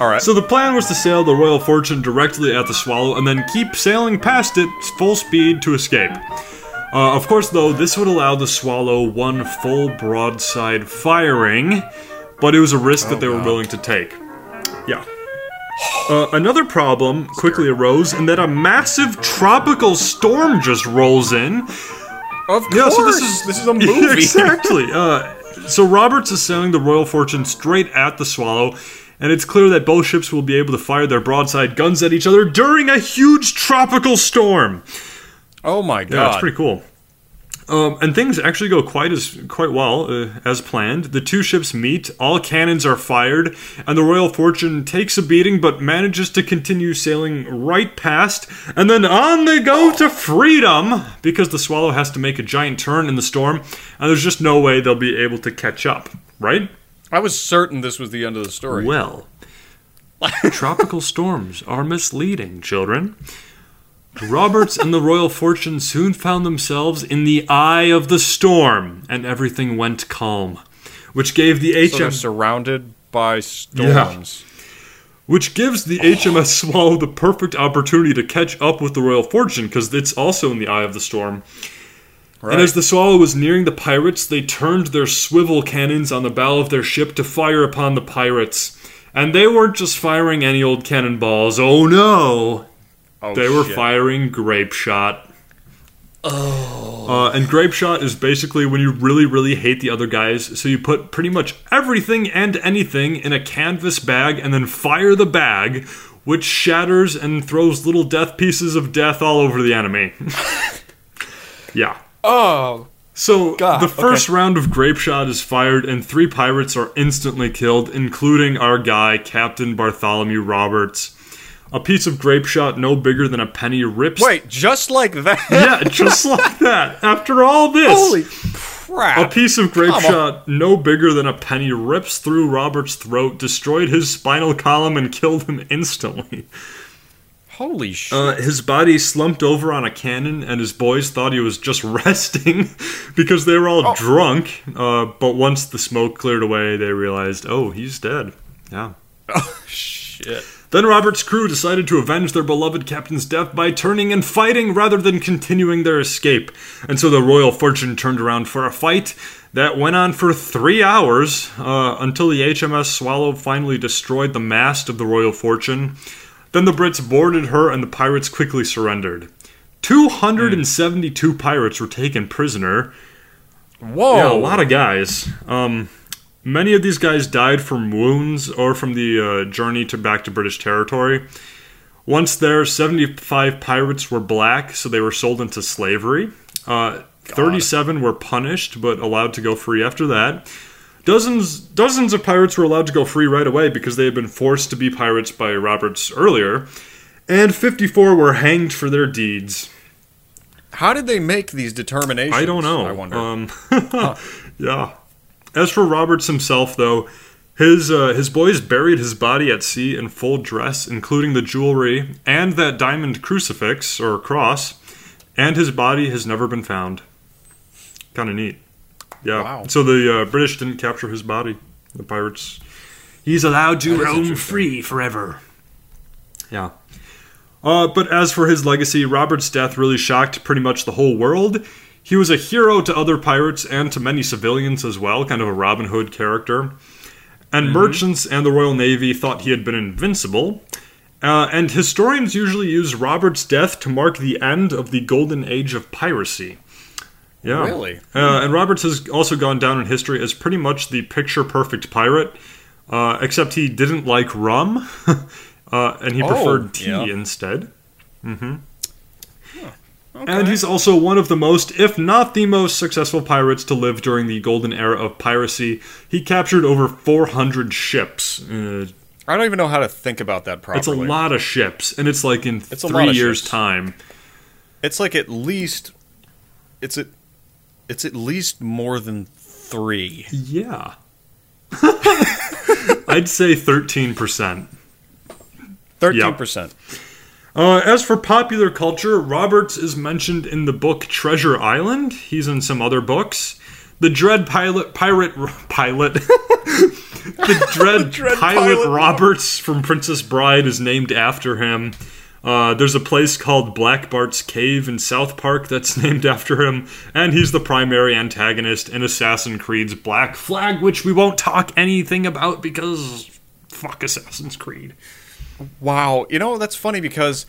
Speaker 25: All right.
Speaker 4: So the plan was to sail the Royal Fortune directly at the Swallow and then keep sailing past it full speed to escape. Uh, of course, though, this would allow the Swallow one full broadside firing, but it was a risk that they were willing to take. Yeah. Uh, another problem quickly arose in that a massive tropical storm just rolls in.
Speaker 25: Of
Speaker 4: Yeah, so
Speaker 25: course,
Speaker 4: this is
Speaker 25: this is a movie.
Speaker 4: exactly. Uh, so Roberts is sailing the Royal Fortune straight at the Swallow, and it's clear that both ships will be able to fire their broadside guns at each other during a huge tropical storm.
Speaker 3: Oh my
Speaker 4: Yeah, it's pretty cool. Um, and things actually go quite as quite well uh, as planned. The two ships meet, all cannons are fired, and the Royal Fortune takes a beating but manages to continue sailing right past. And then on they go to freedom because the Swallow has to make a giant turn in the storm, and there's just no way they'll be able to catch up. Right?
Speaker 25: I was certain this was the end of the story.
Speaker 4: Well, tropical storms are misleading, children. Roberts and the Royal Fortune soon found themselves in the eye of the storm, and everything went calm, which gave the
Speaker 25: So they're
Speaker 4: HMS
Speaker 25: surrounded by
Speaker 4: um, Yeah.
Speaker 25: storms.
Speaker 4: which gives the HMS Swallow the perfect opportunity to catch up with the Royal Fortune because it's also in the eye of the storm.
Speaker 25: Right.
Speaker 4: And as the Swallow was nearing the pirates, they turned their swivel cannons on the bow of their ship to fire upon the pirates. And they weren't just firing any old cannonballs. Oh no! they were
Speaker 25: Oh, shit.
Speaker 4: firing grape shot. Oh. Uh, and grape shot is basically when you really, really hate the other guys, so you put pretty much everything and anything in a canvas bag and then fire the bag, which shatters and throws little death pieces of death all over the enemy. yeah.
Speaker 3: Oh.
Speaker 4: So
Speaker 3: God,
Speaker 4: the first round of grape shot is fired, and three pirates are instantly killed, including our guy Captain Bartholomew Roberts. A piece of grape shot no bigger than a penny rips.
Speaker 25: Wait, just like that?
Speaker 4: yeah, just like that. After all this,
Speaker 25: Holy
Speaker 4: a
Speaker 25: crap.
Speaker 4: piece of grape
Speaker 25: Come on.
Speaker 4: shot no bigger than a penny rips through Robert's throat, destroyed his spinal column, and killed him instantly.
Speaker 25: Holy shit.
Speaker 4: Uh, his body slumped over on a cannon, and his boys thought he was just resting because they were all drunk. Uh, but once the smoke cleared away, they realized, oh, he's dead. Yeah.
Speaker 25: shit.
Speaker 4: Then Robert's crew decided to avenge their beloved captain's death by turning and fighting rather than continuing their escape. And so the Royal Fortune turned around for a fight that went on for three hours uh, until the HMS Swallow finally destroyed the mast of the Royal Fortune. Then the Brits boarded her and the pirates quickly surrendered. 272 pirates were taken prisoner.
Speaker 13: Whoa.
Speaker 4: Yeah, a lot of guys. Um, many of these guys died from wounds or from the uh, journey to back to British territory. Once there, 75 pirates were black, so they were sold into slavery. Uh, 37 were punished but allowed to go free after that. Dozens dozens of pirates were allowed to go free right away because they had been forced to be pirates by Roberts earlier. And 54 were hanged for their deeds.
Speaker 3: How did they make these determinations?
Speaker 4: I don't know.
Speaker 3: I wonder.
Speaker 4: Um, Yeah. As for Roberts himself, though, his uh, his boys buried his body at sea in full dress, including the jewelry and that diamond crucifix or cross, and his body has never been found. Kind of neat. Yeah. So the uh, British didn't capture his body. The pirates. He's allowed to roam free forever. Yeah. Uh, but as for his legacy, Robert's death really shocked pretty much the whole world. He was a hero to other pirates and to many civilians as well, kind of a Robin Hood character. And merchants and the Royal Navy thought he had been invincible. Uh, and historians usually use Robert's death to mark the end of the golden age of piracy. Yeah.
Speaker 3: Really?
Speaker 4: Uh, and Roberts has also gone down in history as pretty much the picture perfect pirate, uh, except he didn't like rum, uh, and he
Speaker 3: Oh,
Speaker 4: preferred tea
Speaker 3: yeah.
Speaker 4: instead. Mm-hmm. And he's also one of the most, if not the most, successful pirates to live during the golden era of piracy. He captured over 400 ships. Uh,
Speaker 3: I don't even know how to think about that properly.
Speaker 4: it's a lot of ships, and it's like in
Speaker 3: It's a lot
Speaker 4: three
Speaker 3: of
Speaker 4: years'
Speaker 3: ships.
Speaker 4: time.
Speaker 3: It's like at least it's at it's at least more than three.
Speaker 4: Yeah. I'd say 13%.
Speaker 3: 13%.
Speaker 4: Uh, as for popular culture, Roberts is mentioned in the book Treasure Island. He's in some other books. The Dread Pilot Pirate Pilot The Dread, Pilot, Roberts from Princess Bride is named after him. Uh, there's a place called Black Bart's Cave in South Park that's named after him, and he's the primary antagonist in Assassin's Creed's Black Flag, which we won't talk anything about because fuck Assassin's Creed.
Speaker 3: Wow. You know, that's funny because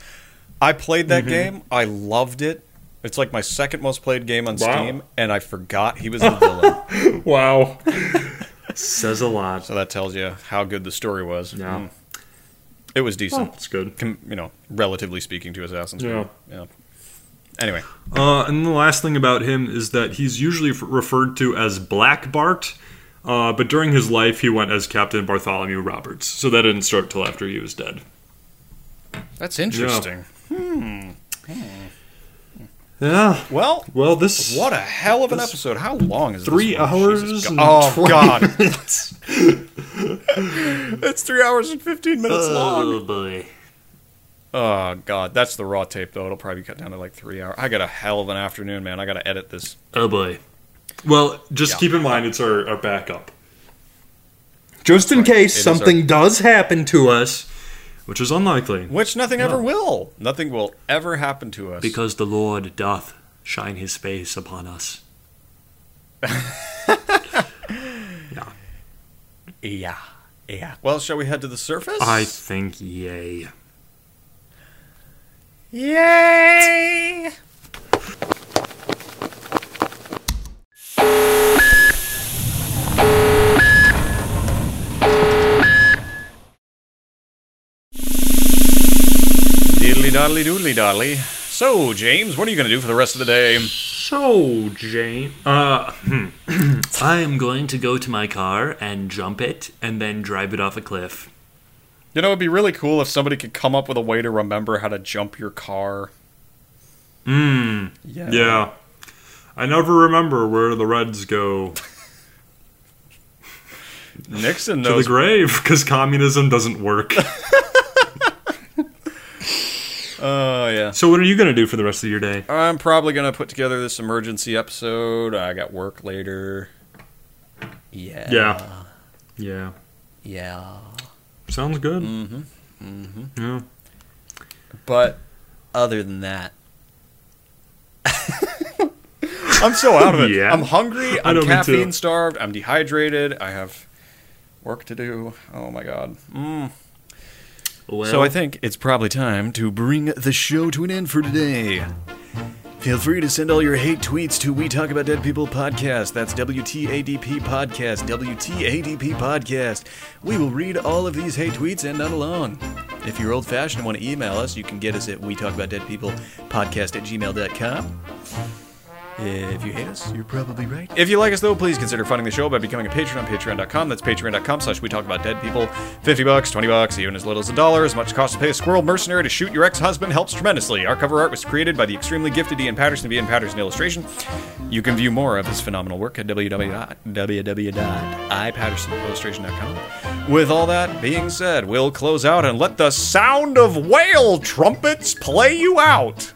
Speaker 3: I played that
Speaker 4: Mhm.
Speaker 3: game. I loved it. It's like my second most played game on
Speaker 4: Wow.
Speaker 3: Steam, and I forgot he was the villain.
Speaker 4: wow. Says a lot.
Speaker 3: So that tells you how good the story was.
Speaker 4: Yeah.
Speaker 3: Mm. It was decent.
Speaker 4: Well, it's good.
Speaker 3: Com- you know, relatively speaking to Assassin's
Speaker 4: Yeah.
Speaker 3: Creed. Yeah. Anyway.
Speaker 4: Uh, and the last thing about him is that he's usually f- referred to as Black Bart, uh, but during his life he went as Captain Bartholomew Roberts. So that didn't start till after he was dead.
Speaker 3: That's interesting. Hmm.
Speaker 4: Yeah.
Speaker 3: Well.
Speaker 4: Well, this
Speaker 3: What a hell of an episode! How long is
Speaker 4: three
Speaker 3: this? one?
Speaker 4: hours.
Speaker 3: Jesus
Speaker 4: and
Speaker 3: God. Oh
Speaker 4: 20
Speaker 3: God!
Speaker 4: minutes.
Speaker 3: it's three hours and fifteen minutes
Speaker 4: Oh,
Speaker 3: long.
Speaker 4: boy.
Speaker 3: Oh God, that's the raw tape though. It'll probably cut down to like three hours. I got a hell of an afternoon, man. I got to edit this.
Speaker 4: Oh boy. Well, just
Speaker 3: Yeah.
Speaker 4: keep in mind it's our, our backup. Just in case
Speaker 3: It is
Speaker 4: something does happen to us, which is unlikely,
Speaker 3: Which nothing ever
Speaker 4: No.
Speaker 3: will. Nothing will ever happen to us.
Speaker 14: Because the Lord doth shine his face upon us.
Speaker 3: yeah, yeah. Well, shall we head to the surface?
Speaker 4: I think yay.
Speaker 3: Yay! Diddly doddly doodly doddly. So, James, what are you going to do for the rest of the day?
Speaker 14: So, Jane, uh, hmm. I am going to go to my car and jump it, and then drive it off a cliff.
Speaker 3: You know, it'd be really cool if somebody could come up with a way to remember how to jump your car.
Speaker 4: Mm.
Speaker 3: Yeah.
Speaker 4: Yeah. I never remember where the Reds go
Speaker 3: Nixon
Speaker 4: to the
Speaker 3: knows.
Speaker 4: grave because communism doesn't work.
Speaker 3: Oh, yeah.
Speaker 4: so, what are you going to do for the rest of your day?
Speaker 3: I'm probably going to put together this emergency episode. I got work later. Yeah.
Speaker 4: Yeah. Yeah.
Speaker 3: Yeah.
Speaker 4: Sounds good.
Speaker 14: Mm.
Speaker 3: Mm-hmm.
Speaker 4: Yeah.
Speaker 3: But other than that, I'm so out of it.
Speaker 4: Yeah.
Speaker 3: I'm hungry.
Speaker 4: I
Speaker 3: I'm
Speaker 4: know, me too.
Speaker 3: caffeine starved. I'm dehydrated. I have work to do. Oh my god. Mm.
Speaker 14: Well,
Speaker 3: So I think it's probably time to bring the show to an end for today. If
Speaker 26: Feel free to send all your hate tweets to We Talk About Dead People Podcast. That's WTADP Podcast. WTADP Podcast. We will read all of these hate tweets and none alone. If you're old fashioned and want to email us, you can get us at We Talk About Dead People Podcast at gmail.com. If you hate us, you're probably right.
Speaker 3: If you like us, though, please consider funding the show by becoming a patron on patreon.com. That's patreon.com slash we talk about dead people. 50 bucks, 20 bucks, even as little as a dollar. As much as it costs to pay a squirrel mercenary to shoot your ex-husband helps tremendously. Our cover art was created by the extremely gifted Ian Patterson of Ian Patterson Illustration. You can view more of his phenomenal work at www.ipattersonillustration.com. With all that being said, we'll close out and let the sound of whale trumpets play you out.